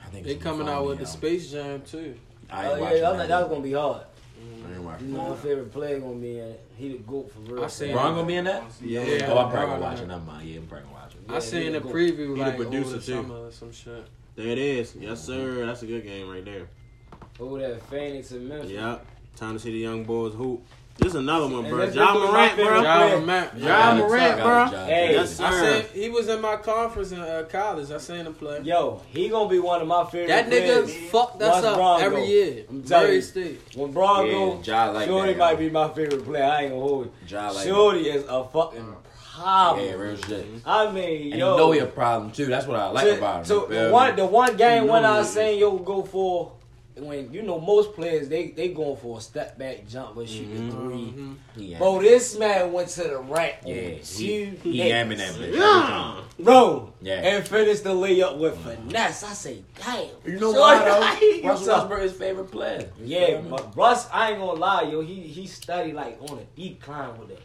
Speaker 6: I think
Speaker 4: They
Speaker 6: it's gonna be
Speaker 4: coming out
Speaker 6: phony,
Speaker 4: with the
Speaker 6: yo.
Speaker 4: Space Jam too.
Speaker 6: I ain't
Speaker 9: Oh
Speaker 6: watching
Speaker 9: yeah, I was like, that was gonna be hard.
Speaker 6: I ain't
Speaker 9: You
Speaker 6: watching
Speaker 9: know, my
Speaker 6: that.
Speaker 9: favorite player gonna be in it. He the goat for real.
Speaker 4: I seen-
Speaker 6: Bron gonna be in that?
Speaker 10: Yeah.
Speaker 4: Yeah.
Speaker 6: Oh, I'm probably
Speaker 4: Bron.
Speaker 6: gonna watch it. Never mind. Yeah, I'm probably gonna watch it.
Speaker 9: Yeah,
Speaker 4: I seen
Speaker 9: he
Speaker 4: a
Speaker 9: the
Speaker 4: preview
Speaker 5: the
Speaker 4: like
Speaker 5: producer,
Speaker 4: over the
Speaker 5: too.
Speaker 4: summer or some shit.
Speaker 5: There it is. Yes, sir. That's a good game right there.
Speaker 9: over there, Phoenix and Memphis.
Speaker 5: Yep. Time to see the young boys hoop. This is another one,
Speaker 9: And
Speaker 5: bro.
Speaker 9: let's
Speaker 5: John
Speaker 9: get to my
Speaker 5: Morant,
Speaker 9: favorite
Speaker 5: bro.
Speaker 9: player.
Speaker 4: John Morant.
Speaker 5: Ja
Speaker 4: John
Speaker 5: Morant, bro.
Speaker 9: Hey,
Speaker 5: Yes, sir.
Speaker 4: I seen he was in my conference in uh, college. I seen him play.
Speaker 9: Yo, he gonna be one of my favorite.
Speaker 4: That nigga
Speaker 9: players.
Speaker 4: fucked us
Speaker 9: What's
Speaker 4: up
Speaker 9: wrong,
Speaker 4: every
Speaker 9: though?
Speaker 4: year.
Speaker 9: I'm telling
Speaker 4: Very
Speaker 9: you.
Speaker 4: state.
Speaker 9: when Bron
Speaker 6: Yeah,
Speaker 9: go,
Speaker 6: Ja like
Speaker 9: Shorty
Speaker 6: that,
Speaker 9: might
Speaker 6: yo.
Speaker 9: be my favorite player. I ain't gonna hold it.
Speaker 6: Ja like
Speaker 9: Shorty is a fucking problem.
Speaker 6: Yeah, real shit. And
Speaker 9: I mean,
Speaker 6: you
Speaker 9: yo,
Speaker 6: know he a problem too. That's what I like
Speaker 9: to-
Speaker 6: about him.
Speaker 9: to-
Speaker 6: you
Speaker 9: the
Speaker 6: feel
Speaker 9: one
Speaker 6: me?
Speaker 9: the one game
Speaker 5: You
Speaker 9: when
Speaker 5: know
Speaker 9: I
Speaker 5: it
Speaker 9: saying yo go for when you know most players they they going for a step back jump but shoot the 3
Speaker 6: He am-
Speaker 9: Bro, this man went to the rack. on
Speaker 6: Yeah, he,
Speaker 9: two
Speaker 6: he
Speaker 9: legs.
Speaker 6: yamming that bitch.
Speaker 5: Yeah.
Speaker 9: Bro,
Speaker 6: Yeah.
Speaker 9: and finished the layup with finesse. I say, damn.
Speaker 6: You know
Speaker 9: Shorty,
Speaker 6: why
Speaker 9: like, you
Speaker 6: though? Russell
Speaker 9: tough.
Speaker 6: Westbrook is favorite player. You
Speaker 9: Yeah,
Speaker 6: feel me?
Speaker 9: but Russ, I ain't gonna lie, yo, he he studied like on a decline with it.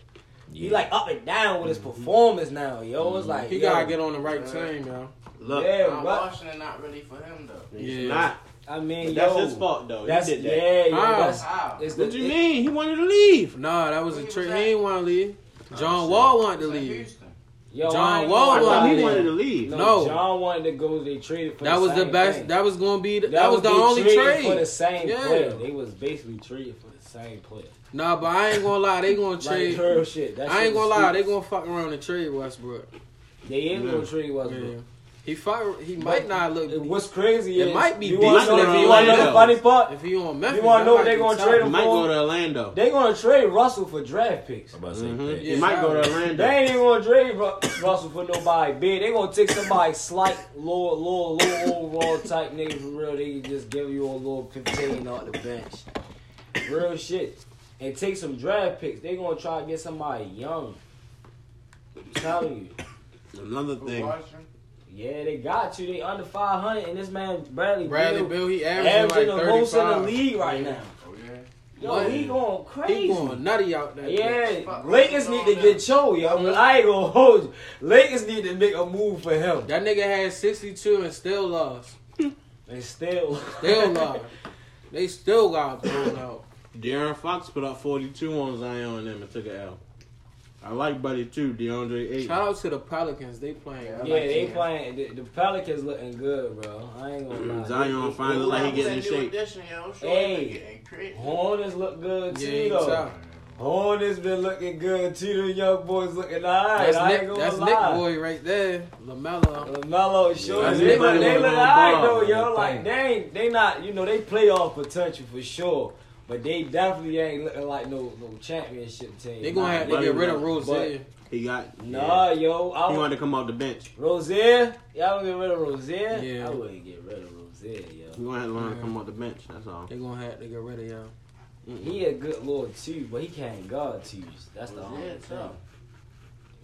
Speaker 9: He
Speaker 6: Yeah.
Speaker 9: like up and down with his performance now, yo. It's like
Speaker 4: He
Speaker 9: yo,
Speaker 4: gotta get on the right team, yo.
Speaker 5: Look,
Speaker 9: Yeah,
Speaker 10: Now,
Speaker 9: Russ.
Speaker 10: Washington not really for him though.
Speaker 5: it's
Speaker 4: Yeah.
Speaker 5: not.
Speaker 9: I mean,
Speaker 5: But
Speaker 9: yo,
Speaker 5: that's his fault, though.
Speaker 9: That's
Speaker 5: he did that.
Speaker 9: yeah, yo,
Speaker 4: How?
Speaker 9: that's
Speaker 10: How?
Speaker 9: it's
Speaker 5: What
Speaker 9: the-
Speaker 5: do you
Speaker 9: it-
Speaker 5: mean? He wanted to leave.
Speaker 4: Nah, that was a
Speaker 10: Where he
Speaker 4: trick.
Speaker 10: was
Speaker 4: He
Speaker 10: at?
Speaker 4: ain't want to leave. John
Speaker 6: shit.
Speaker 4: Wall wanted to
Speaker 10: He's in
Speaker 4: leave.
Speaker 10: Houston.
Speaker 9: Yo,
Speaker 4: John
Speaker 9: I ain't
Speaker 4: Wall
Speaker 5: I
Speaker 9: gonna
Speaker 5: thought
Speaker 9: lie,
Speaker 5: he
Speaker 4: wanted
Speaker 5: wanted
Speaker 9: then.
Speaker 5: to leave.
Speaker 9: No,
Speaker 4: No.
Speaker 9: John wanted to go. They traded for
Speaker 4: That
Speaker 9: the
Speaker 4: was the
Speaker 9: same
Speaker 4: best.
Speaker 9: thing.
Speaker 4: That was gonna be. The, that, was, the
Speaker 9: they
Speaker 4: only
Speaker 9: traded
Speaker 4: trade.
Speaker 9: for the same
Speaker 4: Yeah.
Speaker 9: player. They was basically traded for the same player.
Speaker 4: Nah, but I ain't gonna lie. They gonna
Speaker 9: Like
Speaker 4: trade.
Speaker 9: real shit. That
Speaker 4: I
Speaker 9: shit
Speaker 4: ain't gonna
Speaker 9: was
Speaker 4: lie. They
Speaker 9: stupid.
Speaker 4: gonna fuck around and trade Westbrook.
Speaker 6: They ain't gonna treat was, bro.
Speaker 4: Yeah. He fire, he might not look.
Speaker 6: And What's crazy
Speaker 4: It
Speaker 6: is
Speaker 4: might be
Speaker 6: you wanna
Speaker 5: decent
Speaker 6: know,
Speaker 5: if he
Speaker 6: you wanna know
Speaker 5: went
Speaker 6: the
Speaker 5: out.
Speaker 6: funny part?
Speaker 4: If he on Memphis,
Speaker 6: wanna
Speaker 4: that
Speaker 6: know
Speaker 4: might
Speaker 6: they
Speaker 4: be
Speaker 6: gonna
Speaker 4: tough.
Speaker 6: trade
Speaker 5: He
Speaker 6: him?
Speaker 5: might go to Orlando.
Speaker 6: They gonna trade Russell for draft picks.
Speaker 8: I'm about to say
Speaker 4: Mm-hmm.
Speaker 8: that.
Speaker 5: He might go to
Speaker 6: They
Speaker 5: Orlando.
Speaker 6: ain't even gonna trade Ru- Russell for nobody big. They gonna take somebody slight, lower, lower, low overall type nigga for real. They can just give you a little fifteen off the bench. Real shit. And take some draft picks. They gonna try to get somebody young. I'm telling you.
Speaker 5: Another thing.
Speaker 2: Washington?
Speaker 6: Yeah, they got you. They under five hundred, and this man Bradley,
Speaker 4: Bradley
Speaker 6: Beal
Speaker 4: Bill, he
Speaker 6: averaging
Speaker 4: averaging like
Speaker 6: the most in the
Speaker 4: 35.
Speaker 6: league right now.
Speaker 2: Oh, yeah.
Speaker 6: Yo,
Speaker 4: What?
Speaker 6: he going crazy.
Speaker 4: He going nutty out there.
Speaker 6: Yeah,
Speaker 2: Fuck.
Speaker 6: Lakers need to get Cho, yo. But I ain't gonna hold you. Lakers need to make a move for him.
Speaker 4: That nigga had 62 and still lost.
Speaker 6: They still,
Speaker 4: Still lost. They still got blown out.
Speaker 5: De'Aaron Fox put up 42 on Zion and them and took it out. I like Buddy too, DeAndre Ayton.
Speaker 4: Shout out to the Pelicans. They playing.
Speaker 2: Yeah,
Speaker 4: I like
Speaker 6: yeah, they
Speaker 4: them.
Speaker 6: playing. The, the Pelicans looking good, bro. I ain't gonna lie.
Speaker 5: Zion finally like he getting in shape.
Speaker 6: Hey.
Speaker 2: Hey.
Speaker 6: Hornets look good too,
Speaker 4: Yeah, he
Speaker 6: though.
Speaker 4: tough.
Speaker 6: Hornets been looking good too. The young boys looking alright.
Speaker 4: That's,
Speaker 6: I ain't
Speaker 4: Nick,
Speaker 6: gonna
Speaker 4: that's Nick
Speaker 6: lie.
Speaker 4: boy right there. Lamelo.
Speaker 6: LaMelo, sure.
Speaker 5: That's
Speaker 6: they
Speaker 5: Nick
Speaker 6: look, they
Speaker 5: Boy.
Speaker 6: look alright, though,
Speaker 8: Ball,
Speaker 6: yo.
Speaker 8: man,
Speaker 6: Like, they ain't, they not, you know, they playoff potential for sure. But they definitely ain't looking like no no championship team.
Speaker 4: They gonna have to get rid of Rozier.
Speaker 5: He got
Speaker 6: Nah, yo. I
Speaker 5: He
Speaker 6: would,
Speaker 5: wanted to come off the bench.
Speaker 6: Rozier? Y'all would get rid of Rozier?
Speaker 4: Yeah.
Speaker 6: I wouldn't get rid of Rozier,
Speaker 5: He
Speaker 6: yo.
Speaker 5: wanted to learn to come off the bench. That's all.
Speaker 4: They gonna have to get rid of y'all.
Speaker 6: He a good lord, too, but he can't guard twos. That's the only
Speaker 2: Rozier
Speaker 6: thing.
Speaker 2: tough.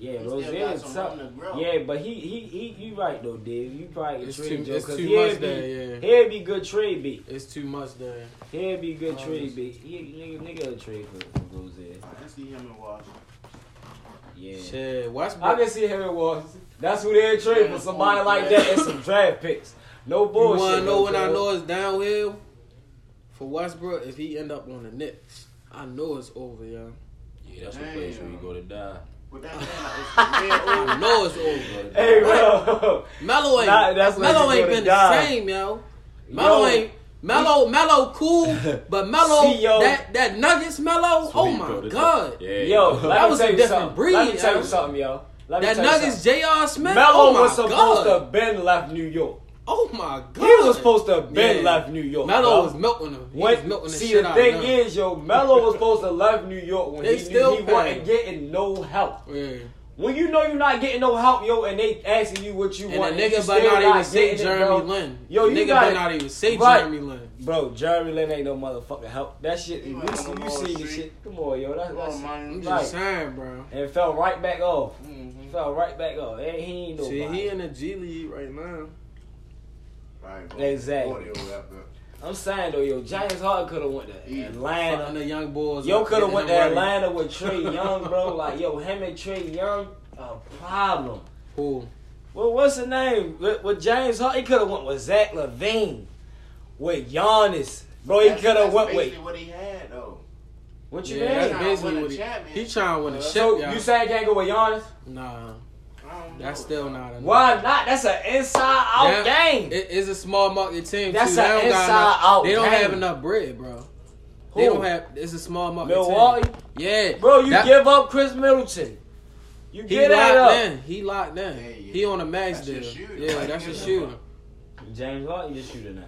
Speaker 6: Yeah,
Speaker 2: He still
Speaker 6: Rozier
Speaker 2: got
Speaker 6: is
Speaker 2: some
Speaker 6: tough.
Speaker 2: room to grow.
Speaker 6: Yeah, but he, he, he, you right, though, Dave. You probably
Speaker 4: It's
Speaker 6: trade
Speaker 4: too-
Speaker 6: Joe,
Speaker 4: it's
Speaker 6: 'cause
Speaker 4: too
Speaker 6: he'll
Speaker 4: much
Speaker 6: be-
Speaker 4: there, yeah.
Speaker 6: He'll be good trade beat.
Speaker 4: It's too much there.
Speaker 6: He'd be a good
Speaker 4: Um,
Speaker 6: trade, but he nigga nigga a trade for, for Rozier.
Speaker 2: Oh, I see him in Washington.
Speaker 6: Yeah.
Speaker 4: Shit,
Speaker 6: I
Speaker 4: Westbrook.
Speaker 6: can see him was. That's who they trade for somebody like that and some draft picks. No
Speaker 4: You
Speaker 6: bullshit.
Speaker 4: wanna know
Speaker 6: though,
Speaker 4: when I
Speaker 6: cuz.
Speaker 4: know it's downhill? For Westbrook, if he end up on the Knicks, I know it's over, y'all.
Speaker 8: Yeah, that's the place where you go to die.
Speaker 2: But that man is real old.
Speaker 4: I know it's over.
Speaker 6: Hey, bro.
Speaker 4: Melo ain't,
Speaker 6: Nah, that's where
Speaker 4: Melo
Speaker 6: you
Speaker 4: ain't
Speaker 6: go to
Speaker 4: been
Speaker 6: die.
Speaker 4: the same, yo. Melo
Speaker 6: Yo.
Speaker 4: ain't Melo Melo cool, but Melo
Speaker 6: See, yo.
Speaker 4: that that Nuggets Melo. oh
Speaker 8: Sweet, bro,
Speaker 4: my
Speaker 8: this-
Speaker 4: god,
Speaker 8: Yeah.
Speaker 6: Yo, let
Speaker 4: That
Speaker 6: me
Speaker 4: was
Speaker 6: tell
Speaker 4: a
Speaker 6: you
Speaker 4: different
Speaker 6: something.
Speaker 4: breed,
Speaker 6: Let me tell
Speaker 4: yo.
Speaker 6: you something, yo. Let me
Speaker 4: that
Speaker 6: tell you
Speaker 4: Nuggets
Speaker 6: something.
Speaker 4: J.R. Smith.
Speaker 6: Melo
Speaker 4: oh my
Speaker 6: was supposed
Speaker 4: god.
Speaker 6: to have been left New York.
Speaker 4: oh my god,
Speaker 6: He was supposed to have been
Speaker 4: Yeah.
Speaker 6: left New York.
Speaker 4: Melo
Speaker 6: bro.
Speaker 4: was milking him. He was
Speaker 6: When,
Speaker 4: milking the
Speaker 6: see,
Speaker 4: shit
Speaker 6: the
Speaker 4: out
Speaker 6: thing
Speaker 4: of him.
Speaker 6: is, yo, Melo was supposed to left New York when
Speaker 4: They
Speaker 6: he
Speaker 4: still
Speaker 6: knew he
Speaker 4: paying.
Speaker 6: wasn't getting no help.
Speaker 4: Yeah.
Speaker 6: When you know you're not getting no help, yo, and they asking you what you
Speaker 4: And
Speaker 6: want,
Speaker 4: the nigga
Speaker 6: you
Speaker 4: better
Speaker 6: still
Speaker 4: not even say
Speaker 6: getting it,
Speaker 4: Jeremy
Speaker 6: bro.
Speaker 4: Lin.
Speaker 6: Yo,
Speaker 4: the
Speaker 6: you
Speaker 4: nigga
Speaker 6: got
Speaker 4: better
Speaker 6: it.
Speaker 4: not even say
Speaker 6: Right.
Speaker 4: Jeremy Lin.
Speaker 6: Bro, Jeremy Lin ain't no motherfucking help. That shit,
Speaker 2: He
Speaker 6: you,
Speaker 2: went
Speaker 6: see-
Speaker 2: on
Speaker 6: you
Speaker 2: Wall
Speaker 6: see this
Speaker 2: Street.
Speaker 6: shit. Come on, yo, that's
Speaker 2: Come on,
Speaker 6: that's
Speaker 4: I'm
Speaker 2: man.
Speaker 6: Right.
Speaker 4: just saying, bro.
Speaker 6: and it fell right back off.
Speaker 2: Mhm.
Speaker 6: Fell right back off. And he ain't nobody.
Speaker 4: See, he in the G League right now.
Speaker 2: Right, bro.
Speaker 6: Exactly.
Speaker 2: Boy, they old rapper.
Speaker 6: I'm saying though, yo, James Harden could have went to
Speaker 2: Yeah.
Speaker 4: Fucking
Speaker 6: Atlanta.
Speaker 4: the young boys.
Speaker 6: Yo,
Speaker 4: up,
Speaker 6: could have
Speaker 4: getting
Speaker 6: went to
Speaker 4: them ready.
Speaker 6: Atlanta with Trey Young, bro. Like, yo, him and Trey Young, a problem.
Speaker 4: Cool.
Speaker 6: Well, what's the name? With, with James Harden, he could have went with Zach Levine, with Giannis, bro. He
Speaker 2: That's-
Speaker 6: could have
Speaker 2: that's
Speaker 6: went with
Speaker 2: basically what he had, though.
Speaker 6: what you
Speaker 4: Yeah,
Speaker 6: mean?
Speaker 4: that's basically what he, he trying to win a ship,
Speaker 6: So
Speaker 4: y'all.
Speaker 6: you say I can't go with Giannis?
Speaker 4: nah,
Speaker 2: I don't
Speaker 4: that's
Speaker 2: know.
Speaker 4: still not enough.
Speaker 6: Why not? That's an inside out
Speaker 4: That-
Speaker 6: game.
Speaker 4: It is a small market team.
Speaker 6: That's
Speaker 4: too. They
Speaker 6: a
Speaker 4: don't got
Speaker 6: inside
Speaker 4: enough-
Speaker 6: out
Speaker 4: They don't
Speaker 6: game.
Speaker 4: have enough bread, bro.
Speaker 6: Who?
Speaker 4: They don't have. It's a small market.
Speaker 6: Milwaukee?
Speaker 4: Team. Yeah,
Speaker 6: bro, you
Speaker 4: That-
Speaker 6: give up Chris Middleton. You
Speaker 4: He
Speaker 6: get that
Speaker 4: locked
Speaker 6: up.
Speaker 4: in. He locked in.
Speaker 2: Yeah, yeah.
Speaker 4: He on a max
Speaker 2: That's
Speaker 4: deal.
Speaker 2: your shooter.
Speaker 4: Yeah,
Speaker 2: Like,
Speaker 4: that's a
Speaker 2: you know.
Speaker 4: shooter.
Speaker 6: James Harden, you shooter now.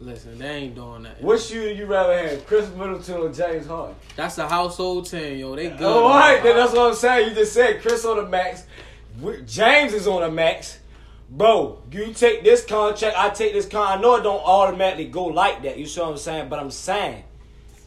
Speaker 4: Listen, they ain't doing that.
Speaker 6: What shooter you rather have, Chris Middleton or James Harden?
Speaker 4: That's a household team, yo. They good.
Speaker 6: All right, Oh, then that's what I'm saying. You just said Chris on the max, W- James is on the max. Bro, you take this contract, I take this contract. I know it don't automatically go like that. You see what I'm saying? But I'm saying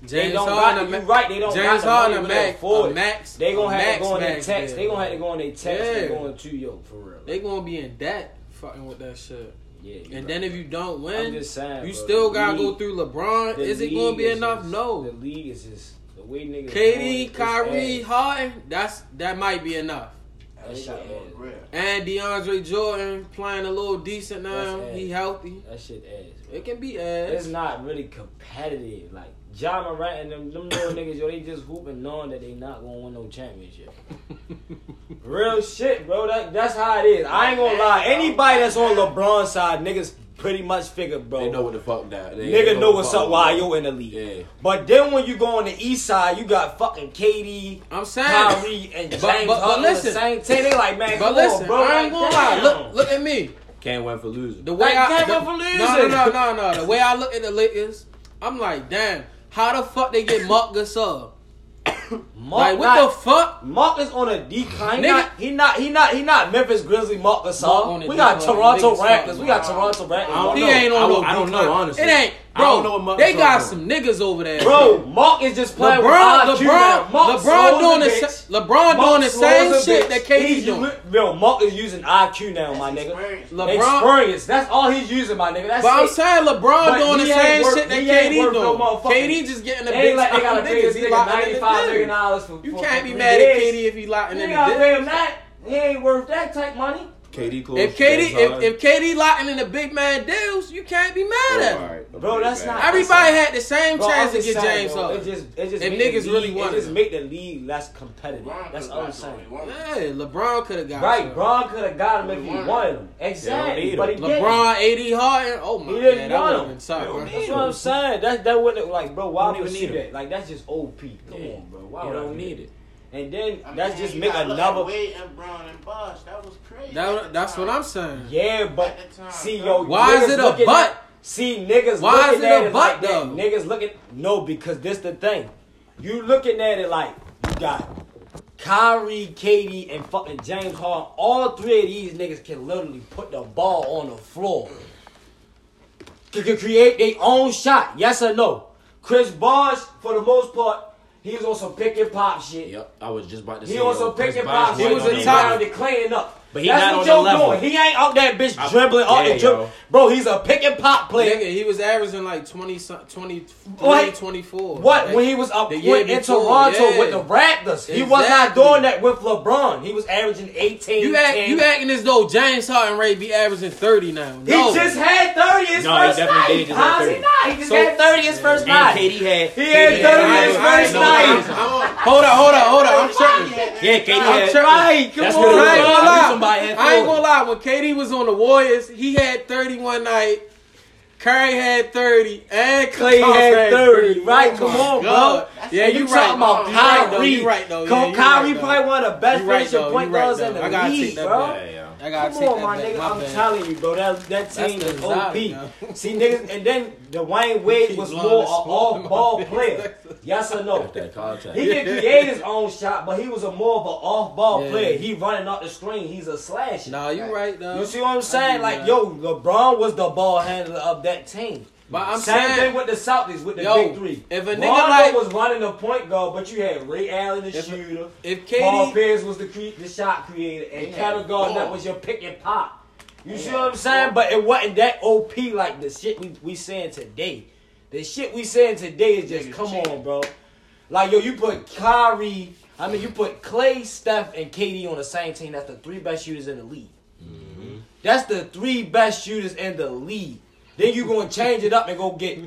Speaker 6: they
Speaker 4: James
Speaker 6: don't
Speaker 4: Harden,
Speaker 6: got. You
Speaker 4: a ma-
Speaker 6: right? They don't
Speaker 4: James
Speaker 6: got the
Speaker 4: Harden, a
Speaker 6: money to
Speaker 4: max,
Speaker 6: afford
Speaker 4: a
Speaker 6: it.
Speaker 4: max.
Speaker 6: They gonna
Speaker 4: a
Speaker 6: have to
Speaker 4: max,
Speaker 6: go on their
Speaker 4: max
Speaker 6: tax.
Speaker 4: deal.
Speaker 6: They gonna have to go on their tax. They
Speaker 4: Yeah.
Speaker 6: going to yo for real.
Speaker 4: They gonna be in debt, fucking with that shit.
Speaker 6: yeah. you
Speaker 4: And
Speaker 6: right.
Speaker 4: then if you don't win,
Speaker 6: I'm just saying,
Speaker 4: you
Speaker 6: bro,
Speaker 4: still
Speaker 6: the
Speaker 4: gotta go
Speaker 6: league-
Speaker 4: through LeBron.
Speaker 6: The
Speaker 4: Is it
Speaker 6: league
Speaker 4: gonna be
Speaker 6: is
Speaker 4: enough?
Speaker 6: just- The
Speaker 4: no.
Speaker 6: league is just the way niggas. going,
Speaker 4: KD,
Speaker 6: it's
Speaker 4: Kyrie,
Speaker 6: ass.
Speaker 4: Harden. That's that might be enough.
Speaker 6: That shit ass.
Speaker 4: And DeAndre Jordan playing a little decent now.
Speaker 6: That's
Speaker 4: He
Speaker 6: ass.
Speaker 4: healthy.
Speaker 6: That shit ass. bro.
Speaker 4: It can be
Speaker 6: It's
Speaker 4: ass.
Speaker 6: not really competitive. Like John Morant and them, them little niggas, yo, they just hooping knowing that they not gonna win no championship. Real shit, bro. That that's how it is. I ain't gonna lie. Anybody that's on LeBron's side, niggas pretty much figured, bro.
Speaker 9: They know what the fuck that. They
Speaker 6: Nigga know
Speaker 9: what
Speaker 6: what's
Speaker 9: the
Speaker 6: up
Speaker 9: fuck
Speaker 6: while
Speaker 9: going on.
Speaker 6: you're in the league.
Speaker 9: Yeah.
Speaker 6: But then when you go on the east side, you got fucking Katie,
Speaker 4: I'm saying.
Speaker 6: Kyrie, and James
Speaker 4: But- but- but
Speaker 6: Harden on the
Speaker 4: listen.
Speaker 6: same team. They like, man,
Speaker 4: But
Speaker 6: come
Speaker 4: listen,
Speaker 6: on, bro.
Speaker 4: I ain't gonna lie. Look, look at me.
Speaker 9: Can't win for losing.
Speaker 4: The way
Speaker 6: Like,
Speaker 4: I,
Speaker 6: that
Speaker 4: the,
Speaker 6: one for
Speaker 4: no,
Speaker 6: losing.
Speaker 4: no, no, no, no. The way I look at the Lakers, I'm like, damn, how the fuck they get Mark Gasol? Like,
Speaker 6: Mark,
Speaker 4: what the fuck?
Speaker 6: the Mark is on a decline.
Speaker 4: Nigga-
Speaker 6: He not, he not, he not, he not Memphis Grizzlies. Mark
Speaker 4: Mark on
Speaker 6: Gasol.
Speaker 4: a
Speaker 6: We got
Speaker 4: decline.
Speaker 6: Toronto
Speaker 4: Niggas fuck,
Speaker 6: Raptors. We got Toronto Raptors.
Speaker 5: don't
Speaker 4: He
Speaker 5: know.
Speaker 4: ain't
Speaker 5: I
Speaker 4: on no.
Speaker 5: don't- I don't
Speaker 4: decline.
Speaker 5: know, honestly.
Speaker 4: It ain't,
Speaker 5: I
Speaker 4: bro.
Speaker 5: don't know what Mark
Speaker 4: they
Speaker 5: Gasol
Speaker 4: got
Speaker 5: doing.
Speaker 4: some niggas over there,
Speaker 6: Bro, Mark is just playing
Speaker 4: LeBron,
Speaker 6: with IQ
Speaker 4: LeBron,
Speaker 6: now. Mark
Speaker 4: LeBron
Speaker 6: slows
Speaker 4: doing
Speaker 6: a
Speaker 4: the
Speaker 6: bitch.
Speaker 4: sa- LeBron
Speaker 6: Mark
Speaker 4: doing the
Speaker 6: slows
Speaker 4: same
Speaker 6: a
Speaker 4: shit
Speaker 6: bitch.
Speaker 4: that KD
Speaker 6: He's
Speaker 4: doing.
Speaker 6: li- Yo, Mark is using IQ now, my nigga.
Speaker 11: Experience.
Speaker 4: LeBron,
Speaker 6: Experience. That's all he's using, my nigga. That's
Speaker 4: but I'm
Speaker 6: it.
Speaker 4: saying LeBron
Speaker 6: But
Speaker 4: doing the
Speaker 6: he ain't
Speaker 4: same
Speaker 6: worth-
Speaker 4: shit that
Speaker 6: he ain't
Speaker 4: KD
Speaker 6: worth no
Speaker 4: doing.
Speaker 6: motherfucker.
Speaker 4: KD just getting the
Speaker 6: They
Speaker 4: big
Speaker 6: ain't like they
Speaker 4: time
Speaker 6: gotta pay
Speaker 4: niggas.
Speaker 6: this
Speaker 4: He
Speaker 6: nigga
Speaker 4: locked in
Speaker 6: ninety
Speaker 4: the
Speaker 6: five
Speaker 4: dick.
Speaker 6: million dollars for.
Speaker 4: You
Speaker 6: for-
Speaker 4: can't
Speaker 6: for
Speaker 4: be
Speaker 6: three
Speaker 4: mad at
Speaker 6: days.
Speaker 4: KD if he locking
Speaker 6: You
Speaker 4: in
Speaker 6: gotta
Speaker 4: the
Speaker 6: pay
Speaker 4: dick.
Speaker 6: him that. He ain't worth that type money.
Speaker 9: KD close.
Speaker 4: If KD, if, if KD locking in the big man deals, you can't be mad at him.
Speaker 6: Bro, that's not-
Speaker 4: Everybody had the same
Speaker 6: Bro,
Speaker 4: chance to
Speaker 6: I'm just
Speaker 4: get
Speaker 6: saying,
Speaker 4: James
Speaker 6: bro, It
Speaker 4: Harden.
Speaker 6: just, it just
Speaker 4: If
Speaker 6: make the
Speaker 4: niggas really
Speaker 6: league-
Speaker 4: wanted
Speaker 6: it just
Speaker 4: it.
Speaker 6: make the league less competitive. That's all I'm saying.
Speaker 4: Yeah, LeBron could have got
Speaker 6: Right,
Speaker 4: some.
Speaker 6: Bron could have got him if he
Speaker 11: Won.
Speaker 6: wanted him. Exactly,
Speaker 9: need
Speaker 6: but he
Speaker 9: him.
Speaker 6: didn't.
Speaker 4: LeBron, AD, Harden. Oh my
Speaker 6: He
Speaker 4: god,
Speaker 6: didn't
Speaker 4: that
Speaker 6: want
Speaker 4: would have
Speaker 6: him.
Speaker 4: been tight, bro.
Speaker 6: That's what I'm saying. That that wouldn't like, bro. Why
Speaker 9: Don't
Speaker 6: would
Speaker 9: even
Speaker 6: you
Speaker 9: need
Speaker 6: do
Speaker 9: him.
Speaker 6: that? Like that's just OP. Come
Speaker 9: Yeah.
Speaker 6: on, bro. Why
Speaker 9: you
Speaker 6: would I do
Speaker 9: don't need
Speaker 6: that?
Speaker 9: it.
Speaker 6: And then
Speaker 11: I mean,
Speaker 6: that's just
Speaker 11: you
Speaker 6: make
Speaker 11: gotta look at
Speaker 6: another.
Speaker 11: Wade and Brown and Bosh. That was crazy.
Speaker 4: That
Speaker 11: at
Speaker 4: would-
Speaker 11: the
Speaker 4: that's what
Speaker 11: time.
Speaker 4: I'm saying.
Speaker 6: Yeah, but
Speaker 11: At the time,
Speaker 6: see,
Speaker 11: bro.
Speaker 6: yo,
Speaker 4: Why is
Speaker 6: niggas
Speaker 4: it a
Speaker 6: looking
Speaker 4: but?
Speaker 6: at- see, niggas.
Speaker 4: Why
Speaker 6: looking
Speaker 4: is it
Speaker 6: at
Speaker 4: a but,
Speaker 6: it like that.
Speaker 4: though?
Speaker 6: Niggas looking. No, because this the thing. You looking at it like you got Kyrie, Katie, and fucking James Harden. All three of these niggas can literally put the ball on the floor. Can, can create their own shot. Yes or no? Chris Bosh, for the most part, he's on some pick and pop shit.
Speaker 9: Yep, I was just about to say.
Speaker 6: He on some pick and pop. He
Speaker 4: white
Speaker 6: was
Speaker 4: on
Speaker 6: a
Speaker 4: the
Speaker 6: top to cleaning up.
Speaker 9: But he
Speaker 6: That's
Speaker 9: not
Speaker 6: what
Speaker 9: on
Speaker 6: Joe
Speaker 9: the level.
Speaker 6: doing. He ain't out that bitch
Speaker 9: I-
Speaker 6: dribbling all
Speaker 9: Yeah,
Speaker 6: the dribble.
Speaker 9: yo.
Speaker 6: Bro, he's a pick and pop player.
Speaker 4: Nigga, he was averaging like 20, some- 23,
Speaker 6: What?
Speaker 4: 24.
Speaker 6: What
Speaker 4: Like,
Speaker 6: when he was up
Speaker 4: the
Speaker 6: with,
Speaker 4: year
Speaker 6: in
Speaker 4: before,
Speaker 6: Toronto
Speaker 4: yeah.
Speaker 6: with the Raptors? He was not
Speaker 4: Exactly.
Speaker 6: doing that with LeBron. He was averaging 18.
Speaker 4: You, act,
Speaker 6: 10.
Speaker 4: you acting as though James Harden Ray be averaging 30 now.
Speaker 6: he
Speaker 4: No.
Speaker 6: just had 30 his
Speaker 9: No, he
Speaker 6: first
Speaker 9: definitely
Speaker 6: night.
Speaker 9: did just have
Speaker 6: How's he
Speaker 9: 30.
Speaker 6: not? He just
Speaker 4: So-
Speaker 6: had 30 his first night.
Speaker 9: KD had.
Speaker 6: He had 30 his
Speaker 4: I- I
Speaker 6: first
Speaker 4: know that.
Speaker 6: night.
Speaker 4: Hold on, hold on, hold on. I'm tripping.
Speaker 9: Yeah, KD
Speaker 4: I'm
Speaker 9: had.
Speaker 4: tripping.
Speaker 6: Right, come
Speaker 9: That's
Speaker 6: on.
Speaker 9: what it was.
Speaker 4: I ain't gonna lie.
Speaker 9: Somebody had
Speaker 4: I ain't gonna
Speaker 9: 40.
Speaker 4: lie. When KD was on the Warriors, he had 31 night. Curry had 30, and
Speaker 6: Clay
Speaker 4: Clay
Speaker 6: had 30, right? Come on, bro.
Speaker 4: God. Yeah,
Speaker 6: Nigga
Speaker 4: you
Speaker 6: talking
Speaker 4: right.
Speaker 6: about
Speaker 4: You right, though.
Speaker 6: Kyrie.
Speaker 4: You right, though. Yeah,
Speaker 6: Co-
Speaker 4: you
Speaker 6: Kyrie
Speaker 4: right,
Speaker 6: probably
Speaker 4: though.
Speaker 6: one of the best
Speaker 4: You right,
Speaker 6: finishing
Speaker 4: though.
Speaker 6: point
Speaker 4: You right,
Speaker 6: guards in
Speaker 4: though.
Speaker 6: the
Speaker 4: I gotta take
Speaker 6: league,
Speaker 4: that
Speaker 6: bro.
Speaker 4: back.
Speaker 9: Yeah, yeah.
Speaker 4: I gotta
Speaker 6: Come
Speaker 4: take
Speaker 6: on,
Speaker 4: that
Speaker 6: my
Speaker 4: back.
Speaker 6: nigga.
Speaker 4: My
Speaker 6: I'm
Speaker 4: bad.
Speaker 6: telling you, bro. That that
Speaker 4: That's
Speaker 6: team
Speaker 4: the
Speaker 6: is OP.
Speaker 4: anxiety, yo.
Speaker 6: See, niggas, and then Dwayne Wade
Speaker 4: Keep
Speaker 6: was
Speaker 4: blowing
Speaker 6: more
Speaker 4: the
Speaker 6: an
Speaker 4: smoke in
Speaker 6: all
Speaker 4: my
Speaker 6: ball
Speaker 4: face.
Speaker 6: player. Yes or no?
Speaker 9: That contact.
Speaker 6: He can create his own shot, but he was a more of an off ball
Speaker 4: Yeah.
Speaker 6: player. He running off the screen. He's a slasher.
Speaker 4: Nah, you right though.
Speaker 6: You see what I'm
Speaker 4: I
Speaker 6: saying?
Speaker 4: do
Speaker 6: Like,
Speaker 4: that.
Speaker 6: yo, LeBron was the ball handler of that team.
Speaker 4: But I'm
Speaker 6: Same
Speaker 4: saying-
Speaker 6: thing with the Celtics with the
Speaker 4: Yo,
Speaker 6: big three.
Speaker 4: if a nigga
Speaker 6: Rondo
Speaker 4: like-
Speaker 6: was running the point guard, but you had Ray Allen the
Speaker 4: If-
Speaker 6: shooter.
Speaker 4: if
Speaker 6: Paul
Speaker 4: KD,
Speaker 6: Pierce was the cre- the shot creator, and
Speaker 11: Yeah.
Speaker 6: Kevin Garnett
Speaker 11: Ball.
Speaker 6: was your pick and pop. You see
Speaker 11: Yeah.
Speaker 6: what I'm saying? But it wasn't that OP like the shit we we saying today. The shit we saying today is just
Speaker 11: Niggas
Speaker 6: come
Speaker 11: cheating.
Speaker 6: on, bro. Like yo, you put Kyrie. I mean, you put Clay, Steph, and KD on the same team. That's the three best shooters in the league. That's the three best shooters in the league. Then you gonna change it up and go get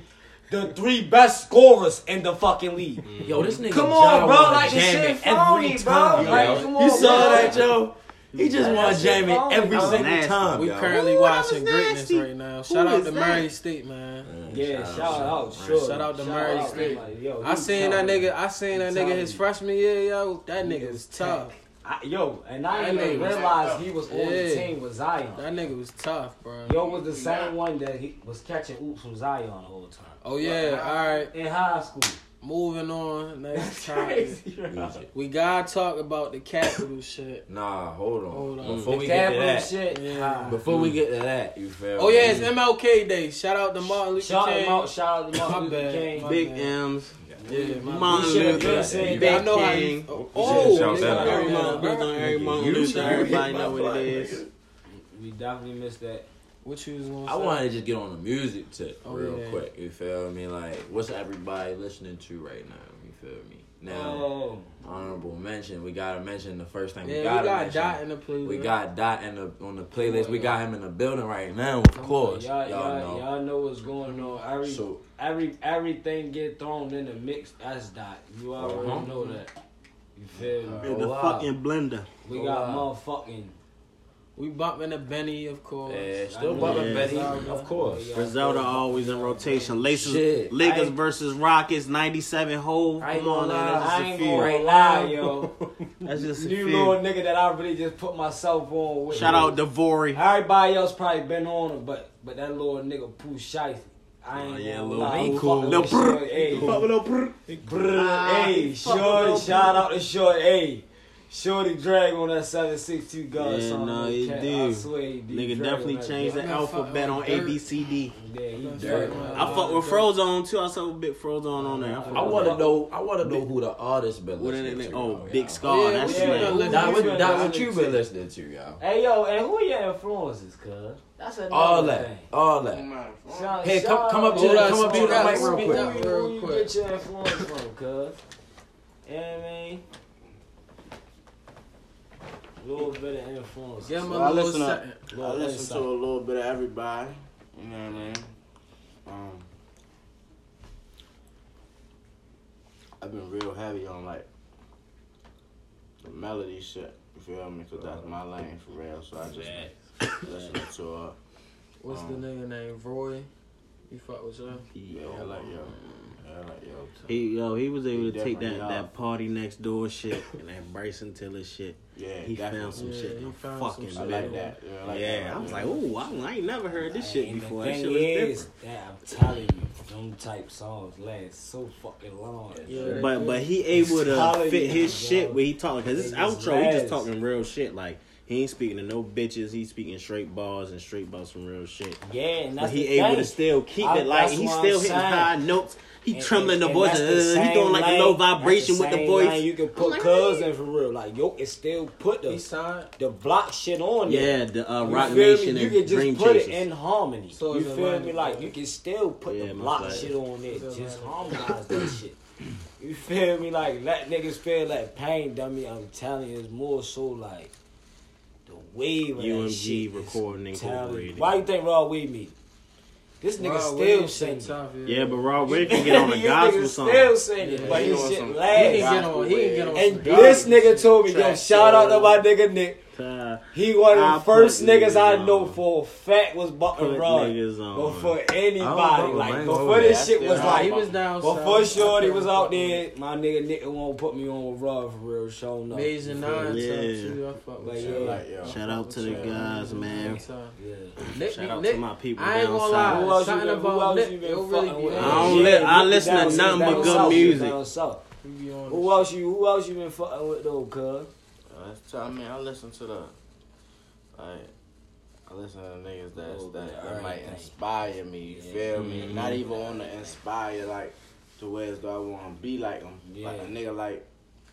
Speaker 6: the three best scorers in the fucking league.
Speaker 9: Yo, this nigga.
Speaker 6: Come on,
Speaker 9: Ja
Speaker 6: bro.
Speaker 9: wanna
Speaker 6: Like, this
Speaker 9: jam
Speaker 6: shit
Speaker 9: it
Speaker 6: phony,
Speaker 9: every
Speaker 6: bro.
Speaker 9: time,
Speaker 6: Like,
Speaker 9: yo.
Speaker 6: come
Speaker 9: You
Speaker 6: on,
Speaker 9: saw
Speaker 6: bro.
Speaker 9: that, Joe. He just want to jam it every
Speaker 5: That was
Speaker 9: single
Speaker 5: nasty.
Speaker 9: time.
Speaker 4: we
Speaker 9: yo.
Speaker 4: currently
Speaker 5: Ooh, that was
Speaker 4: watching greatness
Speaker 5: nasty.
Speaker 4: right now. Shout
Speaker 5: Who
Speaker 4: out
Speaker 5: is
Speaker 4: to
Speaker 5: that?
Speaker 4: Murray State, man.
Speaker 6: Yeah, shout out, sure.
Speaker 4: Shout out to Murray
Speaker 6: out,
Speaker 4: State.
Speaker 6: like, yo,
Speaker 4: I
Speaker 6: you
Speaker 4: seen that
Speaker 6: tough.
Speaker 4: nigga. I seen that
Speaker 6: I'm
Speaker 4: nigga
Speaker 6: telling
Speaker 4: his
Speaker 6: you.
Speaker 4: frashman year, yo. That nigga
Speaker 6: Nigga
Speaker 4: was
Speaker 6: was
Speaker 4: tough.
Speaker 6: I, yo, and I
Speaker 4: That
Speaker 6: didn't
Speaker 4: nigga
Speaker 6: even
Speaker 4: was
Speaker 6: realize
Speaker 11: tough.
Speaker 6: he was on the
Speaker 4: Yeah.
Speaker 6: team with Zion.
Speaker 4: That nigga was tough, bro.
Speaker 6: Yo was the same one that he was catching oops from Zion the whole time
Speaker 4: Oh yeah. All right.
Speaker 6: in high school.
Speaker 4: Moving on. Next
Speaker 6: That's
Speaker 4: topic.
Speaker 6: crazy. bro.
Speaker 9: Music.
Speaker 4: We gotta talk about the capital shit.
Speaker 9: Nah, hold on.
Speaker 4: Hold on.
Speaker 9: Before we get to
Speaker 6: Capital
Speaker 9: that,
Speaker 6: shit.
Speaker 4: Yeah.
Speaker 6: ah.
Speaker 9: before we get to that, you feel?
Speaker 4: Oh yeah,
Speaker 9: me?
Speaker 4: it's MLK Day. Shout out to Martin Luther
Speaker 6: Shout
Speaker 4: King.
Speaker 6: him out, shout out to
Speaker 4: My
Speaker 6: Martin Luther
Speaker 4: bad.
Speaker 6: King.
Speaker 4: My
Speaker 5: Big
Speaker 4: bad.
Speaker 5: M's,
Speaker 4: Yeah, my
Speaker 5: Martin
Speaker 6: You should've
Speaker 5: Luther,
Speaker 6: been saying
Speaker 5: Big
Speaker 4: I know how you.
Speaker 5: King.
Speaker 4: Oh,
Speaker 9: You
Speaker 4: oh
Speaker 9: should shout out.
Speaker 5: Every
Speaker 4: yeah,
Speaker 5: Martin
Speaker 4: bro.
Speaker 5: Luther, every Martin
Speaker 9: You
Speaker 5: Luther,
Speaker 9: should-
Speaker 5: everybody know what it is.
Speaker 6: We definitely missed that.
Speaker 4: What you was gonna say?
Speaker 9: I want to just get on the music tip
Speaker 4: Oh,
Speaker 9: real
Speaker 4: yeah.
Speaker 9: quick. You feel me? Like, what's everybody listening to right now? You feel me? Now,
Speaker 6: Oh,
Speaker 9: honorable mention. We gotta mention the first thing.
Speaker 4: Yeah,
Speaker 9: we gotta
Speaker 4: we got
Speaker 9: mention.
Speaker 4: Dot in the playlist.
Speaker 9: We got Dot in the on the playlist. We got him in the building right now, of
Speaker 6: y'all,
Speaker 9: course.
Speaker 6: y'all,
Speaker 9: Y'all,
Speaker 6: y'all,
Speaker 9: know.
Speaker 6: know what's going on. Every,
Speaker 9: So
Speaker 6: every, everything get thrown in the mix. That's dot. You already
Speaker 9: Uh-huh.
Speaker 6: know that. You feel me?
Speaker 5: In the
Speaker 9: wow.
Speaker 5: fucking blender.
Speaker 6: We
Speaker 9: Oh,
Speaker 6: got
Speaker 9: wow.
Speaker 6: motherfucking
Speaker 4: We bumping to Benny, of course.
Speaker 8: Yeah, still bumping
Speaker 5: Yeah.
Speaker 8: Betty.
Speaker 6: Griselda.
Speaker 8: Of course.
Speaker 5: Griselda always in rotation. Laces,
Speaker 8: Shit, I
Speaker 5: Lakers
Speaker 8: ain't-
Speaker 5: versus Rockets, ninety-seven whole.
Speaker 8: I ain't
Speaker 5: Come on,
Speaker 8: gonna
Speaker 5: man,
Speaker 8: lie,
Speaker 5: that's
Speaker 9: I
Speaker 5: just a
Speaker 9: ain't
Speaker 5: few.
Speaker 9: gonna lie, yo.
Speaker 5: That's just a
Speaker 9: New
Speaker 5: few.
Speaker 9: little nigga that I really just put myself on with.
Speaker 5: Shout out Devori.
Speaker 9: Everybody else probably been on him, but but that little nigga Pooh Shiesty. I ain't
Speaker 5: Oh, yeah,
Speaker 9: gonna
Speaker 5: Lil
Speaker 9: lie,
Speaker 5: Ain't
Speaker 9: fuck
Speaker 5: cool.
Speaker 9: with
Speaker 5: Lil
Speaker 9: Shorty,
Speaker 5: Brr.
Speaker 9: hey. Brr,
Speaker 5: Ah,
Speaker 9: hey,
Speaker 5: fuck with
Speaker 9: Shorty,
Speaker 5: Lil
Speaker 9: shout out to Shorty, hey. Shorty drag on that 762 God
Speaker 5: Yeah,
Speaker 9: song.
Speaker 5: no,
Speaker 9: no
Speaker 5: he
Speaker 9: cap, I
Speaker 5: do.
Speaker 9: swear he did.
Speaker 5: Nigga definitely changed the
Speaker 4: I'm gonna fuck
Speaker 5: alphabet
Speaker 4: with
Speaker 5: on
Speaker 4: Dirk.
Speaker 5: A B C D.
Speaker 9: Yeah, he
Speaker 4: That's
Speaker 9: dirty.
Speaker 4: right, man.
Speaker 5: I fuck with Frozone too. I saw Big Frozone on there. I fuck
Speaker 8: I
Speaker 5: with
Speaker 8: want to know. I want to know who the artist been
Speaker 5: What
Speaker 8: listening
Speaker 5: that
Speaker 8: to.
Speaker 5: nigga? Oh,
Speaker 8: y'all.
Speaker 5: Big Scar.
Speaker 4: Yeah,
Speaker 5: that's
Speaker 9: yeah,
Speaker 5: yeah,
Speaker 9: yeah.
Speaker 8: Not what, not what
Speaker 9: Listening
Speaker 8: you been listening to, y'all.
Speaker 9: Hey, yo, and who your influences, cuz? That's another
Speaker 8: All
Speaker 9: thing.
Speaker 8: that, all that.
Speaker 2: My phone.
Speaker 9: Shout-
Speaker 8: Hey, come-
Speaker 9: shout
Speaker 8: come up
Speaker 9: out
Speaker 8: to
Speaker 4: Hold
Speaker 8: the-
Speaker 4: up,
Speaker 8: come up to
Speaker 4: speak
Speaker 8: the
Speaker 4: up,
Speaker 8: mic real
Speaker 4: speak
Speaker 8: quick.
Speaker 4: up
Speaker 9: Where
Speaker 4: real
Speaker 9: you
Speaker 4: quick.
Speaker 9: get your influence from, cuz? You know what I mean? A little bit of influence.
Speaker 4: Give him
Speaker 2: So I
Speaker 4: a little
Speaker 2: listen up.
Speaker 4: second.
Speaker 2: I listen to a little bit of everybody. You know what I mean? Um, I've been real heavy on like the melody shit. You feel me? Cause that's my lane for real. So I just listen to uh,
Speaker 4: What's the nigga name? Roy. You fuck with y'all.
Speaker 2: yeah, like yo, yeah, like yo.
Speaker 5: He yo, he was able to take that
Speaker 2: Different, y'all.
Speaker 5: that party next door shit and that Bryson Tiller shit.
Speaker 2: Yeah,
Speaker 5: He
Speaker 2: definitely.
Speaker 5: found some
Speaker 4: Yeah,
Speaker 5: shit.
Speaker 4: he
Speaker 5: in
Speaker 4: found some
Speaker 5: fucking
Speaker 4: shit.
Speaker 2: I like that. Yeah, I like
Speaker 5: yeah,
Speaker 2: that.
Speaker 5: I was
Speaker 2: Yeah.
Speaker 5: like, ooh, I, I ain't never heard this shit
Speaker 9: And the
Speaker 5: before. That
Speaker 9: thing
Speaker 5: shit was
Speaker 9: is
Speaker 5: different.
Speaker 9: that I'm telling you, them type songs last so fucking long.
Speaker 4: Yeah.
Speaker 5: But but he able to
Speaker 9: Hallelujah,
Speaker 5: fit his
Speaker 9: bro.
Speaker 5: shit where he talking because this
Speaker 9: Niggas
Speaker 5: outro he just
Speaker 9: razz.
Speaker 5: talking real shit like he ain't speaking to no bitches he speaking straight bars and straight about some real shit.
Speaker 9: Yeah, and
Speaker 5: But
Speaker 9: that's
Speaker 5: he
Speaker 9: the
Speaker 5: able
Speaker 9: thing.
Speaker 5: to still keep
Speaker 9: I-
Speaker 5: it like
Speaker 9: that's
Speaker 5: he's still
Speaker 9: what I'm
Speaker 5: hitting
Speaker 9: saying.
Speaker 5: high notes. He
Speaker 9: And-
Speaker 5: trembling
Speaker 9: and-
Speaker 5: the
Speaker 9: and
Speaker 5: voice.
Speaker 9: that's the
Speaker 5: uh, he
Speaker 9: same
Speaker 5: doing like a low
Speaker 9: lane- that's
Speaker 5: vibration with the
Speaker 9: same
Speaker 5: voice.
Speaker 9: lane You can put cuz in for real. Like, yo, it still put
Speaker 4: He
Speaker 9: the,
Speaker 4: signed.
Speaker 9: the block shit on there.
Speaker 5: Yeah, the uh,
Speaker 9: You
Speaker 5: Rock
Speaker 9: feel me?
Speaker 5: Nation
Speaker 9: You
Speaker 5: and
Speaker 9: can just
Speaker 5: Dream
Speaker 9: put
Speaker 5: Chasers.
Speaker 9: it in harmony.
Speaker 4: So
Speaker 9: you
Speaker 4: is it
Speaker 9: feel
Speaker 4: like-
Speaker 9: me? Like you can still put
Speaker 5: Yeah,
Speaker 9: the
Speaker 5: my
Speaker 9: block
Speaker 5: flag.
Speaker 9: shit on it.
Speaker 4: it
Speaker 9: Just
Speaker 4: like-
Speaker 9: harmonize that shit. You feel me? Like let niggas feel that pain, dummy. I'm telling you, it's more so like the wave of that
Speaker 5: UMG
Speaker 9: shit.
Speaker 5: Recording
Speaker 9: is talented.
Speaker 5: Incorporated.
Speaker 9: Why you think Raw Wave me? This nigga
Speaker 4: Rod
Speaker 9: still
Speaker 4: Wave,
Speaker 9: singing.
Speaker 4: top,
Speaker 5: Yeah, but Rob Ray can get on a
Speaker 9: This
Speaker 5: gospel
Speaker 9: nigga
Speaker 5: song.
Speaker 9: Still singing,
Speaker 4: Yeah,
Speaker 9: but
Speaker 2: he
Speaker 9: his
Speaker 2: on
Speaker 9: shit
Speaker 2: some-
Speaker 4: He can
Speaker 9: lasts.
Speaker 4: get on. He can get on.
Speaker 9: And
Speaker 4: some
Speaker 9: this
Speaker 4: dogs.
Speaker 9: nigga told me, yo,
Speaker 2: Trash
Speaker 9: shout out to
Speaker 2: show.
Speaker 9: my nigga Nick.
Speaker 5: Uh,
Speaker 9: He one
Speaker 5: I
Speaker 9: of the first
Speaker 5: put
Speaker 9: niggas I
Speaker 5: niggas
Speaker 9: know
Speaker 5: on.
Speaker 9: for a fact was bumping
Speaker 5: Put
Speaker 9: Run
Speaker 5: niggas on.
Speaker 9: before
Speaker 8: I don't
Speaker 9: anybody.
Speaker 8: know,
Speaker 9: Like
Speaker 8: man.
Speaker 9: before this
Speaker 2: That's
Speaker 9: shit
Speaker 2: the-
Speaker 9: was
Speaker 4: Nah, he
Speaker 9: like
Speaker 4: was down.
Speaker 9: before
Speaker 4: south. I
Speaker 9: Shorty
Speaker 4: couldn't
Speaker 9: was
Speaker 4: fuck
Speaker 9: out
Speaker 4: with
Speaker 9: there,
Speaker 4: him.
Speaker 9: my nigga Nick won't put me on with Run for real, show no.
Speaker 4: Major nine. top
Speaker 5: Yeah.
Speaker 4: two, I fuck
Speaker 9: But
Speaker 4: with
Speaker 9: yeah.
Speaker 4: y'all.
Speaker 2: Like yo.
Speaker 5: Shout out to the guys, man.
Speaker 9: Yeah.
Speaker 4: Nick,
Speaker 5: Shout out
Speaker 4: Nick,
Speaker 5: to my people
Speaker 4: I ain't
Speaker 5: down
Speaker 4: gonna
Speaker 5: south.
Speaker 9: Who
Speaker 4: lie.
Speaker 9: else you
Speaker 4: Something
Speaker 9: been- who
Speaker 4: about
Speaker 9: else
Speaker 4: Nick,
Speaker 9: you been
Speaker 4: it'll really
Speaker 9: fucking
Speaker 4: be
Speaker 9: with?
Speaker 5: I don't
Speaker 9: Yeah,
Speaker 5: li- I
Speaker 9: Nick
Speaker 5: listen to
Speaker 9: down-
Speaker 5: nothing
Speaker 9: down
Speaker 5: but good
Speaker 9: south,
Speaker 5: music.
Speaker 9: down south.
Speaker 4: He be on
Speaker 9: Who else you who else you been fucking with though, cuz?
Speaker 2: That's Uh, t- I mean, I listen to the like. I listen to niggas that's,
Speaker 9: Oh,
Speaker 2: that,
Speaker 9: yeah,
Speaker 2: that might
Speaker 9: everything.
Speaker 2: inspire me. You feel me?
Speaker 9: Mm-hmm.
Speaker 2: Not even want to inspire like to where as though I want to be like 'em. Like a
Speaker 9: Yeah.
Speaker 2: nigga like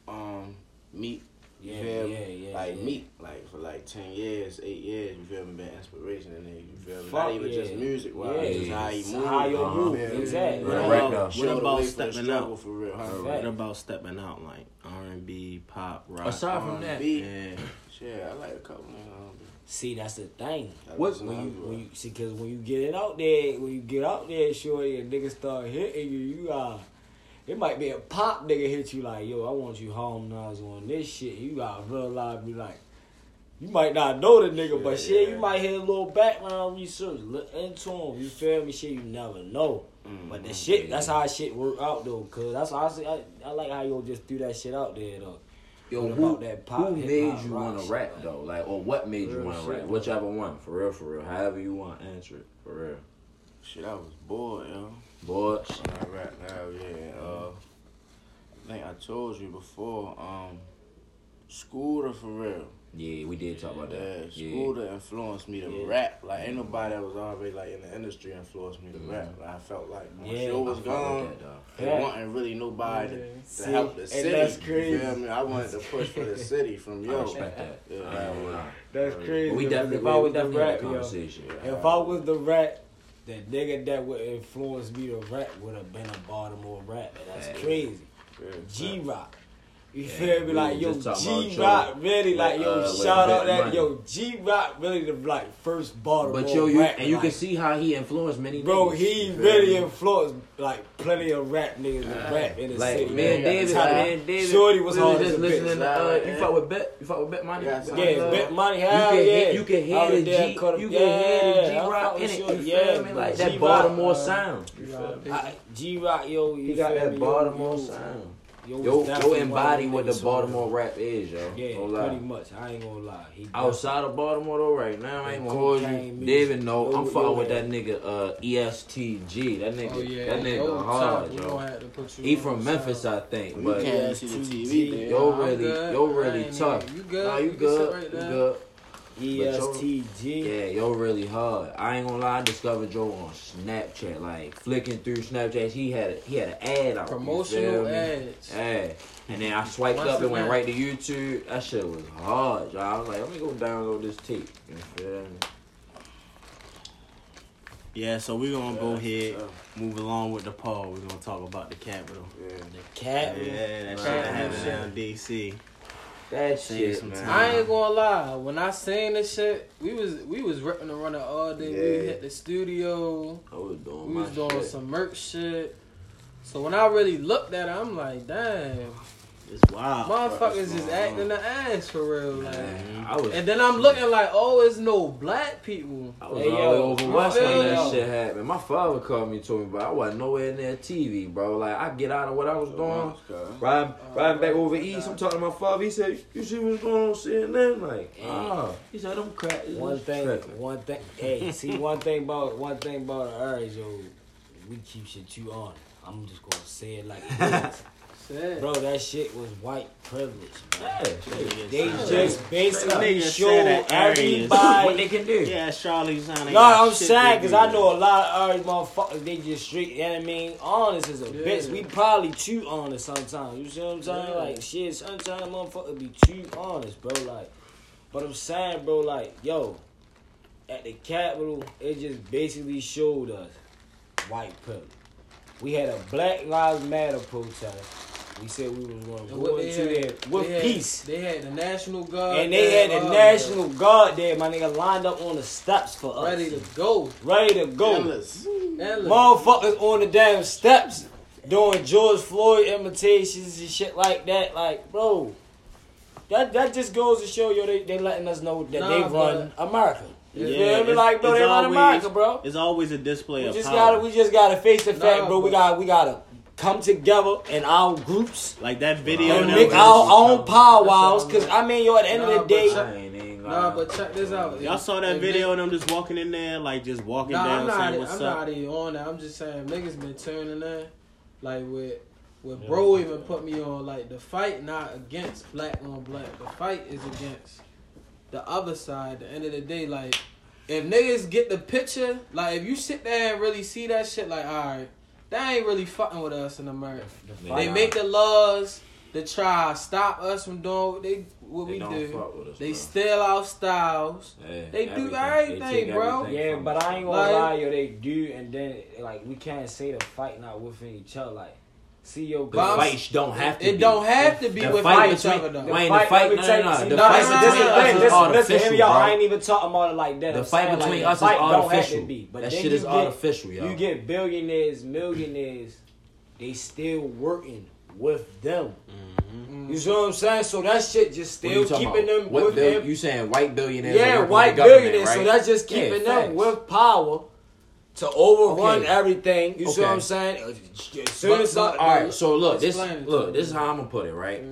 Speaker 2: um meat. You
Speaker 9: Yeah,
Speaker 2: feel
Speaker 9: yeah,
Speaker 2: me?
Speaker 9: yeah,
Speaker 2: like
Speaker 9: yeah.
Speaker 2: meat, like for like ten years, eight years. You feel me? Been inspiration to niggas. You feel me?
Speaker 9: Fuck
Speaker 2: Not even
Speaker 9: yeah.
Speaker 2: just music wise,
Speaker 9: Yeah,
Speaker 2: just how you
Speaker 9: it's
Speaker 2: move.
Speaker 9: how you
Speaker 2: you
Speaker 9: move,
Speaker 2: feel me?
Speaker 9: exactly.
Speaker 5: What
Speaker 8: Right now.
Speaker 5: about,
Speaker 2: Show
Speaker 5: what
Speaker 2: the
Speaker 5: about
Speaker 2: way for the
Speaker 5: stepping
Speaker 2: struggle
Speaker 5: out?
Speaker 2: for real? Huh?
Speaker 5: What about stepping out like R and B, pop, rock?
Speaker 8: Aside from
Speaker 2: R&B.
Speaker 8: that,
Speaker 5: yeah.
Speaker 2: Shit, I like a couple niggas.
Speaker 9: See, that's the thing.
Speaker 2: I
Speaker 9: What
Speaker 2: listen to
Speaker 9: when you
Speaker 2: Andre.
Speaker 9: when you see because when you get it out there, when you get out there, sure, and niggas start hitting you, you uh, it might be a pop nigga hit you like, yo, I want you harmonized on this shit. You gotta realize, be like, you might not know the nigga, but shit, you might hear a little background research, look into him. You feel me? Shit, you never know. But the shit, that's how shit work out though, cause that's how I see. I, I like how you just threw that shit out there though.
Speaker 8: Yo,
Speaker 9: What
Speaker 8: who,
Speaker 9: about that pop,
Speaker 8: who
Speaker 9: hip-hop,
Speaker 8: made you
Speaker 9: rock
Speaker 8: want to
Speaker 9: shit,
Speaker 8: rap
Speaker 9: man?
Speaker 8: though? Like, or what made you
Speaker 4: Real
Speaker 8: want to
Speaker 4: shit,
Speaker 8: rap?
Speaker 4: man.
Speaker 8: Whichever one, for real, for real. However you want, to answer it, for real.
Speaker 2: Shit, I was bored, yo.
Speaker 8: Boy,
Speaker 2: When I rap now, yeah. Uh, I think I told you before. Um, Scooter for real.
Speaker 8: yeah, we did talk about
Speaker 2: Yeah,
Speaker 8: that. Yeah,
Speaker 2: Scooter influenced me to
Speaker 9: Yeah.
Speaker 2: rap. Like ain't nobody that was already like in the industry influenced me to rap. Like, I felt like when
Speaker 9: Yeah,
Speaker 2: show was
Speaker 8: I fuck
Speaker 2: gone,
Speaker 8: with that though.
Speaker 2: there wasn't really nobody
Speaker 4: Yeah.
Speaker 2: to, to
Speaker 9: See,
Speaker 2: help the
Speaker 9: and
Speaker 2: city.
Speaker 9: that's
Speaker 2: You
Speaker 9: crazy.
Speaker 2: feel me? I wanted to push for the city from
Speaker 8: I
Speaker 2: yo.
Speaker 8: respect that.
Speaker 2: Yeah.
Speaker 8: I ain't gonna lie.
Speaker 9: That's crazy.
Speaker 8: But we definitely
Speaker 9: if I
Speaker 8: we
Speaker 9: was that
Speaker 8: definitely had
Speaker 9: rap,
Speaker 8: a
Speaker 9: yo.
Speaker 8: conversation.
Speaker 9: If I was the rat, the nigga that would influence me to rap would have been a Baltimore rapper. That's
Speaker 8: Hey.
Speaker 9: crazy.
Speaker 2: Yeah,
Speaker 9: G Rock. You feel me?
Speaker 6: we
Speaker 9: Like
Speaker 6: was
Speaker 9: yo,
Speaker 6: just talking about
Speaker 9: G Rock
Speaker 6: Joe.
Speaker 9: really like yo,
Speaker 6: Uh, with
Speaker 9: shout out
Speaker 6: Big
Speaker 9: that
Speaker 6: Money.
Speaker 9: yo, G Rock really the like first Baltimore.
Speaker 6: But yo, you,
Speaker 9: rap,
Speaker 6: and you
Speaker 9: like,
Speaker 6: can see how he influenced many.
Speaker 9: Bro,
Speaker 6: niggas,
Speaker 9: he
Speaker 6: you feel
Speaker 9: really
Speaker 6: me? Uh,
Speaker 9: influenced like plenty of rap niggas that rap in the
Speaker 6: Like
Speaker 9: city.
Speaker 6: man,
Speaker 9: Like,
Speaker 6: David,
Speaker 9: top-
Speaker 6: man, David.
Speaker 9: Shorty was
Speaker 6: we
Speaker 9: hard as
Speaker 6: just
Speaker 9: a
Speaker 6: listening
Speaker 9: bitch.
Speaker 6: to. Uh,
Speaker 12: Yeah.
Speaker 6: you fuck with Bet. You fuck with Bet Money.
Speaker 12: Yeah,
Speaker 6: Bet
Speaker 12: son.
Speaker 6: Money,
Speaker 9: Yeah,
Speaker 6: uh,
Speaker 9: Bet Money,
Speaker 6: You
Speaker 9: hell
Speaker 6: can
Speaker 9: yeah.
Speaker 6: hear, you can hear
Speaker 9: Out
Speaker 6: the
Speaker 9: of there,
Speaker 6: G,
Speaker 9: cut up-
Speaker 6: you can
Speaker 9: yeah,
Speaker 6: hear the
Speaker 9: I
Speaker 6: G
Speaker 9: fuck
Speaker 6: Rock in
Speaker 9: with
Speaker 6: it.
Speaker 9: Shorty,
Speaker 6: You
Speaker 9: yeah,
Speaker 6: feel me? Like that
Speaker 9: G-Rock,
Speaker 6: Baltimore
Speaker 9: uh,
Speaker 6: sound. You feel me?
Speaker 9: G Rock, yo, you
Speaker 6: He got
Speaker 9: feel
Speaker 6: that
Speaker 9: me?
Speaker 6: Baltimore
Speaker 9: yo,
Speaker 6: sound.
Speaker 9: Yo, was
Speaker 6: Yo, yo,
Speaker 9: definitely
Speaker 6: embody
Speaker 9: one
Speaker 6: what
Speaker 9: of
Speaker 6: the
Speaker 9: niggas who-
Speaker 6: Baltimore rap is, yo.
Speaker 9: Yeah,
Speaker 6: No lie.
Speaker 9: pretty much. I ain't gonna lie. He
Speaker 6: Outside of Baltimore though, right now, I ain't gonna hold
Speaker 9: Cocaine
Speaker 6: you.
Speaker 9: music.
Speaker 6: David, no,
Speaker 9: Yo,
Speaker 6: I'm
Speaker 9: yo,
Speaker 6: fucking with
Speaker 9: yeah.
Speaker 6: that nigga uh, ESTG. That nigga,
Speaker 4: Oh yeah,
Speaker 6: that nigga
Speaker 4: yo,
Speaker 6: hard,
Speaker 4: Ty, we gonna
Speaker 6: yo.
Speaker 4: have to put you
Speaker 6: He
Speaker 4: on
Speaker 6: from
Speaker 4: the
Speaker 6: Memphis,
Speaker 4: side.
Speaker 6: I think,
Speaker 12: You
Speaker 6: but
Speaker 12: can't see the TV there.
Speaker 6: yo
Speaker 4: Nah, I'm
Speaker 6: really,
Speaker 4: good.
Speaker 6: yo
Speaker 4: I
Speaker 6: really
Speaker 4: ain't
Speaker 6: tough.
Speaker 4: even- you good?
Speaker 6: Nah, you,
Speaker 4: You can
Speaker 6: good?
Speaker 4: sit right
Speaker 6: you
Speaker 4: there.
Speaker 6: good?
Speaker 9: E ESTG.
Speaker 6: Yeah, yo really hard. I ain't gonna lie, I discovered Joe on Snapchat, like flicking through Snapchat. He had a, he had an ad out. you feel
Speaker 4: Promotional
Speaker 6: me?
Speaker 4: ads.
Speaker 6: Hey, and then I swiped
Speaker 4: Once
Speaker 6: up and went
Speaker 4: again.
Speaker 6: right to YouTube. That shit was hard, y'all. I was like, let me go download this tape. You feel me?
Speaker 5: Yeah, so we're gonna go ahead,
Speaker 12: so-
Speaker 5: move along with the poll. We're gonna talk about the Capitol.
Speaker 12: Yeah.
Speaker 5: Yeah,
Speaker 9: Cat.
Speaker 5: that shit
Speaker 6: Right.
Speaker 5: that happened down in DC.
Speaker 6: That
Speaker 5: Save
Speaker 6: shit,
Speaker 5: some
Speaker 6: man.
Speaker 5: time.
Speaker 4: I ain't gonna lie. When I seen this shit, we was we was ripping and running all day. We
Speaker 12: Yeah.
Speaker 4: hit the studio.
Speaker 6: I was doing
Speaker 4: We
Speaker 6: my
Speaker 4: was doing
Speaker 6: shit.
Speaker 4: some merch shit. So when I really looked at it, I'm like, damn,
Speaker 5: It's wild.
Speaker 4: motherfuckers
Speaker 12: going
Speaker 4: is
Speaker 12: on?
Speaker 4: acting the ass for real. Like,
Speaker 6: Man, Mm-hmm. I was,
Speaker 4: and then I'm looking like, oh, it's no black people.
Speaker 6: I was
Speaker 9: Hey,
Speaker 6: all
Speaker 9: yo,
Speaker 6: over
Speaker 9: you
Speaker 6: West when
Speaker 4: feel
Speaker 6: that
Speaker 9: me?
Speaker 6: shit happened. My father called me, told me, but I wasn't nowhere near TV, bro. Like I get out of what I was doing, riding,
Speaker 4: Oh,
Speaker 6: riding back over east. I'm talking to my father. He said, "You see what's going on on CNN?" Like, ah, he said, "I'm crack."
Speaker 9: One thing,
Speaker 6: tripping.
Speaker 9: one thing. Hey, see, one thing about one thing about the Irish, yo, we keep shit too on. I'm just gonna say it like it is.
Speaker 4: Sad.
Speaker 9: bro. That shit was white privilege. Bro.
Speaker 6: Yeah, shit.
Speaker 9: They just basically
Speaker 5: Niggas say
Speaker 9: showed
Speaker 5: that Aryans.
Speaker 6: what
Speaker 9: everybody.
Speaker 6: they can do.
Speaker 5: Yeah, Charlie Zana.
Speaker 9: No, I'm sad because I know a lot of Irish motherfuckers. They just straight. You know what I mean, honest as a
Speaker 4: Yeah.
Speaker 9: bitch. We probably too honest sometimes. You see what I'm saying?
Speaker 4: Yeah.
Speaker 9: Like shit, sometimes motherfuckers be too honest, bro. Like, but I'm saying, bro, like yo, at the Capitol, it just basically showed us white privilege. We had a Black Lives Matter protest. We said we was going to
Speaker 4: And
Speaker 9: go
Speaker 4: what they
Speaker 9: into
Speaker 4: had-
Speaker 9: there with
Speaker 4: they had-
Speaker 9: peace.
Speaker 4: They had the National Guard. uh,
Speaker 9: And they had
Speaker 4: there,
Speaker 9: the
Speaker 4: all
Speaker 9: National Guard there, my nigga, lined up on the steps for
Speaker 4: that,
Speaker 9: us.
Speaker 4: ready to go.
Speaker 9: Ready to go.
Speaker 12: Endless.
Speaker 4: That look-
Speaker 9: Motherfuckers on the damn steps doing George Floyd imitations and shit like that. Like, bro, that that just goes to show you they, they letting us know that
Speaker 4: Nah,
Speaker 9: they run America. You
Speaker 4: Yeah,
Speaker 9: feel me?
Speaker 5: it's-
Speaker 9: Like, bro,
Speaker 5: it's
Speaker 9: they run
Speaker 5: always-
Speaker 9: America, bro.
Speaker 5: It's always a display
Speaker 9: We
Speaker 5: of
Speaker 9: just
Speaker 5: power.
Speaker 9: gotta we just gotta face the fact,
Speaker 4: Nah,
Speaker 9: bro. We
Speaker 4: but-
Speaker 9: got we gotta come together in our groups.
Speaker 5: like that video.
Speaker 9: And
Speaker 5: that
Speaker 9: make
Speaker 5: was-
Speaker 9: our own powwows,
Speaker 4: I'm
Speaker 9: cause I mean, yo, at the end
Speaker 4: Nah,
Speaker 9: of the
Speaker 4: but
Speaker 9: day,
Speaker 4: check-
Speaker 6: I ain't even gonna-
Speaker 4: Nah, but check this out.
Speaker 5: Y'all
Speaker 4: If-
Speaker 5: saw that
Speaker 4: if
Speaker 5: video
Speaker 4: niggas-
Speaker 5: of them just walking in there, like just walking
Speaker 4: Nah, I'm
Speaker 5: down,
Speaker 4: not.
Speaker 5: saying
Speaker 4: I'm
Speaker 5: what's up.
Speaker 4: not even on that. I'm just saying niggas been turning that, like with. With bro even put me on like the fight not against black on black. The fight is against the other side. The end of the day, like if niggas get the picture, like if you sit there and really see that shit, like all right, that ain't really fucking with us in America. They
Speaker 6: Nah.
Speaker 4: make the laws to try to stop us from doing what they what
Speaker 6: They
Speaker 4: we
Speaker 6: don't
Speaker 4: do.
Speaker 6: fuck with us,
Speaker 4: They
Speaker 6: bro.
Speaker 4: steal our styles.
Speaker 6: Yeah,
Speaker 4: they do
Speaker 6: everything. They
Speaker 4: everything,
Speaker 6: take
Speaker 4: bro.
Speaker 6: everything.
Speaker 9: Yeah,
Speaker 6: from
Speaker 9: but
Speaker 6: us.
Speaker 9: I ain't gonna
Speaker 4: Like-
Speaker 9: lie, yo, they do, and then like we can't say the fight not within each other. Like, see your
Speaker 6: The
Speaker 9: girl-
Speaker 4: Bob-
Speaker 6: fights don't have to.
Speaker 4: It
Speaker 6: be.
Speaker 4: don't have to be
Speaker 6: the
Speaker 4: with
Speaker 6: fight
Speaker 4: each
Speaker 6: between-
Speaker 4: other though.
Speaker 6: Wayne, the fight-
Speaker 9: between-
Speaker 6: no, no, no,
Speaker 9: see,
Speaker 6: the
Speaker 9: nah,
Speaker 4: fight
Speaker 9: this is- this is
Speaker 4: between us
Speaker 9: the thing.
Speaker 4: is
Speaker 9: Listen, listen,
Speaker 6: artificial,
Speaker 9: him, y'all. I
Speaker 6: bro.
Speaker 9: ain't even talking about it like that.
Speaker 6: The
Speaker 9: I'm
Speaker 6: fight
Speaker 9: saying,
Speaker 6: between
Speaker 9: like,
Speaker 6: us
Speaker 9: the
Speaker 6: is
Speaker 9: fight don't have to
Speaker 6: artificial.
Speaker 9: be, but
Speaker 6: That
Speaker 9: then
Speaker 6: shit
Speaker 9: you
Speaker 6: is
Speaker 9: get-
Speaker 6: artificial, y'all.
Speaker 9: You get billionaires, millionaires, they still working with them. You see what I'm saying? So that shit just
Speaker 6: Mm-hmm. What you
Speaker 9: still
Speaker 6: talking
Speaker 9: keeping
Speaker 6: about?
Speaker 9: them
Speaker 6: What
Speaker 9: with
Speaker 6: bill-
Speaker 9: them.
Speaker 6: You saying white billionaires? are
Speaker 9: Yeah,
Speaker 6: working
Speaker 9: white
Speaker 6: with the government,
Speaker 9: billionaires. So
Speaker 6: right?
Speaker 9: that's just
Speaker 6: Yeah,
Speaker 9: keeping
Speaker 6: facts.
Speaker 9: them with power to overrun
Speaker 6: Okay.
Speaker 9: everything. You see what
Speaker 6: Okay.
Speaker 9: I'm saying? As soon
Speaker 6: But-
Speaker 9: as
Speaker 6: but-
Speaker 9: I-
Speaker 6: all right, so look, this
Speaker 4: Explain it to me.
Speaker 9: Mm.
Speaker 6: look, this is how I'm gonna put it, right?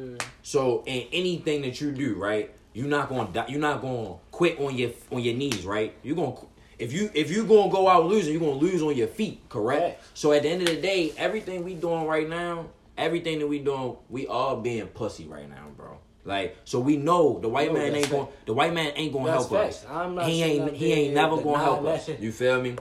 Speaker 6: So in anything that you do, right, you're not gonna die, you're not gonna quit on your on your knees, right? You're gonna qu- if you if you gonna go out losing, you're gonna lose on your feet, correct?
Speaker 9: Correct.
Speaker 6: So at the end of the day, everything we doing right now, everything that we doing, we all being pussy right now, bro. Like so, we know the white
Speaker 9: Yo,
Speaker 6: man
Speaker 9: that's
Speaker 6: ain't going. The white man ain't going to
Speaker 9: That's
Speaker 6: help us.
Speaker 9: facts. I'm not
Speaker 6: he
Speaker 9: saying
Speaker 6: ain't.
Speaker 9: I'm
Speaker 6: He ain't
Speaker 9: being
Speaker 6: never going to help
Speaker 9: denied
Speaker 6: us.
Speaker 9: that.
Speaker 6: You feel me?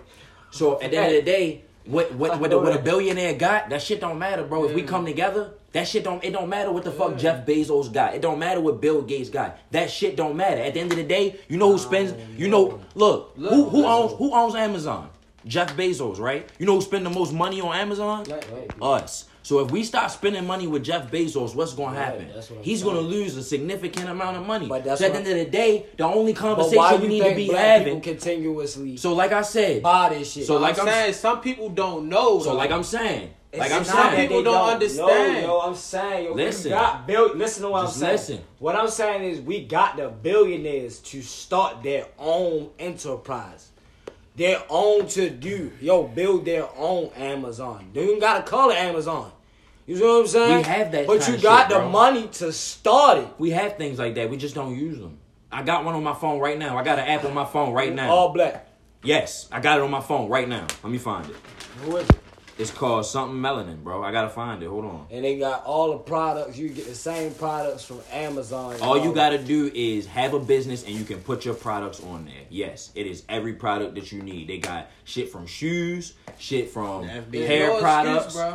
Speaker 6: So at the end of the day, what what what, the, what a billionaire got, that shit don't matter, bro. If we come together, that shit don't it don't matter what the fuck Jeff Bezos got. It don't matter what Bill Gates got. That shit don't matter. At the end of the day, you know who spends you know look, who who owns who owns Amazon? Jeff Bezos, right? You know who spend the most money on Amazon?
Speaker 4: Black people.
Speaker 6: Us.
Speaker 9: So if we stop spending money with Jeff Bezos, what's going to
Speaker 13: Right,
Speaker 9: happen?
Speaker 13: that's what I'm
Speaker 9: He's
Speaker 13: saying.
Speaker 9: going to lose a significant amount of money.
Speaker 13: But
Speaker 9: But
Speaker 13: that's
Speaker 9: at the
Speaker 13: what-
Speaker 9: end of the day, the only
Speaker 13: But why
Speaker 9: conversation
Speaker 13: you
Speaker 9: we need
Speaker 13: think
Speaker 9: to be
Speaker 13: black
Speaker 9: having.
Speaker 13: people continuously
Speaker 9: So like I said,
Speaker 13: buy this shit?
Speaker 9: So like
Speaker 4: I'm
Speaker 9: I'm-
Speaker 4: saying, some people don't know.
Speaker 9: so
Speaker 4: though.
Speaker 9: like I'm saying,
Speaker 13: It's
Speaker 9: like I'm
Speaker 13: not that
Speaker 9: saying,
Speaker 13: they
Speaker 4: people don't understand.
Speaker 6: No, yo, I'm saying, yo,
Speaker 9: Listen.
Speaker 6: we got bill. Listen to what
Speaker 9: Just
Speaker 6: I'm saying.
Speaker 9: listen.
Speaker 6: What I'm saying is, we got the billionaires to start their own enterprise, their own to do. Yo, build their own Amazon. They even gotta call it Amazon. You see what I'm saying?
Speaker 9: We have that
Speaker 6: but
Speaker 9: kinda
Speaker 6: you got
Speaker 9: shit,
Speaker 6: the
Speaker 9: bro.
Speaker 6: money to start it.
Speaker 9: we have things like that. We just don't use them. I got one on my phone right now. I got an app on my phone right now.
Speaker 6: All black.
Speaker 9: Yes, I got it on my phone right now. Let me find it.
Speaker 6: Who is it?
Speaker 9: It's called something melanin, bro. I gotta find it. Hold on.
Speaker 6: And they got all the products. You get the same products from Amazon. and
Speaker 9: All you
Speaker 6: that.
Speaker 9: gotta do is have a business and you can put your products on there. Yes, it is every product that you need. They got shit from shoes, shit from
Speaker 5: FBI.
Speaker 9: hair
Speaker 4: No excuse,
Speaker 9: products,
Speaker 4: bro.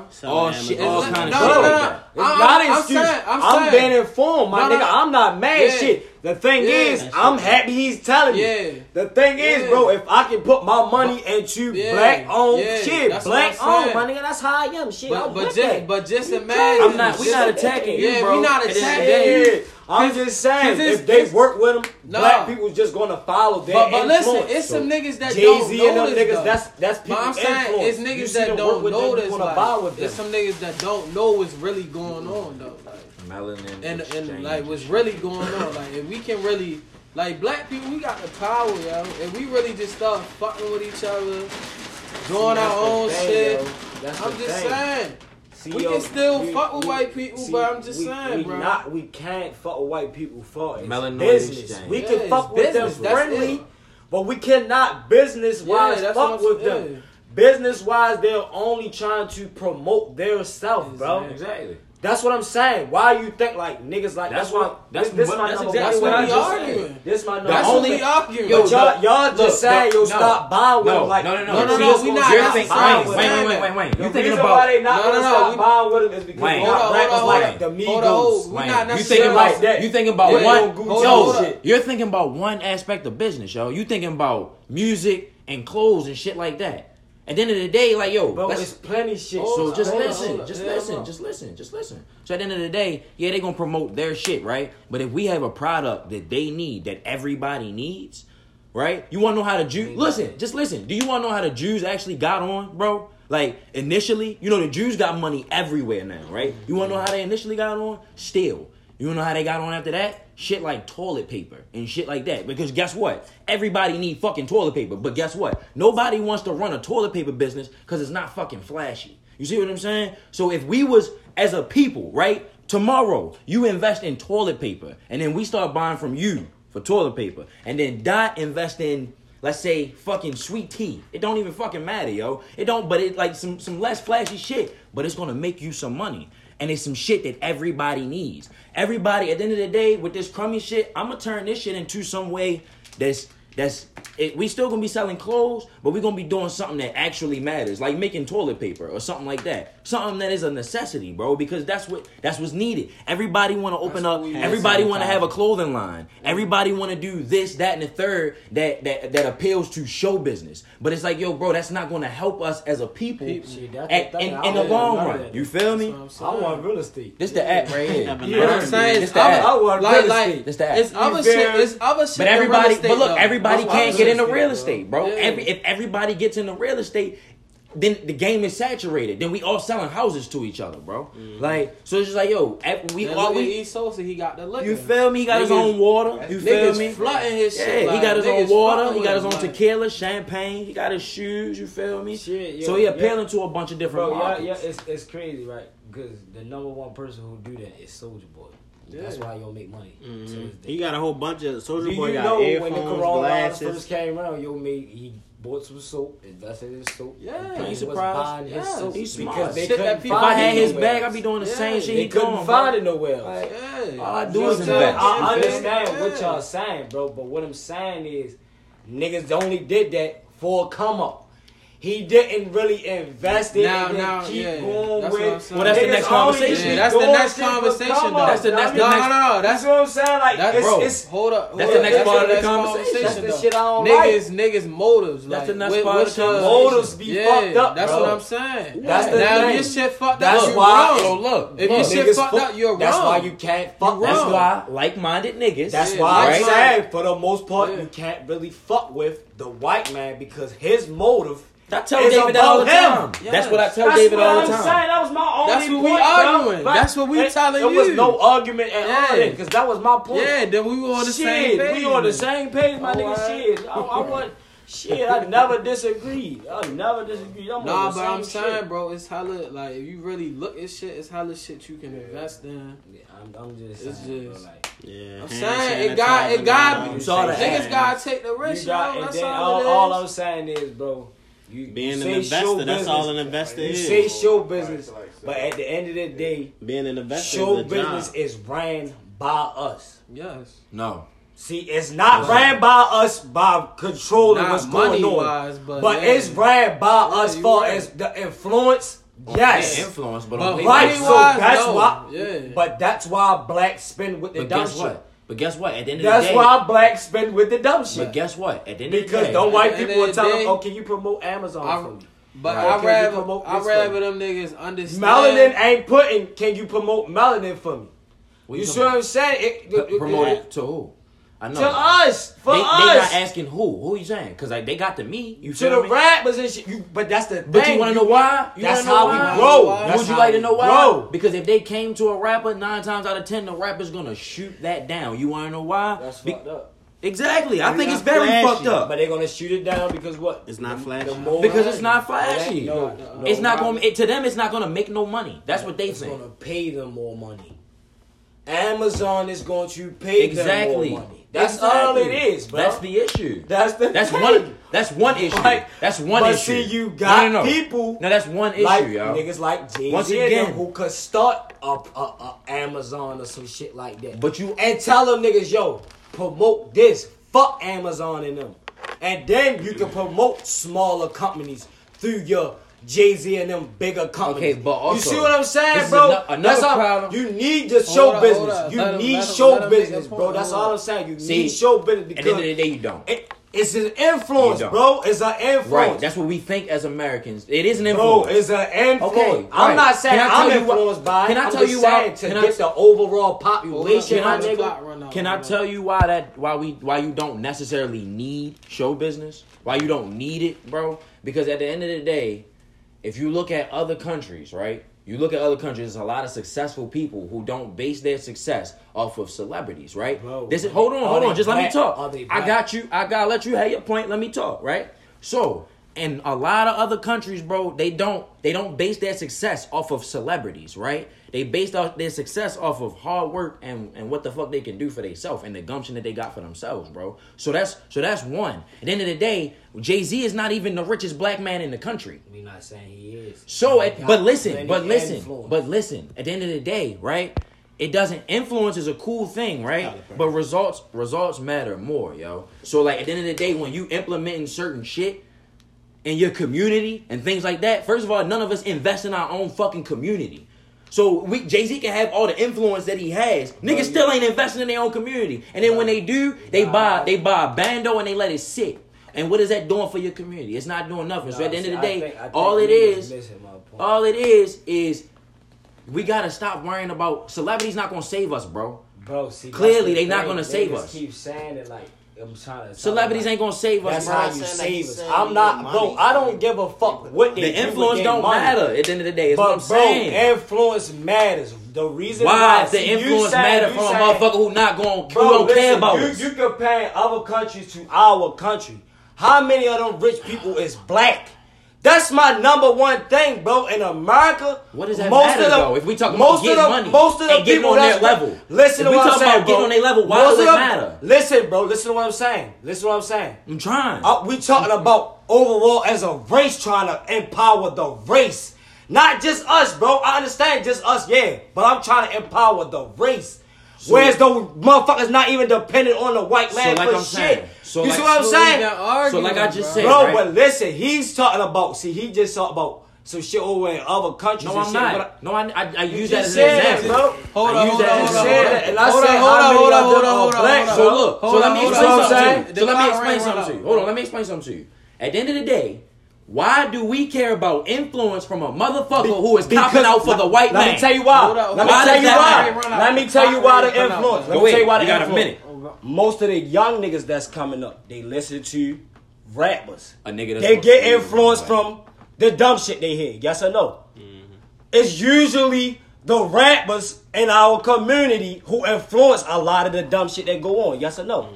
Speaker 5: Selling
Speaker 9: all shit,
Speaker 5: Amazon.
Speaker 9: all
Speaker 5: It's
Speaker 9: kind of
Speaker 4: no,
Speaker 9: shit.
Speaker 4: no,
Speaker 9: like
Speaker 4: no.
Speaker 9: that.
Speaker 6: It's
Speaker 4: I'm-
Speaker 6: not
Speaker 4: I'm
Speaker 6: an excuse.
Speaker 4: saying- I'm
Speaker 6: I'm,
Speaker 4: saying.
Speaker 6: being informed, my
Speaker 4: No, no.
Speaker 6: nigga. I'm not mad.
Speaker 4: Yeah.
Speaker 6: Shit. The thing
Speaker 4: Yeah.
Speaker 6: is, I'm happy he's telling
Speaker 4: Yeah.
Speaker 6: me. The thing
Speaker 4: Yeah.
Speaker 6: is, bro, if I can put my money into
Speaker 4: Yeah.
Speaker 6: black owned
Speaker 4: Yeah.
Speaker 6: shit,
Speaker 4: That's what I'm
Speaker 6: black owned,
Speaker 4: saying.
Speaker 6: my nigga, that's how I am. Shit,
Speaker 4: But,
Speaker 6: I'm
Speaker 4: but just
Speaker 6: with that.
Speaker 4: but just
Speaker 6: You
Speaker 4: imagine.
Speaker 6: crazy.
Speaker 9: I'm not. We
Speaker 4: just-
Speaker 9: not attacking you,
Speaker 4: yeah,
Speaker 9: bro.
Speaker 4: we not
Speaker 9: At the end of the
Speaker 4: attacking
Speaker 9: day,
Speaker 4: you.
Speaker 6: Yeah. I'm just saying,
Speaker 4: it's-
Speaker 6: if they
Speaker 4: it's-
Speaker 6: work with them,
Speaker 4: Nah.
Speaker 6: black people just gonna follow their
Speaker 4: But, but listen,
Speaker 6: influence.
Speaker 4: it's some niggas that
Speaker 6: Jay
Speaker 4: don't
Speaker 6: Z and
Speaker 4: know
Speaker 6: them
Speaker 4: this.
Speaker 6: niggas,
Speaker 4: though.
Speaker 6: that's that's
Speaker 4: But
Speaker 6: people
Speaker 4: I'm saying
Speaker 6: influence.
Speaker 4: it's
Speaker 6: You
Speaker 4: niggas
Speaker 6: see
Speaker 4: that
Speaker 6: them
Speaker 4: don't
Speaker 6: work with
Speaker 4: know
Speaker 6: them,
Speaker 4: this.
Speaker 6: You wanna
Speaker 4: Like,
Speaker 6: buy with
Speaker 4: there's
Speaker 6: them.
Speaker 4: some niggas that don't know what's really going on though. Like,
Speaker 9: Melanin
Speaker 4: and and
Speaker 9: exchange.
Speaker 4: like what's really going on. Like if we can really like black people, we got the power, yo. If we really just start fucking with each other, doing
Speaker 6: That's
Speaker 4: our
Speaker 6: the
Speaker 4: own
Speaker 6: thing,
Speaker 4: shit.
Speaker 6: yo. That's
Speaker 4: I'm
Speaker 6: the
Speaker 4: just
Speaker 6: thing.
Speaker 4: saying.
Speaker 6: See,
Speaker 4: We
Speaker 6: yo,
Speaker 4: can still fuck with white people, but I'm just
Speaker 6: we,
Speaker 4: saying,
Speaker 6: we
Speaker 4: bro.
Speaker 6: Not, we can't fuck with white people for it's
Speaker 9: Melanoid
Speaker 6: business.
Speaker 9: exchange.
Speaker 6: We
Speaker 4: Yeah,
Speaker 6: can
Speaker 4: it's
Speaker 6: fuck with
Speaker 4: business,
Speaker 6: them
Speaker 4: that's
Speaker 6: friendly,
Speaker 4: it.
Speaker 6: but we cannot business wise
Speaker 4: Yeah, that's
Speaker 6: fuck
Speaker 4: what I'm
Speaker 6: with
Speaker 4: saying.
Speaker 6: them. Business wise, they're only trying to promote their self, bro.
Speaker 9: exactly.
Speaker 6: That's what I'm saying. Why you think like niggas like that's,
Speaker 9: That's
Speaker 6: why
Speaker 9: what- that's
Speaker 6: this,
Speaker 9: what-
Speaker 6: my
Speaker 9: that's
Speaker 6: number
Speaker 9: exactly
Speaker 6: one
Speaker 4: what
Speaker 6: thing
Speaker 4: we
Speaker 6: just
Speaker 4: arguing.
Speaker 6: said. This my number
Speaker 4: That's
Speaker 6: one
Speaker 4: only
Speaker 6: thing.
Speaker 4: arguing.
Speaker 6: But
Speaker 4: Yo,
Speaker 6: y'all, y'all just
Speaker 9: look,
Speaker 6: saying
Speaker 9: no,
Speaker 6: yo
Speaker 9: no.
Speaker 6: stop buying with
Speaker 9: No,
Speaker 6: them. Like,
Speaker 9: no, no, no.
Speaker 6: like,
Speaker 4: No, no,
Speaker 6: we
Speaker 4: no,
Speaker 6: just
Speaker 4: we
Speaker 6: gonna
Speaker 4: not.
Speaker 6: stop
Speaker 4: That's
Speaker 6: buying
Speaker 4: fine.
Speaker 6: with
Speaker 4: Wait,
Speaker 6: them.
Speaker 4: wait, wait,
Speaker 9: wait,
Speaker 6: The
Speaker 9: wait. You thinking
Speaker 6: reason
Speaker 9: about-
Speaker 6: why they
Speaker 4: No,
Speaker 6: not
Speaker 4: no,
Speaker 6: gonna
Speaker 4: no,
Speaker 6: stop
Speaker 4: we-
Speaker 6: buying with them is because
Speaker 9: Wayne.
Speaker 6: they
Speaker 9: Hold
Speaker 6: not
Speaker 4: on,
Speaker 6: rappers
Speaker 4: hold on,
Speaker 6: like the
Speaker 4: hold
Speaker 6: Migos.
Speaker 4: on. Hold on, we not
Speaker 9: Wayne, you
Speaker 4: necessarily
Speaker 9: thinking
Speaker 6: like
Speaker 9: about
Speaker 6: that.
Speaker 9: you thinking about
Speaker 6: Yeah,
Speaker 9: one
Speaker 6: Gucci
Speaker 9: yo,
Speaker 6: shit.
Speaker 9: you're thinking about one aspect of business, yo. You thinking about music and clothes and shit like that. At the end of the day, like yo,
Speaker 6: Bro,
Speaker 9: let's-
Speaker 6: it's plenty shit.
Speaker 9: so just
Speaker 4: hold on,
Speaker 9: listen,
Speaker 4: hold on.
Speaker 9: just
Speaker 4: Yeah,
Speaker 9: listen,
Speaker 4: hold on.
Speaker 9: just listen, just listen. So at the end of the day, yeah, they gonna promote their shit, right? But if we have a product that they need, that everybody needs, right? You wanna know how the Jews listen, just listen. Do you wanna know how the Jews actually got on, bro? Like initially, you know the Jews got money everywhere now, right? You wanna know how they initially got on? Still. You wanna know how they got on after that? Shit like toilet paper and shit like that. Because guess what? Everybody need fucking toilet paper. But guess what? Nobody wants to run a toilet paper business because it's not fucking flashy. You see what I'm saying? So if we was as a people, right? Tomorrow you invest in toilet paper, and then we start buying from you for toilet paper, and then Dot invest in, let's say, fucking sweet tea. It don't even fucking matter, yo. It don't, but it like some some less flashy shit, but it's gonna make you some money. And it's some shit that everybody needs. Everybody, at the end of the day, with this crummy shit, I'm gonna turn this shit into some way that's that's it, we still gonna be selling clothes, but we gonna be doing something that actually matters, like making toilet paper or something like that. Something that is a necessity, bro, because that's what that's what's needed. Everybody wanna open
Speaker 4: That's
Speaker 9: up.
Speaker 4: what we want
Speaker 9: Everybody wanna
Speaker 4: sometimes.
Speaker 9: have a clothing line. Everybody wanna do this, that, and the third that that that appeals to show business. But it's like, yo, bro, that's not gonna help us as a people
Speaker 4: People.
Speaker 6: Shit, that's
Speaker 9: at-
Speaker 6: the thing.
Speaker 9: in,
Speaker 6: I
Speaker 9: in the
Speaker 6: don't
Speaker 9: long
Speaker 6: know
Speaker 9: run.
Speaker 6: that.
Speaker 9: You feel me?
Speaker 4: That's
Speaker 6: I
Speaker 4: what I'm
Speaker 6: want
Speaker 4: saying.
Speaker 6: real estate.
Speaker 9: This the app right here.
Speaker 5: Never
Speaker 9: You
Speaker 4: You know
Speaker 9: know
Speaker 4: what I'm saying?
Speaker 9: This
Speaker 4: It's
Speaker 9: the
Speaker 4: other,
Speaker 9: app.
Speaker 6: want
Speaker 4: like,
Speaker 6: real
Speaker 4: like,
Speaker 6: estate.
Speaker 9: It's the app.
Speaker 4: it's other
Speaker 6: fair.
Speaker 4: shit. It's other shit.
Speaker 9: But
Speaker 4: than real
Speaker 9: everybody,
Speaker 4: estate,
Speaker 9: but look,
Speaker 4: though.
Speaker 9: everybody
Speaker 6: That's why
Speaker 9: can't
Speaker 6: I
Speaker 9: get
Speaker 6: said
Speaker 9: into
Speaker 6: that,
Speaker 9: real
Speaker 6: bro.
Speaker 9: estate, bro.
Speaker 4: Yeah.
Speaker 9: Every if everybody gets into real estate, then the game is saturated. Then we all selling houses to each other, bro. Like so, it's just like yo, ev- we
Speaker 4: Mm-hmm. Then
Speaker 9: all
Speaker 4: look at
Speaker 9: we.
Speaker 4: E. Sosa, he got the liquor.
Speaker 9: You feel me? He got his
Speaker 4: Niggas-
Speaker 9: own water. You feel
Speaker 4: niggas
Speaker 9: me?
Speaker 4: flooding his
Speaker 9: yeah,
Speaker 4: shit,
Speaker 9: he
Speaker 4: like,
Speaker 9: got his own
Speaker 4: niggas
Speaker 9: water.
Speaker 4: fucking
Speaker 9: He got his
Speaker 4: with
Speaker 9: own
Speaker 4: him, like-
Speaker 9: tequila, champagne. He got his shoes. You feel me?
Speaker 6: Shit, yo,
Speaker 9: so he
Speaker 6: yeah.
Speaker 9: appealing to a bunch of different
Speaker 6: Bro, yeah,
Speaker 9: markets.
Speaker 6: yeah, it's it's crazy, right? Because the number one person who do that is Soldier Boy. That's
Speaker 4: Yeah.
Speaker 6: why you'll make money. to this day.
Speaker 5: Mm-hmm. He got a whole bunch of
Speaker 6: Do
Speaker 5: soldier
Speaker 6: you
Speaker 5: boy got
Speaker 6: know when the
Speaker 5: earphones,
Speaker 6: coronavirus
Speaker 5: glasses.
Speaker 6: first came around, yo made he bought some soap, invested in soap.
Speaker 4: Yeah.
Speaker 6: and
Speaker 4: You
Speaker 6: people was
Speaker 9: surprised?
Speaker 6: buying his
Speaker 4: Yeah.
Speaker 6: soap
Speaker 9: He's smart.
Speaker 6: because they
Speaker 4: Shit that
Speaker 6: couldn't
Speaker 4: people-
Speaker 9: if I
Speaker 6: find
Speaker 9: had
Speaker 6: it
Speaker 9: his
Speaker 6: nowhere
Speaker 9: bag, I'd
Speaker 6: else.
Speaker 9: be doing the
Speaker 4: Yeah.
Speaker 9: same shit.
Speaker 6: They
Speaker 9: he
Speaker 6: couldn't
Speaker 9: doing, bro.
Speaker 6: find it nowhere. else.
Speaker 4: Like, yeah.
Speaker 9: All I do
Speaker 4: You
Speaker 9: is
Speaker 4: feel
Speaker 9: invest.
Speaker 4: me?
Speaker 6: I
Speaker 4: You feel me?
Speaker 6: understand what
Speaker 4: Yeah.
Speaker 6: y'all saying, bro, but what I'm saying is niggas only did that for a come up. He didn't really invest it
Speaker 4: Now-
Speaker 6: and then
Speaker 4: now,
Speaker 6: keep
Speaker 4: yeah,
Speaker 6: going
Speaker 4: that's what I'm
Speaker 6: with.
Speaker 4: saying. Well, that's the
Speaker 6: Niggas
Speaker 14: next
Speaker 6: only
Speaker 14: conversation.
Speaker 6: keep
Speaker 4: Yeah, that's the
Speaker 6: doing
Speaker 4: next
Speaker 6: shit for
Speaker 4: conversation,
Speaker 6: come
Speaker 4: though.
Speaker 6: up.
Speaker 14: That's the-
Speaker 6: Y'all
Speaker 14: that's the
Speaker 6: be-
Speaker 4: No,
Speaker 14: next-
Speaker 4: no, no. That's
Speaker 6: you know what I'm saying? Like,
Speaker 4: that's
Speaker 6: it's,
Speaker 4: bro.
Speaker 6: it's,
Speaker 4: hold up.
Speaker 9: that's
Speaker 4: hold
Speaker 9: the
Speaker 4: up.
Speaker 9: next part of the
Speaker 4: next
Speaker 9: conversation,
Speaker 6: that's the
Speaker 4: though.
Speaker 6: shit I don't like.
Speaker 4: Niggas, niggas' motives.
Speaker 9: That's
Speaker 4: like,
Speaker 9: the next
Speaker 4: what-
Speaker 9: part of
Speaker 4: what's
Speaker 9: the
Speaker 4: your-
Speaker 9: conversation.
Speaker 6: Motives be
Speaker 4: yeah,
Speaker 6: fucked up,
Speaker 4: That's
Speaker 6: bro.
Speaker 4: what I'm saying.
Speaker 6: That's the
Speaker 4: now,
Speaker 6: thing.
Speaker 4: if your shit fucked
Speaker 6: That's
Speaker 4: up, you
Speaker 6: why-
Speaker 4: wrong.
Speaker 9: Yo, look.
Speaker 4: If your
Speaker 9: look.
Speaker 4: shit
Speaker 6: Niggas
Speaker 4: fucked
Speaker 6: fuck-
Speaker 4: up, you're
Speaker 6: That's
Speaker 4: wrong.
Speaker 6: why you can't fuck.
Speaker 4: You're
Speaker 6: That's
Speaker 4: wrong.
Speaker 6: why
Speaker 14: like-minded niggas.
Speaker 6: That's
Speaker 4: Yeah,
Speaker 6: why
Speaker 4: right?
Speaker 6: I'm saying, for the most part,
Speaker 4: Yeah.
Speaker 6: you can't really fuck with the white man because his motive.
Speaker 14: I tell
Speaker 6: It's
Speaker 14: David that all the time.
Speaker 6: about him.
Speaker 14: That's what I tell
Speaker 6: That's
Speaker 14: David
Speaker 6: what
Speaker 14: all
Speaker 6: I'm
Speaker 14: the time.
Speaker 6: saying. That was my only
Speaker 4: That's what we
Speaker 6: point,
Speaker 4: arguing.
Speaker 6: bro.
Speaker 4: That's what we
Speaker 6: It-
Speaker 4: telling
Speaker 6: There was
Speaker 4: you.
Speaker 6: no argument at all
Speaker 4: Yeah.
Speaker 6: because that was my point.
Speaker 4: Yeah, then we were on the
Speaker 6: shit,
Speaker 4: same page.
Speaker 6: we on the
Speaker 4: then.
Speaker 6: same page, my
Speaker 4: Oh,
Speaker 6: nigga.
Speaker 4: alright.
Speaker 6: Shit, I, I want. Shit, I never disagreed. I never disagreed. I'm
Speaker 4: Nah,
Speaker 6: on the
Speaker 4: but I'm
Speaker 6: same
Speaker 4: saying,
Speaker 6: shit.
Speaker 4: bro, it's hella like if you really look at shit, it's hella shit you can invest in.
Speaker 6: Yeah, I'm, I'm just
Speaker 4: It's
Speaker 6: saying, bro,
Speaker 4: just-
Speaker 6: like,
Speaker 5: Yeah,
Speaker 4: I'm
Speaker 5: hand
Speaker 4: saying it got
Speaker 5: sanitizer
Speaker 4: it got
Speaker 5: now.
Speaker 4: niggas
Speaker 5: Saw the ads.
Speaker 4: gotta take the
Speaker 6: you
Speaker 4: risk,
Speaker 6: got,
Speaker 4: yo.
Speaker 6: and
Speaker 4: That's
Speaker 6: then
Speaker 4: all,
Speaker 6: all,
Speaker 4: it
Speaker 6: all
Speaker 4: is.
Speaker 6: I'm saying is, bro, you
Speaker 5: Being
Speaker 6: you
Speaker 5: an
Speaker 6: say
Speaker 5: investor,
Speaker 6: show
Speaker 5: that's all an
Speaker 6: business.
Speaker 5: investor
Speaker 6: You
Speaker 5: is.
Speaker 6: say show business, but at the end of the day,
Speaker 5: Being an investor
Speaker 6: show
Speaker 5: is a job.
Speaker 6: business is ran by us.
Speaker 4: Yes.
Speaker 9: No.
Speaker 6: See, it's not ran by us by controlling
Speaker 4: Not
Speaker 6: what's going on,
Speaker 4: money-wise, but yeah.
Speaker 6: it's ran by us
Speaker 4: you
Speaker 6: far
Speaker 4: right. Oh,
Speaker 6: as the influence.
Speaker 9: Yeah,
Speaker 6: Yes,
Speaker 9: Influence, but,
Speaker 4: But
Speaker 9: on paper,
Speaker 6: right.
Speaker 4: oh, Money-wise,
Speaker 6: So that's
Speaker 4: no.
Speaker 6: why,
Speaker 4: Yeah.
Speaker 6: but that's why blacks spend with the
Speaker 9: But
Speaker 6: dumb
Speaker 9: guess
Speaker 6: shit.
Speaker 9: what? But guess what? At the end of the
Speaker 6: That's
Speaker 9: day,
Speaker 6: why blacks spend with the dumb
Speaker 9: but
Speaker 6: shit.
Speaker 9: guess what? At the end of the
Speaker 6: Because
Speaker 9: day,
Speaker 6: don't
Speaker 4: At
Speaker 6: white
Speaker 4: the end
Speaker 6: people
Speaker 4: of
Speaker 6: will
Speaker 4: the
Speaker 6: tell
Speaker 4: day,
Speaker 6: them, "Okay, you promote Amazon
Speaker 4: I-
Speaker 6: for me."
Speaker 4: But
Speaker 6: Right.
Speaker 4: I
Speaker 6: Okay,
Speaker 4: rather
Speaker 6: you promote
Speaker 4: I
Speaker 6: this
Speaker 4: rather
Speaker 6: one.
Speaker 4: them niggas understand.
Speaker 6: Melanin ain't putting. Can you promote melanin for me?
Speaker 9: what
Speaker 6: you
Speaker 9: talking
Speaker 6: see what
Speaker 9: about?
Speaker 6: I'm saying? It- it-
Speaker 9: P-
Speaker 6: it-
Speaker 9: promote
Speaker 6: it-
Speaker 9: it to who? I know.
Speaker 6: to us, for
Speaker 9: they, they
Speaker 6: us,
Speaker 9: not asking who. Who you saying? Because like they got to me. You
Speaker 6: to
Speaker 9: feel
Speaker 6: the
Speaker 9: me?
Speaker 6: rappers and shit. You, but that's the
Speaker 9: But
Speaker 6: thing.
Speaker 9: you want to know why? You
Speaker 6: that's
Speaker 9: wanna know
Speaker 6: how
Speaker 9: why?
Speaker 6: we grow.
Speaker 4: Why?
Speaker 6: That's
Speaker 9: Would you
Speaker 6: how
Speaker 9: like to
Speaker 6: we
Speaker 9: know why?
Speaker 6: grow.
Speaker 9: Because if they came to a rapper, nine times out of ten, the rapper's gonna shoot that down. You want to know why?
Speaker 6: That's
Speaker 9: Be-
Speaker 6: fucked up.
Speaker 9: exactly. I
Speaker 5: It's
Speaker 9: think
Speaker 5: not
Speaker 9: it's very
Speaker 5: flashy,
Speaker 9: fucked up
Speaker 6: But they're gonna shoot it down because what?
Speaker 5: It's not
Speaker 6: The-
Speaker 5: flashy.
Speaker 6: the more-
Speaker 9: because it's not flashy.
Speaker 6: No, no,
Speaker 9: it's not
Speaker 6: no.
Speaker 9: going it, to them. It's not gonna make no money. That's what they
Speaker 6: It's
Speaker 9: think.
Speaker 6: gonna pay them more money. Amazon is going to pay
Speaker 9: Exactly.
Speaker 6: them more money. That's
Speaker 9: Exactly.
Speaker 6: all it is, bro.
Speaker 9: That's the issue.
Speaker 6: That's the
Speaker 9: That's
Speaker 6: thing.
Speaker 9: one. That's one issue.
Speaker 6: Like,
Speaker 9: that's one
Speaker 6: but see,
Speaker 9: issue.
Speaker 6: you got
Speaker 9: no, no, no.
Speaker 6: people
Speaker 9: No, that's one issue,
Speaker 6: like
Speaker 9: y'all.
Speaker 6: niggas like Jay
Speaker 9: Once
Speaker 6: Z
Speaker 9: again-
Speaker 6: who could start a, a, a Amazon or some shit like that.
Speaker 9: But you-
Speaker 6: and tell them niggas, yo, promote this. Fuck Amazon and them, and then you can promote smaller companies through your. Jay Z and them bigger companies.
Speaker 9: Okay, but also-
Speaker 6: you see what I'm
Speaker 9: this
Speaker 6: saying,
Speaker 9: is
Speaker 6: bro?
Speaker 9: ano- another
Speaker 6: That's how-
Speaker 9: problem.
Speaker 6: You need the
Speaker 4: Hold
Speaker 6: show
Speaker 4: up, hold
Speaker 6: business.
Speaker 4: up.
Speaker 6: You
Speaker 4: Let him-
Speaker 6: need
Speaker 4: let him-
Speaker 6: show
Speaker 4: let him make his
Speaker 6: business, bro.
Speaker 4: point.
Speaker 6: That's
Speaker 4: Hold
Speaker 6: all
Speaker 4: up.
Speaker 6: I'm saying. You
Speaker 9: See,
Speaker 6: need show business
Speaker 9: At
Speaker 6: because
Speaker 9: the end of the day, you don't.
Speaker 6: it, it's an influence,
Speaker 9: You don't.
Speaker 6: bro. It's an influence.
Speaker 9: Right. That's what we think as Americans. It is an
Speaker 6: bro.
Speaker 9: influence.
Speaker 6: It's an influence.
Speaker 9: Okay,
Speaker 6: I'm
Speaker 9: right.
Speaker 6: not saying
Speaker 9: Can I tell
Speaker 6: I'm
Speaker 9: you why-
Speaker 6: influenced by.
Speaker 9: can
Speaker 6: it.
Speaker 9: I
Speaker 6: I'm
Speaker 9: tell
Speaker 6: just
Speaker 9: you why-
Speaker 6: saying to
Speaker 9: can I-
Speaker 6: get the overall
Speaker 4: Can
Speaker 6: population,
Speaker 4: I
Speaker 6: my
Speaker 4: just-
Speaker 6: nigga.
Speaker 4: run out,
Speaker 9: Can
Speaker 4: run
Speaker 9: I
Speaker 4: out.
Speaker 9: tell you why that why we why you don't necessarily need show business? Why you don't need it, bro? Because at the end of the day, if you look at other countries, right? You look at other countries, there's a lot of successful people who don't base their success off of celebrities, right?
Speaker 6: Bro,
Speaker 9: this is, hold on,
Speaker 6: are
Speaker 9: hold
Speaker 6: they
Speaker 9: on, just let me
Speaker 6: black? Are
Speaker 9: talk.
Speaker 6: they
Speaker 9: I
Speaker 6: black?
Speaker 9: got you. I got to let you have your point. Let me talk, right? So, in a lot of other countries, bro, they don't they don't base their success off of celebrities, right? They based out their success off of hard work and, and what the fuck they can do for themselves and the gumption that they got for themselves, bro. So that's so that's one. At the end of the day, Jay Z is not even the richest black man in the country.
Speaker 6: We not saying he is.
Speaker 9: So,
Speaker 6: He
Speaker 9: at,
Speaker 6: got
Speaker 9: but listen,
Speaker 6: plenty
Speaker 9: but listen,
Speaker 6: influence.
Speaker 9: but listen. At the end of the day, right? It doesn't influence is a cool thing, right? But results results matter more, yo. So like at the end of the day, when you implementing certain shit in your community and things like that, first of all, none of us invest in our own fucking community. So we Jay Z can have all the influence that he has. Niggas still ain't investing in their own community, and then when they do, they buy they buy a bando and they let it sit. And what is that doing for your community? It's not doing nothing. so at the end of the
Speaker 6: I
Speaker 9: day,
Speaker 6: think- I think
Speaker 9: all it
Speaker 6: niggas
Speaker 9: is uh,
Speaker 6: missing my point.
Speaker 9: all it is is we gotta stop worrying about celebrities. Not gonna save us, bro.
Speaker 6: bro. See, that's the
Speaker 9: clearly they not
Speaker 6: thing.
Speaker 9: gonna save
Speaker 6: Niggas
Speaker 9: us.
Speaker 6: Keep saying it like I'm trying to.
Speaker 9: Celebrities ain't gonna save
Speaker 6: That's
Speaker 9: us, bro.
Speaker 6: how you
Speaker 15: saying that
Speaker 6: save
Speaker 15: he's
Speaker 6: us.
Speaker 15: saying
Speaker 6: I'm
Speaker 15: he
Speaker 6: not,
Speaker 15: get
Speaker 6: bro.
Speaker 15: money.
Speaker 6: I don't give a fuck what they
Speaker 9: the
Speaker 6: do with
Speaker 9: influence
Speaker 6: their
Speaker 9: don't
Speaker 6: money.
Speaker 9: matter at the end of the day. Is what I'm
Speaker 6: But bro,
Speaker 9: saying.
Speaker 6: influence matters. The reason
Speaker 9: Why
Speaker 6: why
Speaker 9: does the
Speaker 6: see, you
Speaker 9: influence
Speaker 6: saying-
Speaker 9: matter
Speaker 6: you
Speaker 9: from a
Speaker 6: saying-
Speaker 9: motherfucker who not gonna
Speaker 6: Bro,
Speaker 9: who don't
Speaker 6: listen,
Speaker 9: care about
Speaker 6: you,
Speaker 9: us?
Speaker 6: You comparing other countries to our country. How many of them rich people is black? That's my number one thing, bro. In America,
Speaker 9: What does that
Speaker 6: most
Speaker 9: matter,
Speaker 6: of them,
Speaker 9: though? If we talking
Speaker 6: most
Speaker 9: about
Speaker 6: of
Speaker 9: getting
Speaker 6: them,
Speaker 9: money
Speaker 6: most of them
Speaker 9: and getting
Speaker 6: people
Speaker 9: on their
Speaker 6: that's-
Speaker 9: level.
Speaker 6: Listen
Speaker 9: If
Speaker 6: to
Speaker 9: we
Speaker 6: what I'm
Speaker 9: talking
Speaker 6: saying,
Speaker 9: about getting
Speaker 6: bro.
Speaker 9: on their level, why
Speaker 6: Most
Speaker 9: does
Speaker 6: of
Speaker 9: it
Speaker 6: them-
Speaker 9: matter?
Speaker 6: Listen, bro. Listen to what I'm saying. Listen to what I'm saying.
Speaker 9: I'm trying.
Speaker 6: Uh, we talking about overall as a race trying to empower the race, not just us, bro. I understand just us, yeah, but I'm trying to empower the race. Whereas those motherfuckers not even dependent on the white
Speaker 9: So
Speaker 6: man
Speaker 9: like
Speaker 6: for
Speaker 9: I'm
Speaker 6: shit.
Speaker 9: saying, so
Speaker 6: you
Speaker 9: like-
Speaker 6: see what
Speaker 4: So
Speaker 6: I'm
Speaker 4: we
Speaker 6: saying?
Speaker 4: got arguing,
Speaker 9: like I just
Speaker 4: bro.
Speaker 9: said,
Speaker 6: Bro,
Speaker 9: right?
Speaker 6: but listen, he's talking about. See, he just talked about some shit over in other countries.
Speaker 9: No,
Speaker 6: and
Speaker 9: I'm
Speaker 6: shit,
Speaker 9: not. No, I, I, I
Speaker 6: But I, you
Speaker 9: use that
Speaker 6: just
Speaker 9: as an
Speaker 6: said that,
Speaker 9: example.
Speaker 6: bro.
Speaker 4: Hold
Speaker 9: I
Speaker 4: on,
Speaker 9: use
Speaker 4: hold
Speaker 9: that
Speaker 4: on, hold
Speaker 9: as an
Speaker 4: on,
Speaker 6: said
Speaker 4: hold
Speaker 9: example.
Speaker 6: that, and I
Speaker 4: Hold on,
Speaker 6: said
Speaker 4: hold
Speaker 6: how
Speaker 4: on,
Speaker 6: many
Speaker 4: hold
Speaker 6: of
Speaker 4: on,
Speaker 6: them
Speaker 4: hold on,
Speaker 6: are
Speaker 4: hold on,
Speaker 6: black.
Speaker 4: hold
Speaker 9: So
Speaker 4: on.
Speaker 9: look, so
Speaker 4: Hold
Speaker 9: let
Speaker 4: on,
Speaker 9: me
Speaker 4: hold
Speaker 9: explain
Speaker 4: on, hold
Speaker 9: something
Speaker 4: on.
Speaker 9: to you. So let me
Speaker 4: Divine
Speaker 9: explain
Speaker 4: round
Speaker 9: something
Speaker 4: up.
Speaker 9: to you. Hold on, let me explain something to you. At the end of the day, why do we care about influence from a motherfucker who is
Speaker 6: Because-
Speaker 9: copping out for the white
Speaker 6: let
Speaker 9: man?
Speaker 6: me tell you why.
Speaker 4: Hold up,
Speaker 6: Let me
Speaker 9: why
Speaker 6: tell
Speaker 9: does
Speaker 6: you
Speaker 9: that
Speaker 6: why.
Speaker 9: matter?
Speaker 4: Run out.
Speaker 6: Let me tell you why the
Speaker 4: Run out.
Speaker 6: influence. Let
Speaker 9: Go
Speaker 6: me tell
Speaker 9: ahead.
Speaker 6: you why the
Speaker 9: You got a
Speaker 6: influence. Most of the young niggas that's coming up, they listen to rappers.
Speaker 9: A nigga that's
Speaker 6: They
Speaker 9: supposed
Speaker 6: get
Speaker 9: to be
Speaker 6: influence
Speaker 9: white.
Speaker 6: from the dumb shit they hear. Yes or no?
Speaker 9: Mm-hmm.
Speaker 6: It's usually the rappers in our community who influence a lot of the dumb shit that go on. Yes or
Speaker 9: Mm-hmm.
Speaker 6: no?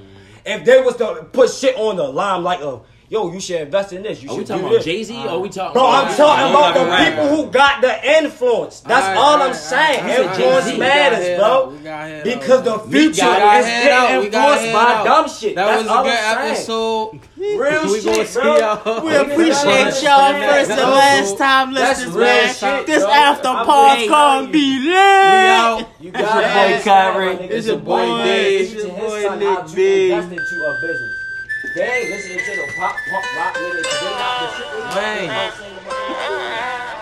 Speaker 6: If they was to put shit on the limelight of, yo, you should invest in this. You
Speaker 9: Are we
Speaker 6: should
Speaker 9: talking
Speaker 6: do
Speaker 9: about
Speaker 6: this.
Speaker 9: Jay Z? Are we talking?
Speaker 6: Bro, I'm
Speaker 9: about-
Speaker 6: talking about the
Speaker 9: Right.
Speaker 6: people who got the influence. That's
Speaker 4: Alright,
Speaker 6: all I'm
Speaker 4: alright,
Speaker 6: saying.
Speaker 4: alright, alright,
Speaker 6: influence
Speaker 9: alright.
Speaker 4: gotta
Speaker 9: We
Speaker 6: matters,
Speaker 4: head
Speaker 6: bro.
Speaker 4: out, we gotta head
Speaker 6: because
Speaker 4: out.
Speaker 6: the
Speaker 9: We
Speaker 6: future is
Speaker 9: gotta
Speaker 4: head out,
Speaker 6: getting
Speaker 4: we gotta
Speaker 6: influenced
Speaker 4: head
Speaker 6: by
Speaker 4: out.
Speaker 6: dumb shit.
Speaker 4: That
Speaker 6: That's
Speaker 4: was
Speaker 6: all
Speaker 4: a good
Speaker 6: I'm saying.
Speaker 4: episode. we
Speaker 6: Real
Speaker 4: gonna
Speaker 6: shit,
Speaker 4: see
Speaker 6: bro.
Speaker 4: y'all.
Speaker 6: We appreciate
Speaker 4: That's
Speaker 6: y'all
Speaker 4: real
Speaker 6: first
Speaker 4: shit.
Speaker 6: and
Speaker 4: last
Speaker 16: time
Speaker 6: That's real shit.
Speaker 4: This
Speaker 6: bro.
Speaker 16: after
Speaker 6: I'm
Speaker 16: party
Speaker 6: just telling
Speaker 16: can't
Speaker 6: you.
Speaker 16: be
Speaker 4: We
Speaker 16: lit.
Speaker 4: out.
Speaker 6: You
Speaker 4: It's your
Speaker 6: gotta
Speaker 4: boy
Speaker 6: understand, my
Speaker 4: Kyrie.
Speaker 6: nigga,
Speaker 4: It's your
Speaker 6: the
Speaker 4: boy
Speaker 6: man
Speaker 4: Dave.
Speaker 6: teaching
Speaker 4: It's your
Speaker 6: his
Speaker 4: boy
Speaker 6: son
Speaker 4: Nick
Speaker 6: how to
Speaker 4: Big.
Speaker 6: invest into a business. They ain't listening to the pop, punk rock niggas. They not the shit. they
Speaker 4: Bang.
Speaker 6: not the same.